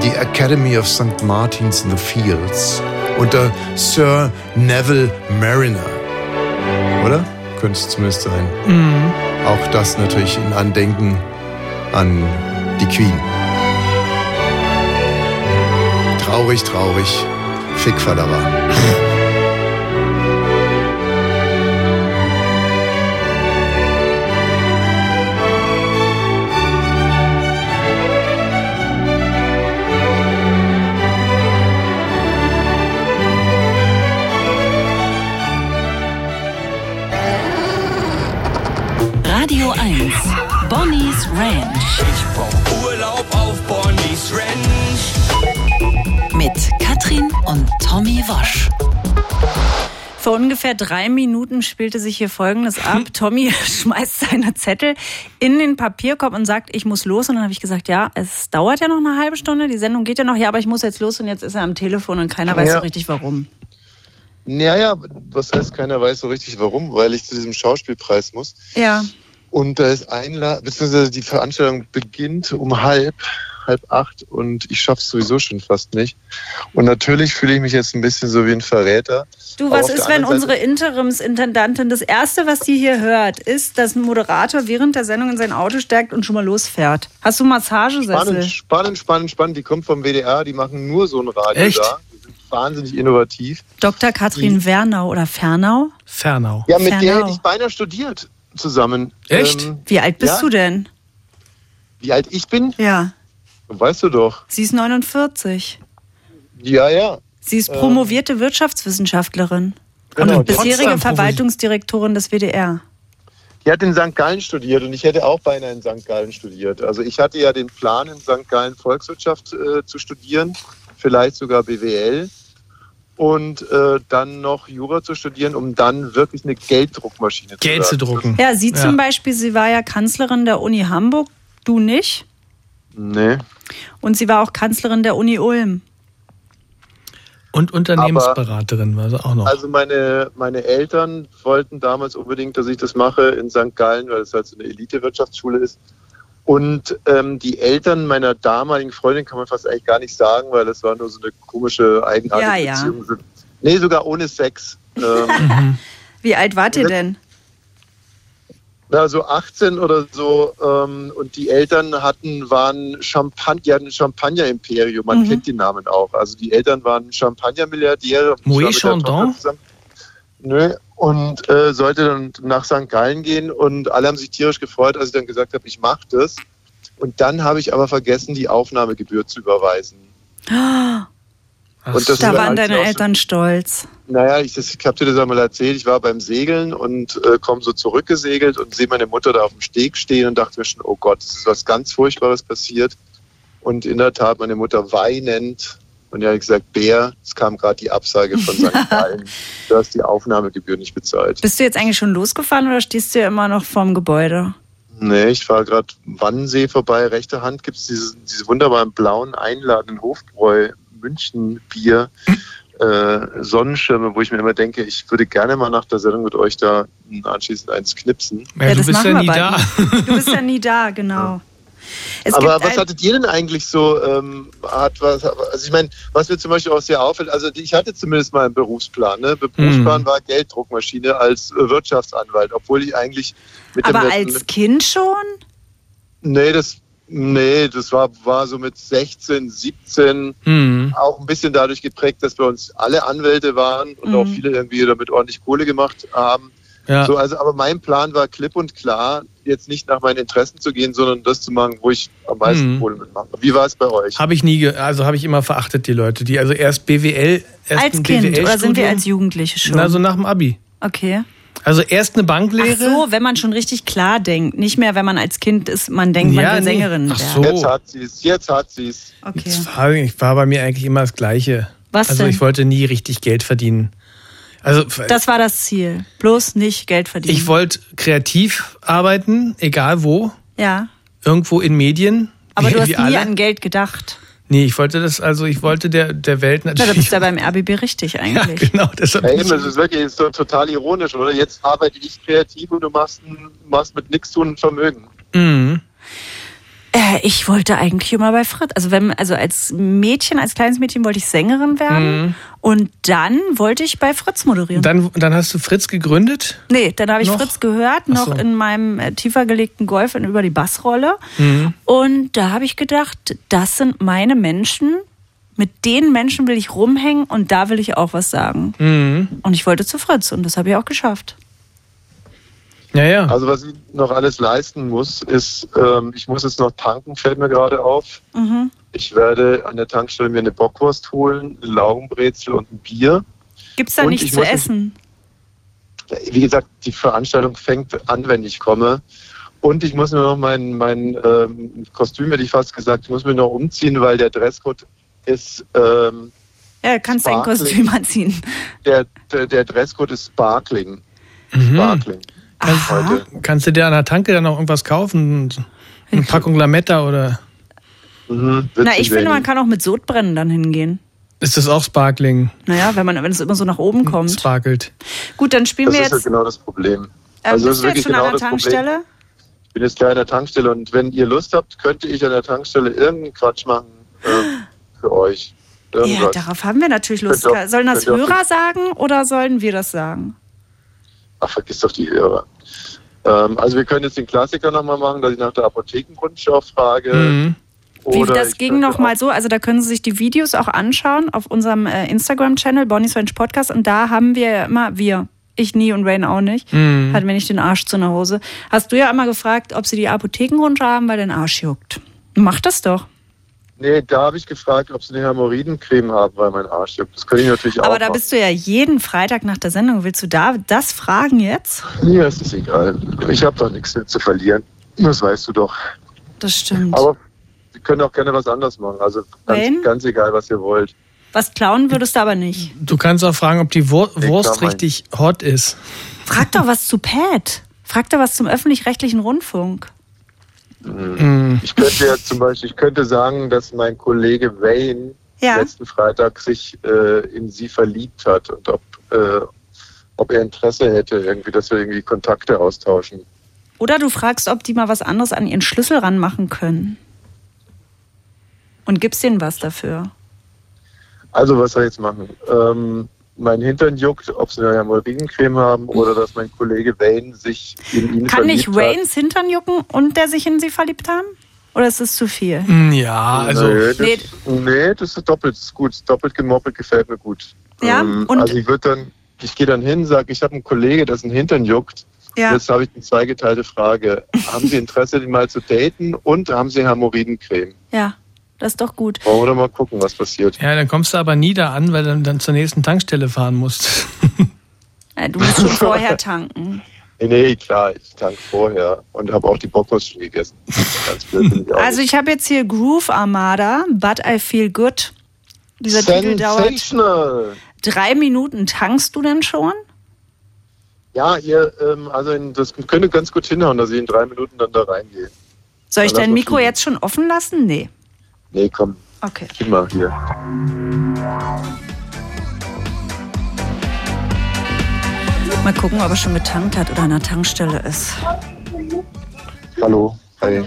Speaker 5: The Academy of St. Martin's in the Fields unter Sir Neville Mariner. Oder? Könnte es zumindest sein. Auch das natürlich in Andenken an die Queen. Traurig, traurig. Fickfallerer.
Speaker 3: Radio 1. Bonnie's Ranch.
Speaker 4: Ich brauch Urlaub auf Bonnie's Ranch.
Speaker 3: Mit Katrin und Tommy Wasch.
Speaker 6: Vor ungefähr drei Minuten spielte sich hier Folgendes ab. Tommy schmeißt seine Zettel in den Papierkorb und sagt, ich muss los. Und dann habe ich gesagt, ja, es dauert ja noch eine halbe Stunde, die Sendung geht ja noch, ja, aber ich muss jetzt los und jetzt ist er am Telefon und keiner weiß
Speaker 9: Ja.
Speaker 6: so richtig warum.
Speaker 9: Naja, was heißt, keiner weiß so richtig warum, weil ich zu diesem Schauspielpreis muss.
Speaker 6: Ja,
Speaker 9: Und da ist Einla beziehungsweise die Veranstaltung beginnt um halb, halb acht und ich schaff's sowieso schon fast nicht. Und natürlich fühle ich mich jetzt ein bisschen so wie ein Verräter.
Speaker 6: Du,
Speaker 9: Aber
Speaker 6: was
Speaker 9: auf der
Speaker 6: ist, wenn
Speaker 9: anderen
Speaker 6: unsere Interimsintendantin das Erste, was die hier hört, ist, dass ein Moderator während der Sendung in sein Auto steigt und schon mal losfährt? Hast du Massagesessel?
Speaker 9: Spannend, spannend, spannend, spannend. Die kommt vom WDR, die machen nur so ein Radio
Speaker 7: Echt?
Speaker 9: da. Die sind wahnsinnig innovativ.
Speaker 6: Dr.
Speaker 9: Mhm.
Speaker 6: Katrin Wernau oder Fernau?
Speaker 7: Fernau.
Speaker 9: Ja, mit der
Speaker 6: Fernau.
Speaker 9: hätte ich beinahe studiert zusammen.
Speaker 7: Echt?
Speaker 6: Wie alt bist
Speaker 9: Ja.
Speaker 6: du denn?
Speaker 9: Wie alt ich bin?
Speaker 6: Ja.
Speaker 9: Weißt du doch.
Speaker 6: Sie ist 49.
Speaker 9: Ja, ja.
Speaker 6: Sie ist promovierte Wirtschaftswissenschaftlerin
Speaker 9: Genau,
Speaker 6: und
Speaker 9: die-
Speaker 6: bisherige
Speaker 7: Potsdam-Provi-
Speaker 6: Verwaltungsdirektorin des WDR.
Speaker 9: Die hat in St. Gallen studiert und ich hätte auch beinahe in St. Gallen studiert. Also ich hatte ja den Plan, in St. Gallen Volkswirtschaft äh, zu studieren, vielleicht sogar BWL und äh, dann noch Jura zu studieren, um dann wirklich eine Gelddruckmaschine
Speaker 7: Geld zu
Speaker 9: werden.
Speaker 7: drucken.
Speaker 6: Ja, sie
Speaker 7: Ja.
Speaker 6: zum Beispiel, sie war ja Kanzlerin der Uni Hamburg, du nicht.
Speaker 9: Nee.
Speaker 6: Und sie war auch Kanzlerin der Uni Ulm.
Speaker 7: Und Unternehmensberaterin war sie auch noch.
Speaker 9: Also meine, meine Eltern wollten damals unbedingt, dass ich das mache in St. Gallen, weil das halt so eine Elite-Wirtschaftsschule ist. Und ähm, die Eltern meiner damaligen Freundin kann man fast eigentlich gar nicht sagen, weil das war nur so eine komische, eigenartige
Speaker 6: Ja, ja.
Speaker 9: Beziehung. Nee, sogar ohne Sex. Ähm,
Speaker 7: Mhm.
Speaker 6: Wie alt wart ihr denn?
Speaker 9: na, so 18 oder so. Ähm, und die Eltern hatten, waren Champagner, die hatten ein Champagner-Imperium.
Speaker 6: Mhm.
Speaker 9: Man kennt den Namen auch. Also die Eltern waren Champagner-Milliardäre. Ich war
Speaker 7: Moët
Speaker 9: mit der
Speaker 7: Chandon?
Speaker 9: Tochter zusammen. Nö. Und äh, sollte dann nach St. Gallen gehen. Und alle haben sich tierisch gefreut, als ich dann gesagt habe, ich mache das. Und dann habe ich aber vergessen, die Aufnahmegebühr zu überweisen.
Speaker 7: Ach
Speaker 9: und das
Speaker 6: Da
Speaker 9: war
Speaker 6: waren
Speaker 9: eigentlich
Speaker 6: deine
Speaker 9: auch so-
Speaker 6: Eltern stolz.
Speaker 9: Naja, ich, das- ich habe dir das einmal erzählt. Ich war beim Segeln und äh, komme so zurückgesegelt und sehe meine Mutter da auf dem Steg stehen und dachte mir schon, oh Gott, es ist was ganz Furchtbares passiert. Und in der Tat, meine Mutter weinend Und die haben gesagt, Bär, es kam gerade die Absage von St. Gallen, du hast die Aufnahmegebühr nicht bezahlt.
Speaker 6: Bist du jetzt eigentlich schon losgefahren oder stehst du ja immer noch vorm Gebäude?
Speaker 9: Nee, ich fahre gerade Wannsee vorbei. Rechte Hand gibt es diese, diese wunderbaren blauen einladenden Hofbräu München Bier äh, Sonnenschirme, wo ich mir immer denke, ich würde gerne mal nach der Sendung mit euch da anschließend eins knipsen.
Speaker 7: Ja, du bist ja nie
Speaker 6: bald.
Speaker 7: da.
Speaker 6: Du bist ja nie da, genau. Es
Speaker 9: Aber
Speaker 6: gibt
Speaker 9: was
Speaker 6: ein-
Speaker 9: hattet ihr denn eigentlich so, ähm, hat was, also ich meine, was mir zum Beispiel auch sehr auffällt, also ich hatte zumindest mal einen Berufsplan, ne? Berufsplan war Gelddruckmaschine als äh, Wirtschaftsanwalt, obwohl ich eigentlich mit
Speaker 6: aber
Speaker 9: dem
Speaker 6: als Kind schon?
Speaker 9: Nee, das, nee, das war, war so mit 16, 17
Speaker 7: Hm.
Speaker 9: auch ein bisschen dadurch geprägt, dass bei uns alle Anwälte waren und
Speaker 6: Mhm.
Speaker 9: auch viele irgendwie damit ordentlich Kohle gemacht haben.
Speaker 7: Ja.
Speaker 9: So, also, aber mein Plan war klipp und klar, jetzt nicht nach meinen Interessen zu gehen, sondern das zu machen, wo ich am meisten
Speaker 7: Mhm.
Speaker 9: Kohle mitmache. Wie war es bei euch?
Speaker 7: Habe ich nie, ge also habe ich immer verachtet, die Leute, die also erst BWL, erst
Speaker 6: als
Speaker 7: ein
Speaker 6: Kind oder sind wir
Speaker 7: BWL-Studium,
Speaker 6: als Jugendliche schon?
Speaker 7: Na, so nach dem Abi.
Speaker 6: okay.
Speaker 7: Also erst eine Banklehre.
Speaker 6: Ach so, wenn man schon richtig klar denkt. Nicht mehr, wenn man als Kind ist, man denkt, man
Speaker 7: Ja,
Speaker 6: will
Speaker 7: nee.
Speaker 6: Sängerin
Speaker 7: Ach
Speaker 6: werden.
Speaker 7: so.
Speaker 9: Jetzt hat sie es, jetzt hat sie es.
Speaker 6: Okay.
Speaker 7: Das war, ich war bei mir eigentlich immer das Gleiche.
Speaker 6: Was
Speaker 7: also
Speaker 6: denn?
Speaker 7: ich wollte nie richtig Geld verdienen. Also
Speaker 6: Das war das Ziel. Bloß nicht Geld verdienen.
Speaker 7: ich wollte kreativ arbeiten, egal wo,
Speaker 6: ja.
Speaker 7: irgendwo in Medien.
Speaker 6: Aber
Speaker 7: wie,
Speaker 6: du hast
Speaker 7: wie
Speaker 6: nie
Speaker 7: alle.
Speaker 6: an Geld gedacht.
Speaker 7: Nee, ich wollte das, also ich wollte der, der Welt
Speaker 6: Na, da
Speaker 7: natürlich.
Speaker 6: bist du ja beim RBB richtig
Speaker 7: ja,
Speaker 6: eigentlich.
Speaker 7: genau, deshalb.
Speaker 9: Ja, eben, das ist wirklich so total ironisch, oder? Jetzt arbeite ich kreativ und du machst, ein- machst mit nichts tun ein Vermögen.
Speaker 7: Mhm.
Speaker 6: Äh, ich wollte eigentlich immer bei Fritz. Also wenn, also als Mädchen, als kleines Mädchen wollte ich Sängerin werden.
Speaker 7: Mhm.
Speaker 6: Und dann wollte ich bei Fritz moderieren.
Speaker 7: Dann, dann hast du Fritz gegründet.
Speaker 6: Nee, dann habe ich
Speaker 7: Noch?
Speaker 6: Fritz gehört,
Speaker 7: Ach
Speaker 6: noch
Speaker 7: so.
Speaker 6: in meinem äh, tiefer gelegten Golf und über die Bassrolle.
Speaker 7: Mhm.
Speaker 6: Und da habe ich gedacht, das sind meine Menschen. Mit den Menschen will ich rumhängen und da will ich auch was sagen.
Speaker 7: Mhm.
Speaker 6: Und ich wollte zu Fritz und das habe ich auch geschafft.
Speaker 7: Ja, ja.
Speaker 9: Also was ich noch alles leisten muss, ist, ähm, ich muss jetzt noch tanken, fällt mir gerade auf. Ich werde an der Tankstelle mir eine Bockwurst holen, eine Laugenbrezel und ein Bier.
Speaker 6: Gibt's da
Speaker 9: Und
Speaker 6: nichts
Speaker 9: ich
Speaker 6: zu
Speaker 9: muss-
Speaker 6: essen?
Speaker 9: Wie gesagt, die Veranstaltung fängt an, wenn ich komme. Und ich muss mir noch mein, mein ähm, Kostüm, hätte ich fast gesagt, ich muss mir noch umziehen, weil der Dresscode ist, ähm,
Speaker 6: Ja, kannst dein
Speaker 9: Sparkling.
Speaker 6: Kostüm anziehen.
Speaker 9: der, der, der Dresscode ist Sparkling. Sparkling. Heute.
Speaker 7: Kannst du dir an der Tanke dann noch irgendwas kaufen? Eine Packung Lametta oder
Speaker 9: Mhm, wird
Speaker 6: Na,
Speaker 9: sie
Speaker 6: ich finde,
Speaker 9: sehen.
Speaker 6: man kann auch mit Sodbrennen dann hingehen.
Speaker 7: ist das auch Sparkling?
Speaker 6: Naja, wenn man, wenn es immer so nach oben kommt.
Speaker 7: Sparkelt.
Speaker 6: Gut, dann spielen
Speaker 9: Das
Speaker 6: wir
Speaker 9: ist halt
Speaker 6: jetzt.
Speaker 9: genau das Problem. Also,
Speaker 6: Ähm,
Speaker 9: das
Speaker 6: bist du jetzt schon an
Speaker 9: genau
Speaker 6: der
Speaker 9: das Problem.
Speaker 6: Tankstelle?
Speaker 9: bin jetzt gleich an der Tankstelle und wenn ihr Lust habt, könnte ich an der Tankstelle irgendeinen Quatsch machen äh, für euch.
Speaker 6: Ja,
Speaker 9: Irgendwas.
Speaker 6: darauf haben wir natürlich Lust.
Speaker 9: Könnt ihr-
Speaker 6: Sollen das
Speaker 9: könnt ihr-
Speaker 6: Hörer sagen oder sollen wir das sagen?
Speaker 9: Ach, Ah, vergiss doch die Hörer. Ähm, also wir können jetzt den Klassiker nochmal machen, dass ich nach der Apothekenrundschau frage.
Speaker 7: Mhm.
Speaker 6: Wie,
Speaker 9: Oder
Speaker 6: das
Speaker 9: ich genau.
Speaker 6: ging
Speaker 9: könnte
Speaker 6: nochmal
Speaker 9: auch-
Speaker 6: so, also da können Sie sich die Videos auch anschauen auf unserem äh, Instagram-Channel Bonnie's Ranch Podcast und da haben wir ja immer, wir, ich nie und Rain auch nicht, hatten wir nicht den Arsch zu einer Hose. Hast du ja immer gefragt, ob sie die Apothekenrundschau haben, weil dein Arsch juckt. Mach das doch.
Speaker 9: Nee, da habe ich gefragt, ob sie eine Hämorrhoidencreme haben, weil mein Arsch juckt. Das könnte ich natürlich auch
Speaker 6: Aber da bist du ja jeden Freitag nach der Sendung. Willst du da das fragen jetzt?
Speaker 9: du... Mir ist es egal. Ich habe doch nichts zu verlieren. Das weißt du doch.
Speaker 6: Das stimmt.
Speaker 9: Aber wir können auch gerne was anderes machen. Also
Speaker 6: Wen?
Speaker 9: ganz, ganz egal, was ihr wollt.
Speaker 6: Was klauen würdest du aber nicht.
Speaker 7: Du kannst auch fragen, ob die Wur
Speaker 9: Ich
Speaker 7: Wurst
Speaker 9: glaub, mein-
Speaker 7: richtig hot ist.
Speaker 6: Frag doch was zu Pat. Frag doch was zum öffentlich-rechtlichen Rundfunk.
Speaker 9: Ich könnte ja zum Beispiel, ich könnte sagen, dass mein Kollege Wayne
Speaker 6: Ja.
Speaker 9: letzten Freitag sich äh, in sie verliebt hat und ob, äh, ob er Interesse hätte, irgendwie, dass wir irgendwie Kontakte austauschen.
Speaker 6: Oder du fragst, ob die mal was anderes an ihren Schlüssel ranmachen können. Und gibst denen was dafür.
Speaker 9: Also was soll ich jetzt machen? Ähm, mein Hintern juckt, ob sie eine Hämorrhoidencreme haben oder dass mein Kollege Wayne sich in ihn
Speaker 6: Hm. Kann
Speaker 9: verliebt
Speaker 6: nicht Waynes Hintern jucken und der sich in sie verliebt haben? Oder ist es zu viel?
Speaker 7: Hm, Ja,
Speaker 9: hat.
Speaker 7: also
Speaker 9: nee, das,
Speaker 6: Nee.
Speaker 9: nee. das ist doppelt ist gut. Doppelt gemoppelt gefällt mir gut.
Speaker 6: Ja, und-
Speaker 9: also ich würde dann, ich gehe dann hin, sage, ich habe einen Kollege, dessen Hintern juckt. Jetzt habe ich eine zweigeteilte Frage. Haben Sie Interesse, den mal zu daten und haben Sie Hämorrhoidencreme?
Speaker 6: Ja, das ist doch gut.
Speaker 9: Wollen wir doch mal gucken, was passiert.
Speaker 7: ja, dann kommst du aber nie da an, weil du dann zur nächsten Tankstelle fahren musst.
Speaker 6: Äh, Du musst schon vorher tanken.
Speaker 9: Nee, nee, klar, ich tank vorher und habe auch die Bockwurst schon gegessen. Ganz blöd bin ich auch.
Speaker 6: Also ich habe jetzt hier Groove Armada, But I Feel Good. Dieser Titel dauert
Speaker 9: Sensational!
Speaker 6: drei Minuten. Tankst du denn schon?
Speaker 9: Ja, ihr, ähm, also in, das könnte ganz gut hinhauen, dass ich in drei Minuten dann da reingehe.
Speaker 6: Soll ich
Speaker 9: Ja, lass
Speaker 6: dein
Speaker 9: mal
Speaker 6: Mikro
Speaker 9: fliegen.
Speaker 6: jetzt schon offen lassen? Nee.
Speaker 9: Nee, komm,
Speaker 6: Okay.
Speaker 9: gib mal hier.
Speaker 6: Mal gucken, ob er schon getankt hat oder an der Tankstelle ist.
Speaker 9: Hallo. Hi.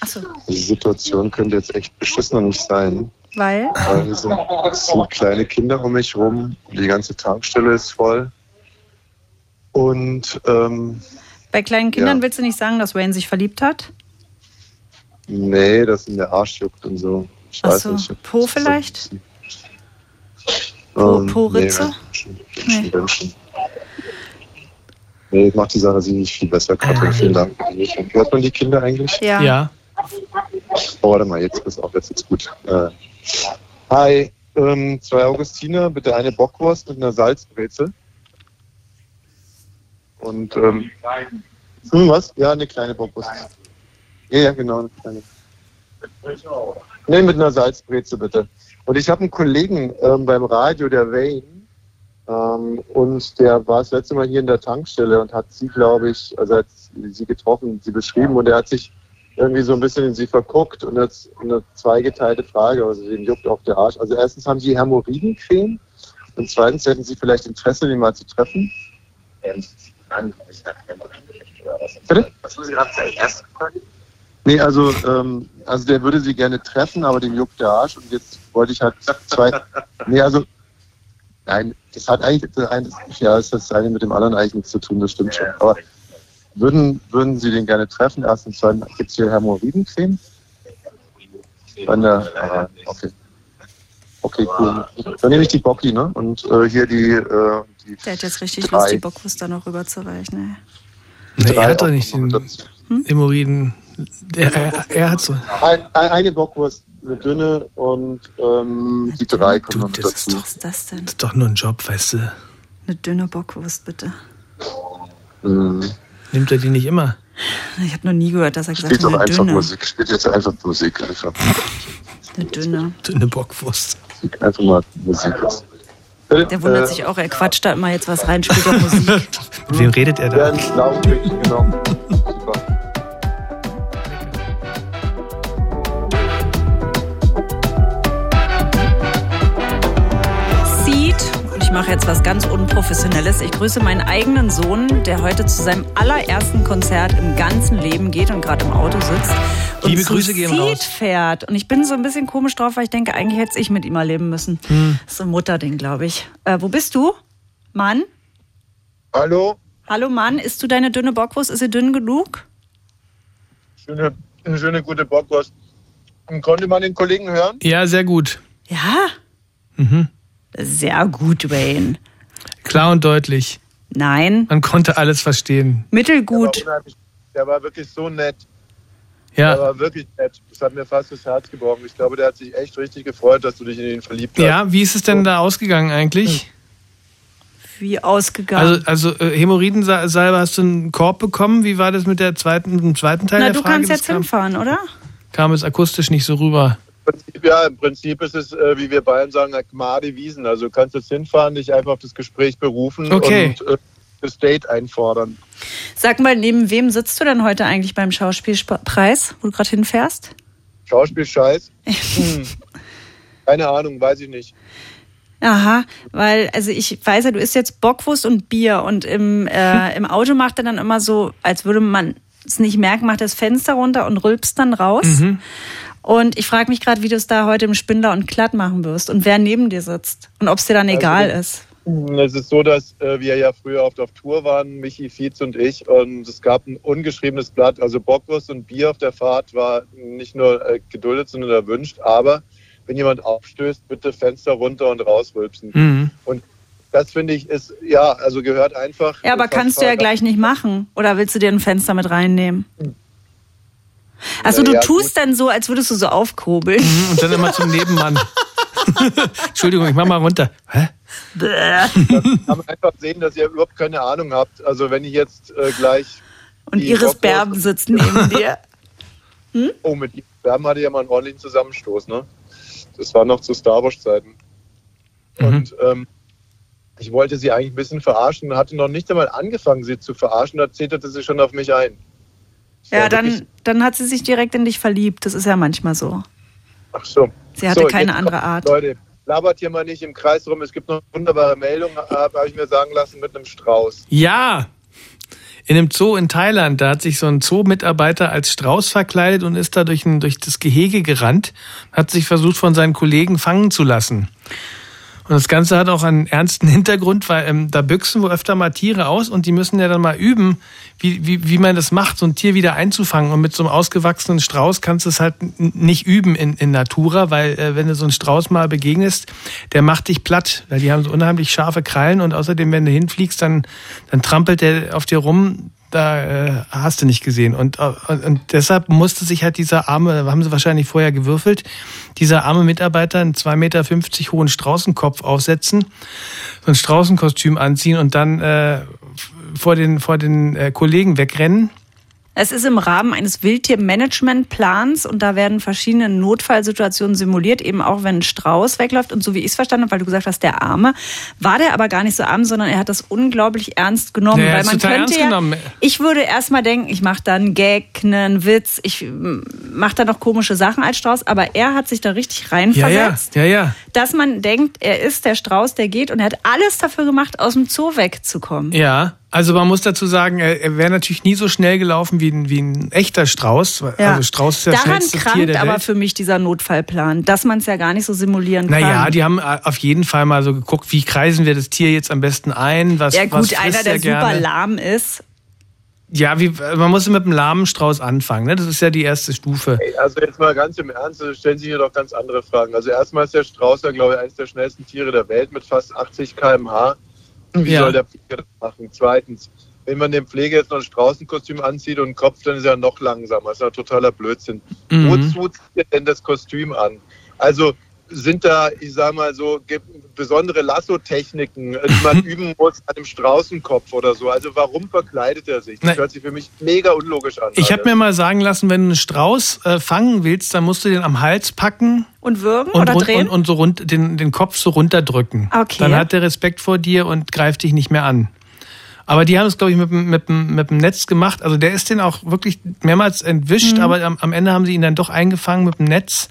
Speaker 6: Achso,
Speaker 9: Die Situation könnte jetzt echt beschissener nicht sein.
Speaker 6: weil?
Speaker 9: Weil hier sind, es sind kleine Kinder um mich rum. Die ganze Tankstelle ist voll. Und ähm,
Speaker 6: Bei kleinen Kindern
Speaker 9: Ja.
Speaker 6: willst du nicht sagen, dass Wayne sich verliebt hat?
Speaker 9: nee, das in der Arsch juckt und so. Ich
Speaker 6: Ach
Speaker 9: weiß
Speaker 6: so,
Speaker 9: nicht.
Speaker 6: Po vielleicht? Po-
Speaker 9: Ähm,
Speaker 6: Po-Ritze?
Speaker 9: Nee, Menschen, Menschen, Menschen. Nee, das macht die Sache sicherlich viel besser,
Speaker 6: Ah,
Speaker 9: Katrin. Vielen Dank. Hört man die Kinder eigentlich?
Speaker 6: Ja.
Speaker 7: Ja.
Speaker 9: Oh, warte mal, jetzt ist auch jetzt ist gut. Äh, hi, ähm, zwei Augustiner, bitte eine Bockwurst mit einer Salzbrezel. Und ähm, hm, was? Ja, eine kleine Bockwurst. Ja, ja, genau, eine kleine. Nee, mit einer Salzbrezel bitte. Und ich habe einen Kollegen ähm, beim Radio, der Wayne, ähm, und der war das letzte Mal hier in der Tankstelle und hat sie, glaube ich, also hat sie getroffen, sie beschrieben und er hat sich irgendwie so ein bisschen in sie verguckt und jetzt eine zweigeteilte Frage, also den juckt auch der Arsch. Also erstens haben sie Hämorrhoidencreme und zweitens hätten sie vielleicht Interesse, den mal zu treffen. Bitte?
Speaker 10: Was muss ich gerade als erstes fragen?
Speaker 9: Nee, also, ähm, also der würde sie gerne treffen, aber den juckt der Arsch und jetzt wollte ich halt zwei. Nee, also, nein, das hat eigentlich, das eine, ja, das hat das eine mit dem anderen eigentlich nichts zu tun, das stimmt schon. Aber würden, würden Sie den gerne treffen? Erstens, zweitens, gibt es hier Hämorrhoidencreme? An der, ah, okay. Okay, cool. Dann nehme ich die Bocki, ne? Und äh, hier die, äh, die
Speaker 6: Der hat jetzt richtig
Speaker 9: Drei.
Speaker 6: Lust, die Bockwurst da noch rüberzureichen. ey.
Speaker 7: Nee, er hat doch
Speaker 9: auch
Speaker 7: nicht
Speaker 9: noch
Speaker 7: den
Speaker 9: dazu.
Speaker 6: Hm?
Speaker 7: Hämorrhoiden. Er, er, er hat so.
Speaker 9: Ein, ein- eine Bockwurst, eine dünne und ähm, die drei kommen
Speaker 7: Du,
Speaker 9: noch
Speaker 7: das ist
Speaker 9: dazu.
Speaker 7: doch,
Speaker 6: Was ist das denn?
Speaker 7: das ist doch nur ein Job, weißt du.
Speaker 6: Eine dünne Bockwurst, bitte.
Speaker 9: Mhm.
Speaker 7: Nimmt er die nicht immer?
Speaker 6: Ich habe noch nie gehört, dass er gesagt
Speaker 9: Spielt
Speaker 6: hat,
Speaker 9: doch
Speaker 6: eine
Speaker 9: einfach
Speaker 6: dünne.
Speaker 9: Musik. Spielt jetzt einfach Musik. Einfach,
Speaker 6: Eine dünne.
Speaker 7: Dünne Bockwurst.
Speaker 9: einfach mal Musik. Äh,
Speaker 6: Der wundert sich auch, er quatscht da immer jetzt was rein, spielt doch Musik.
Speaker 7: Mit wem redet er
Speaker 9: Ja,
Speaker 7: da?
Speaker 9: ein Laugenbäckchen, genau. Super.
Speaker 6: Seed. Und ich mache jetzt was ganz Unprofessionelles. Ich grüße meinen eigenen Sohn, der heute zu seinem allerersten Konzert im ganzen Leben geht und gerade im Auto sitzt. Und
Speaker 7: Liebe
Speaker 6: zu
Speaker 7: Grüße gehen
Speaker 6: Seed
Speaker 7: raus.
Speaker 6: fährt. Und ich bin so ein bisschen komisch drauf, weil ich denke, eigentlich hätte ich mit ihm erleben müssen.
Speaker 7: Hm.
Speaker 6: Das ist so ein Mutterding, glaube ich. Äh, wo bist du? Mann?
Speaker 9: Hallo,
Speaker 6: Hallo Mann, isst du deine dünne Bockwurst? Ist sie dünn genug?
Speaker 9: schöne, eine schöne gute Bockwurst. Und Konnte man den Kollegen hören?
Speaker 7: Ja, sehr gut.
Speaker 6: Ja.
Speaker 7: Mhm.
Speaker 6: Sehr gut, Wayne.
Speaker 7: Klar und deutlich.
Speaker 6: Nein,
Speaker 7: Man konnte alles verstehen.
Speaker 6: mittelgut.
Speaker 9: Der
Speaker 7: Also,
Speaker 9: war, unheimlich- der war wirklich so nett. Der
Speaker 7: Ja.
Speaker 9: war wirklich nett. Das hat mir fast das Herz gebrochen. Ich glaube, der hat sich echt richtig gefreut, dass du dich in ihn verliebt hast.
Speaker 7: Ja, wie ist es denn da ausgegangen eigentlich?
Speaker 6: Wie ausgegangen.
Speaker 7: Also, also äh, Hämorrhoidensalbe hast du einen Korb bekommen. Wie war das mit der zweiten, mit dem zweiten Teil
Speaker 6: Na,
Speaker 7: der
Speaker 6: du
Speaker 7: Frage?
Speaker 6: kannst
Speaker 7: Das
Speaker 6: jetzt
Speaker 7: kam,
Speaker 6: hinfahren, oder?
Speaker 7: kam es akustisch nicht so rüber.
Speaker 9: Prinzip, ja, im Prinzip ist es, äh, wie wir Bayern sagen, Gmade Wiesen. Also du kannst jetzt hinfahren, dich einfach auf das Gespräch berufen
Speaker 7: Okay.
Speaker 9: und äh, das Date einfordern.
Speaker 6: Sag mal, neben wem sitzt du denn heute eigentlich beim Schauspielpreis, wo du gerade hinfährst?
Speaker 9: Schauspielscheiß? Hm. Keine Ahnung, weiß ich nicht.
Speaker 6: Aha, weil, also ich weiß ja, du isst jetzt Bockwurst und Bier und im, äh, im Auto macht er dann immer so, als würde man es nicht merken, macht das Fenster runter und rülpst dann raus. Und ich frage mich gerade, wie du es da heute im Spindler und Klatt machen wirst und wer neben dir sitzt und ob es dir dann egal ist.
Speaker 9: Hm, Es ist so, dass äh, wir ja früher oft auf Tour waren, Michi Fietz und ich, und es gab ein ungeschriebenes Blatt. Also Bockwurst und Bier auf der Fahrt war nicht nur äh, geduldet, sondern erwünscht. Aber wenn jemand aufstößt, bitte Fenster runter und rausrülpsen.
Speaker 7: Mhm.
Speaker 9: Das finde ich ist, ja, also gehört einfach.
Speaker 6: Ja, aber kannst du ja gleich nicht machen. Oder willst du dir ein Fenster mit reinnehmen? Achso, du
Speaker 9: Naja,
Speaker 6: tust dann so, als würdest du so aufkurbeln.
Speaker 7: Mhm. Und dann immer zum Nebenmann. Entschuldigung, ich mach mal runter. Hä?
Speaker 6: Bäh.
Speaker 9: kann man einfach sehen, dass ihr überhaupt keine Ahnung habt. Also wenn ich jetzt äh, gleich
Speaker 6: Und
Speaker 9: Die
Speaker 6: Iris
Speaker 9: Bockwurst-
Speaker 6: Berben sitzt neben dir.
Speaker 9: Oh, mit Berben hatte ja mal einen ordentlichen Zusammenstoß, ne? Das war noch zu Star Wars-Zeiten. Und ähm, ich wollte sie eigentlich ein bisschen verarschen, hatte noch nicht einmal angefangen, sie zu verarschen, da zeterte sie schon auf mich ein.
Speaker 6: Ja,
Speaker 9: war
Speaker 6: dann,
Speaker 9: wirklich-
Speaker 6: dann hat sie sich direkt in dich verliebt. Das ist ja manchmal so.
Speaker 9: Ach so.
Speaker 6: Sie hatte
Speaker 9: so,
Speaker 6: keine
Speaker 9: jetzt
Speaker 6: andere
Speaker 9: kommt-
Speaker 6: Art.
Speaker 9: Leute, labert hier mal nicht im Kreis rum. Es gibt noch wunderbare Meldungen, äh, habe ich mir sagen lassen, mit einem Strauß.
Speaker 7: Ja! In einem Zoo in Thailand, da hat sich so ein Zoo-Mitarbeiter als Strauß verkleidet und ist da durch, ein, durch das Gehege gerannt, hat sich versucht, von seinen Kollegen fangen zu lassen. Und das Ganze hat auch einen ernsten Hintergrund, weil ähm, da büchsen wohl öfter mal Tiere aus und die müssen ja dann mal üben, wie, wie, wie man das macht, so ein Tier wieder einzufangen. Und mit so einem ausgewachsenen Strauß kannst du es halt n- nicht üben in, in Natura, weil äh, wenn du so einen Strauß mal begegnest, der macht dich platt, weil die haben so unheimlich scharfe Krallen und außerdem, wenn du hinfliegst, dann, dann trampelt der auf dir rum. Da äh, hast du nicht gesehen. Und, äh, und, und deshalb musste sich halt dieser arme, haben sie wahrscheinlich vorher gewürfelt, dieser arme Mitarbeiter einen 2,50 Meter hohen Straußenkopf aufsetzen, so ein Straußenkostüm anziehen und dann äh, f- vor den, vor den äh, Kollegen wegrennen.
Speaker 6: Es ist im Rahmen eines Wildtier-Management-Plans und da werden verschiedene Notfallsituationen simuliert, eben auch wenn ein Strauß wegläuft. Und so wie ich es verstanden habe, weil du gesagt hast, der Arme, war der aber gar nicht so arm, sondern er hat das unglaublich ernst genommen.
Speaker 7: Ja, er
Speaker 6: weil
Speaker 7: hat's
Speaker 6: man
Speaker 7: total
Speaker 6: könnte
Speaker 7: ernst
Speaker 6: ja,
Speaker 7: genommen.
Speaker 6: Ich würde erstmal denken, ich mache da einen Gag, einen Witz, ich mache da noch komische Sachen als Strauß, aber er hat sich da richtig reinversetzt
Speaker 7: ja, ja.
Speaker 6: dass man denkt, er ist der Strauß, der geht und er hat alles dafür gemacht, aus dem Zoo wegzukommen.
Speaker 7: Ja, also man muss dazu sagen, er, er wäre natürlich nie so schnell gelaufen wie ein, wie ein echter Strauß. Also Strauß ist ja das
Speaker 6: Daran
Speaker 7: schnellste Tier
Speaker 6: krankt
Speaker 7: der
Speaker 6: aber
Speaker 7: Welt.
Speaker 6: für mich dieser Notfallplan, dass man es ja gar nicht so simulieren kann.
Speaker 7: Naja, die haben äh, auf jeden Fall mal so geguckt, wie kreisen wir das Tier jetzt am besten ein? Was,
Speaker 6: ja
Speaker 7: was
Speaker 6: gut,
Speaker 7: frisst
Speaker 6: einer, der
Speaker 7: er gerne?
Speaker 6: super lahm ist.
Speaker 7: Ja, wie, äh, man muss mit dem lahmen Strauß anfangen. Ne? Das ist ja die erste Stufe.
Speaker 9: Ey, also jetzt mal ganz im Ernst, also stellen Sie hier doch ganz andere Fragen. Also erstmal ist der Strauß ja, glaube ich, eines der schnellsten Tiere der Welt mit fast 80 km/h. Wie
Speaker 7: Ja.
Speaker 9: soll der Pfleger das machen? Zweitens, wenn man dem Pfleger jetzt noch ein Straußenkostüm anzieht und einen Kopf, dann ist er noch langsamer. Das ist ja totaler Blödsinn.
Speaker 7: Mhm.
Speaker 9: Wozu zieht er denn das Kostüm an? Also sind da, ich sag mal so, gibt besondere Lasso-Techniken, die man üben muss an dem Straußenkopf oder so. Also warum verkleidet er sich? Das
Speaker 7: Nein.
Speaker 9: hört sich für mich mega unlogisch an.
Speaker 7: Ich habe
Speaker 9: Alter.
Speaker 7: mir mal sagen lassen, wenn du einen Strauß äh, fangen willst, dann musst du den am Hals packen
Speaker 6: Und würgen
Speaker 7: und,
Speaker 6: oder
Speaker 7: rund-
Speaker 6: drehen?
Speaker 7: und, und so rund, den, den Kopf so runterdrücken.
Speaker 6: Okay.
Speaker 7: Dann hat der Respekt vor dir und greift dich nicht mehr an. Aber die haben es, glaube ich, mit, dem- mit, dem- mit dem Netz gemacht. Also der ist den auch wirklich mehrmals entwischt,
Speaker 6: Mhm.
Speaker 7: aber am, am Ende haben sie ihn dann doch eingefangen mit dem Netz.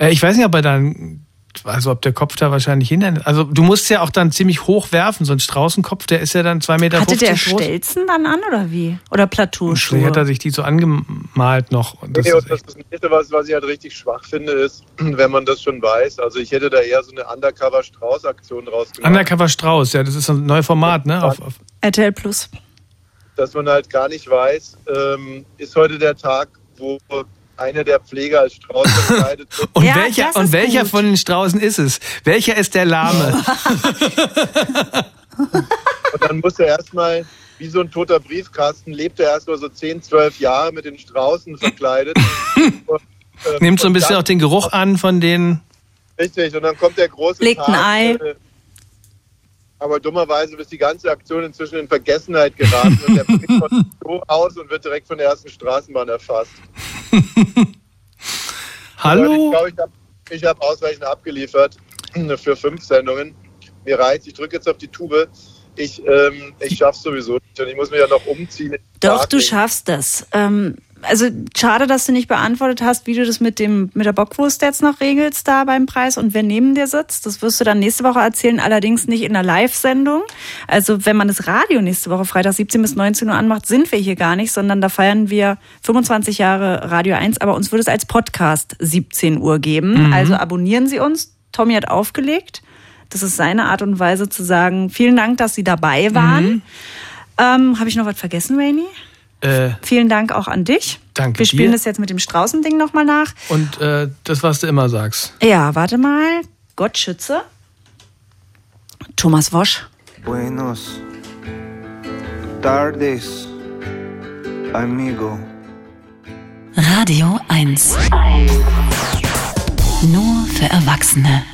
Speaker 7: Äh, ich weiß nicht, ob er dann, also ob der Kopf da wahrscheinlich hin. Also du musst ja auch dann ziemlich hoch werfen, so ein Straußenkopf, der ist ja dann 2,50 Meter
Speaker 6: Hatte der
Speaker 7: groß.
Speaker 6: Stelzen dann an oder wie? Oder
Speaker 7: Vielleicht hat er
Speaker 6: Plateauschuhe?
Speaker 7: sich die so angemalt noch. Und das
Speaker 9: nee,
Speaker 7: ist
Speaker 9: und das
Speaker 7: echt,
Speaker 9: ist nächste, was, was ich halt richtig schwach finde, ist, wenn man das schon weiß. Also ich hätte da eher so eine Undercover-Strauß-Aktion draus gemacht,
Speaker 7: Undercover Strauß, ja, das ist ein neues Format, ne? Auf, auf,
Speaker 6: RTL Plus.
Speaker 9: dass man halt gar nicht weiß, ähm, ist heute der Tag, wo einer der Pfleger als Strauß verkleidet wird.
Speaker 7: und
Speaker 6: Ja,
Speaker 7: welcher,
Speaker 6: das
Speaker 7: und
Speaker 6: ist
Speaker 7: welcher
Speaker 6: gut.
Speaker 7: von den Straußen ist es? Welcher ist der Lahme?
Speaker 9: Und dann muss er erstmal, wie so ein toter Briefkasten, lebt er erstmal so 10, 12 Jahre mit den Straußen verkleidet. Und, äh,
Speaker 7: Nimmt so ein
Speaker 9: und
Speaker 7: bisschen
Speaker 9: dann-
Speaker 7: auch den Geruch an von den.
Speaker 9: Richtig, und dann kommt der große
Speaker 6: Legt ein
Speaker 9: Tag,
Speaker 6: Ei.
Speaker 9: äh, Aber dummerweise ist die ganze Aktion inzwischen in Vergessenheit geraten und der blickt von so aus und wird direkt von der ersten Straßenbahn erfasst. Leute, Ich
Speaker 7: Hallo?
Speaker 9: glaube, ich habe ich hab ausreichend abgeliefert für fünf Sendungen. Mir reizt, ich drücke jetzt auf die Tube. Ich, ähm, ich schaff's sowieso nicht und ich muss mich ja noch umziehen.
Speaker 6: Doch, du
Speaker 9: schaffst.
Speaker 6: schaffst das. Ähm, also schade, dass du nicht beantwortet hast, wie du das mit dem mit der Bockwurst jetzt noch regelst da beim Preis und wer neben dir sitzt. Das wirst du dann nächste Woche erzählen, allerdings nicht in der Live-Sendung. Also wenn man das Radio nächste Woche Freitag 17 bis 19 Uhr anmacht, sind wir hier gar nicht, sondern da feiern wir 25 Jahre Radio 1, aber uns würde es als Podcast 17 Uhr geben. Also abonnieren Sie uns. Tommy hat aufgelegt. Das ist seine Art und Weise zu sagen, vielen Dank, dass Sie dabei waren. Ähm, Habe ich noch was vergessen, Rainy?
Speaker 7: Äh,
Speaker 6: Vielen Dank auch an dich.
Speaker 7: Danke
Speaker 6: Wir spielen
Speaker 7: dir.
Speaker 6: das jetzt mit dem Straußending nochmal nach.
Speaker 7: und äh, das, was du immer sagst.
Speaker 6: Ja, warte mal. Gott schütze. Thomas Wosch.
Speaker 11: Buenos tardes, amigo.
Speaker 3: Radio 1. Nur für Erwachsene.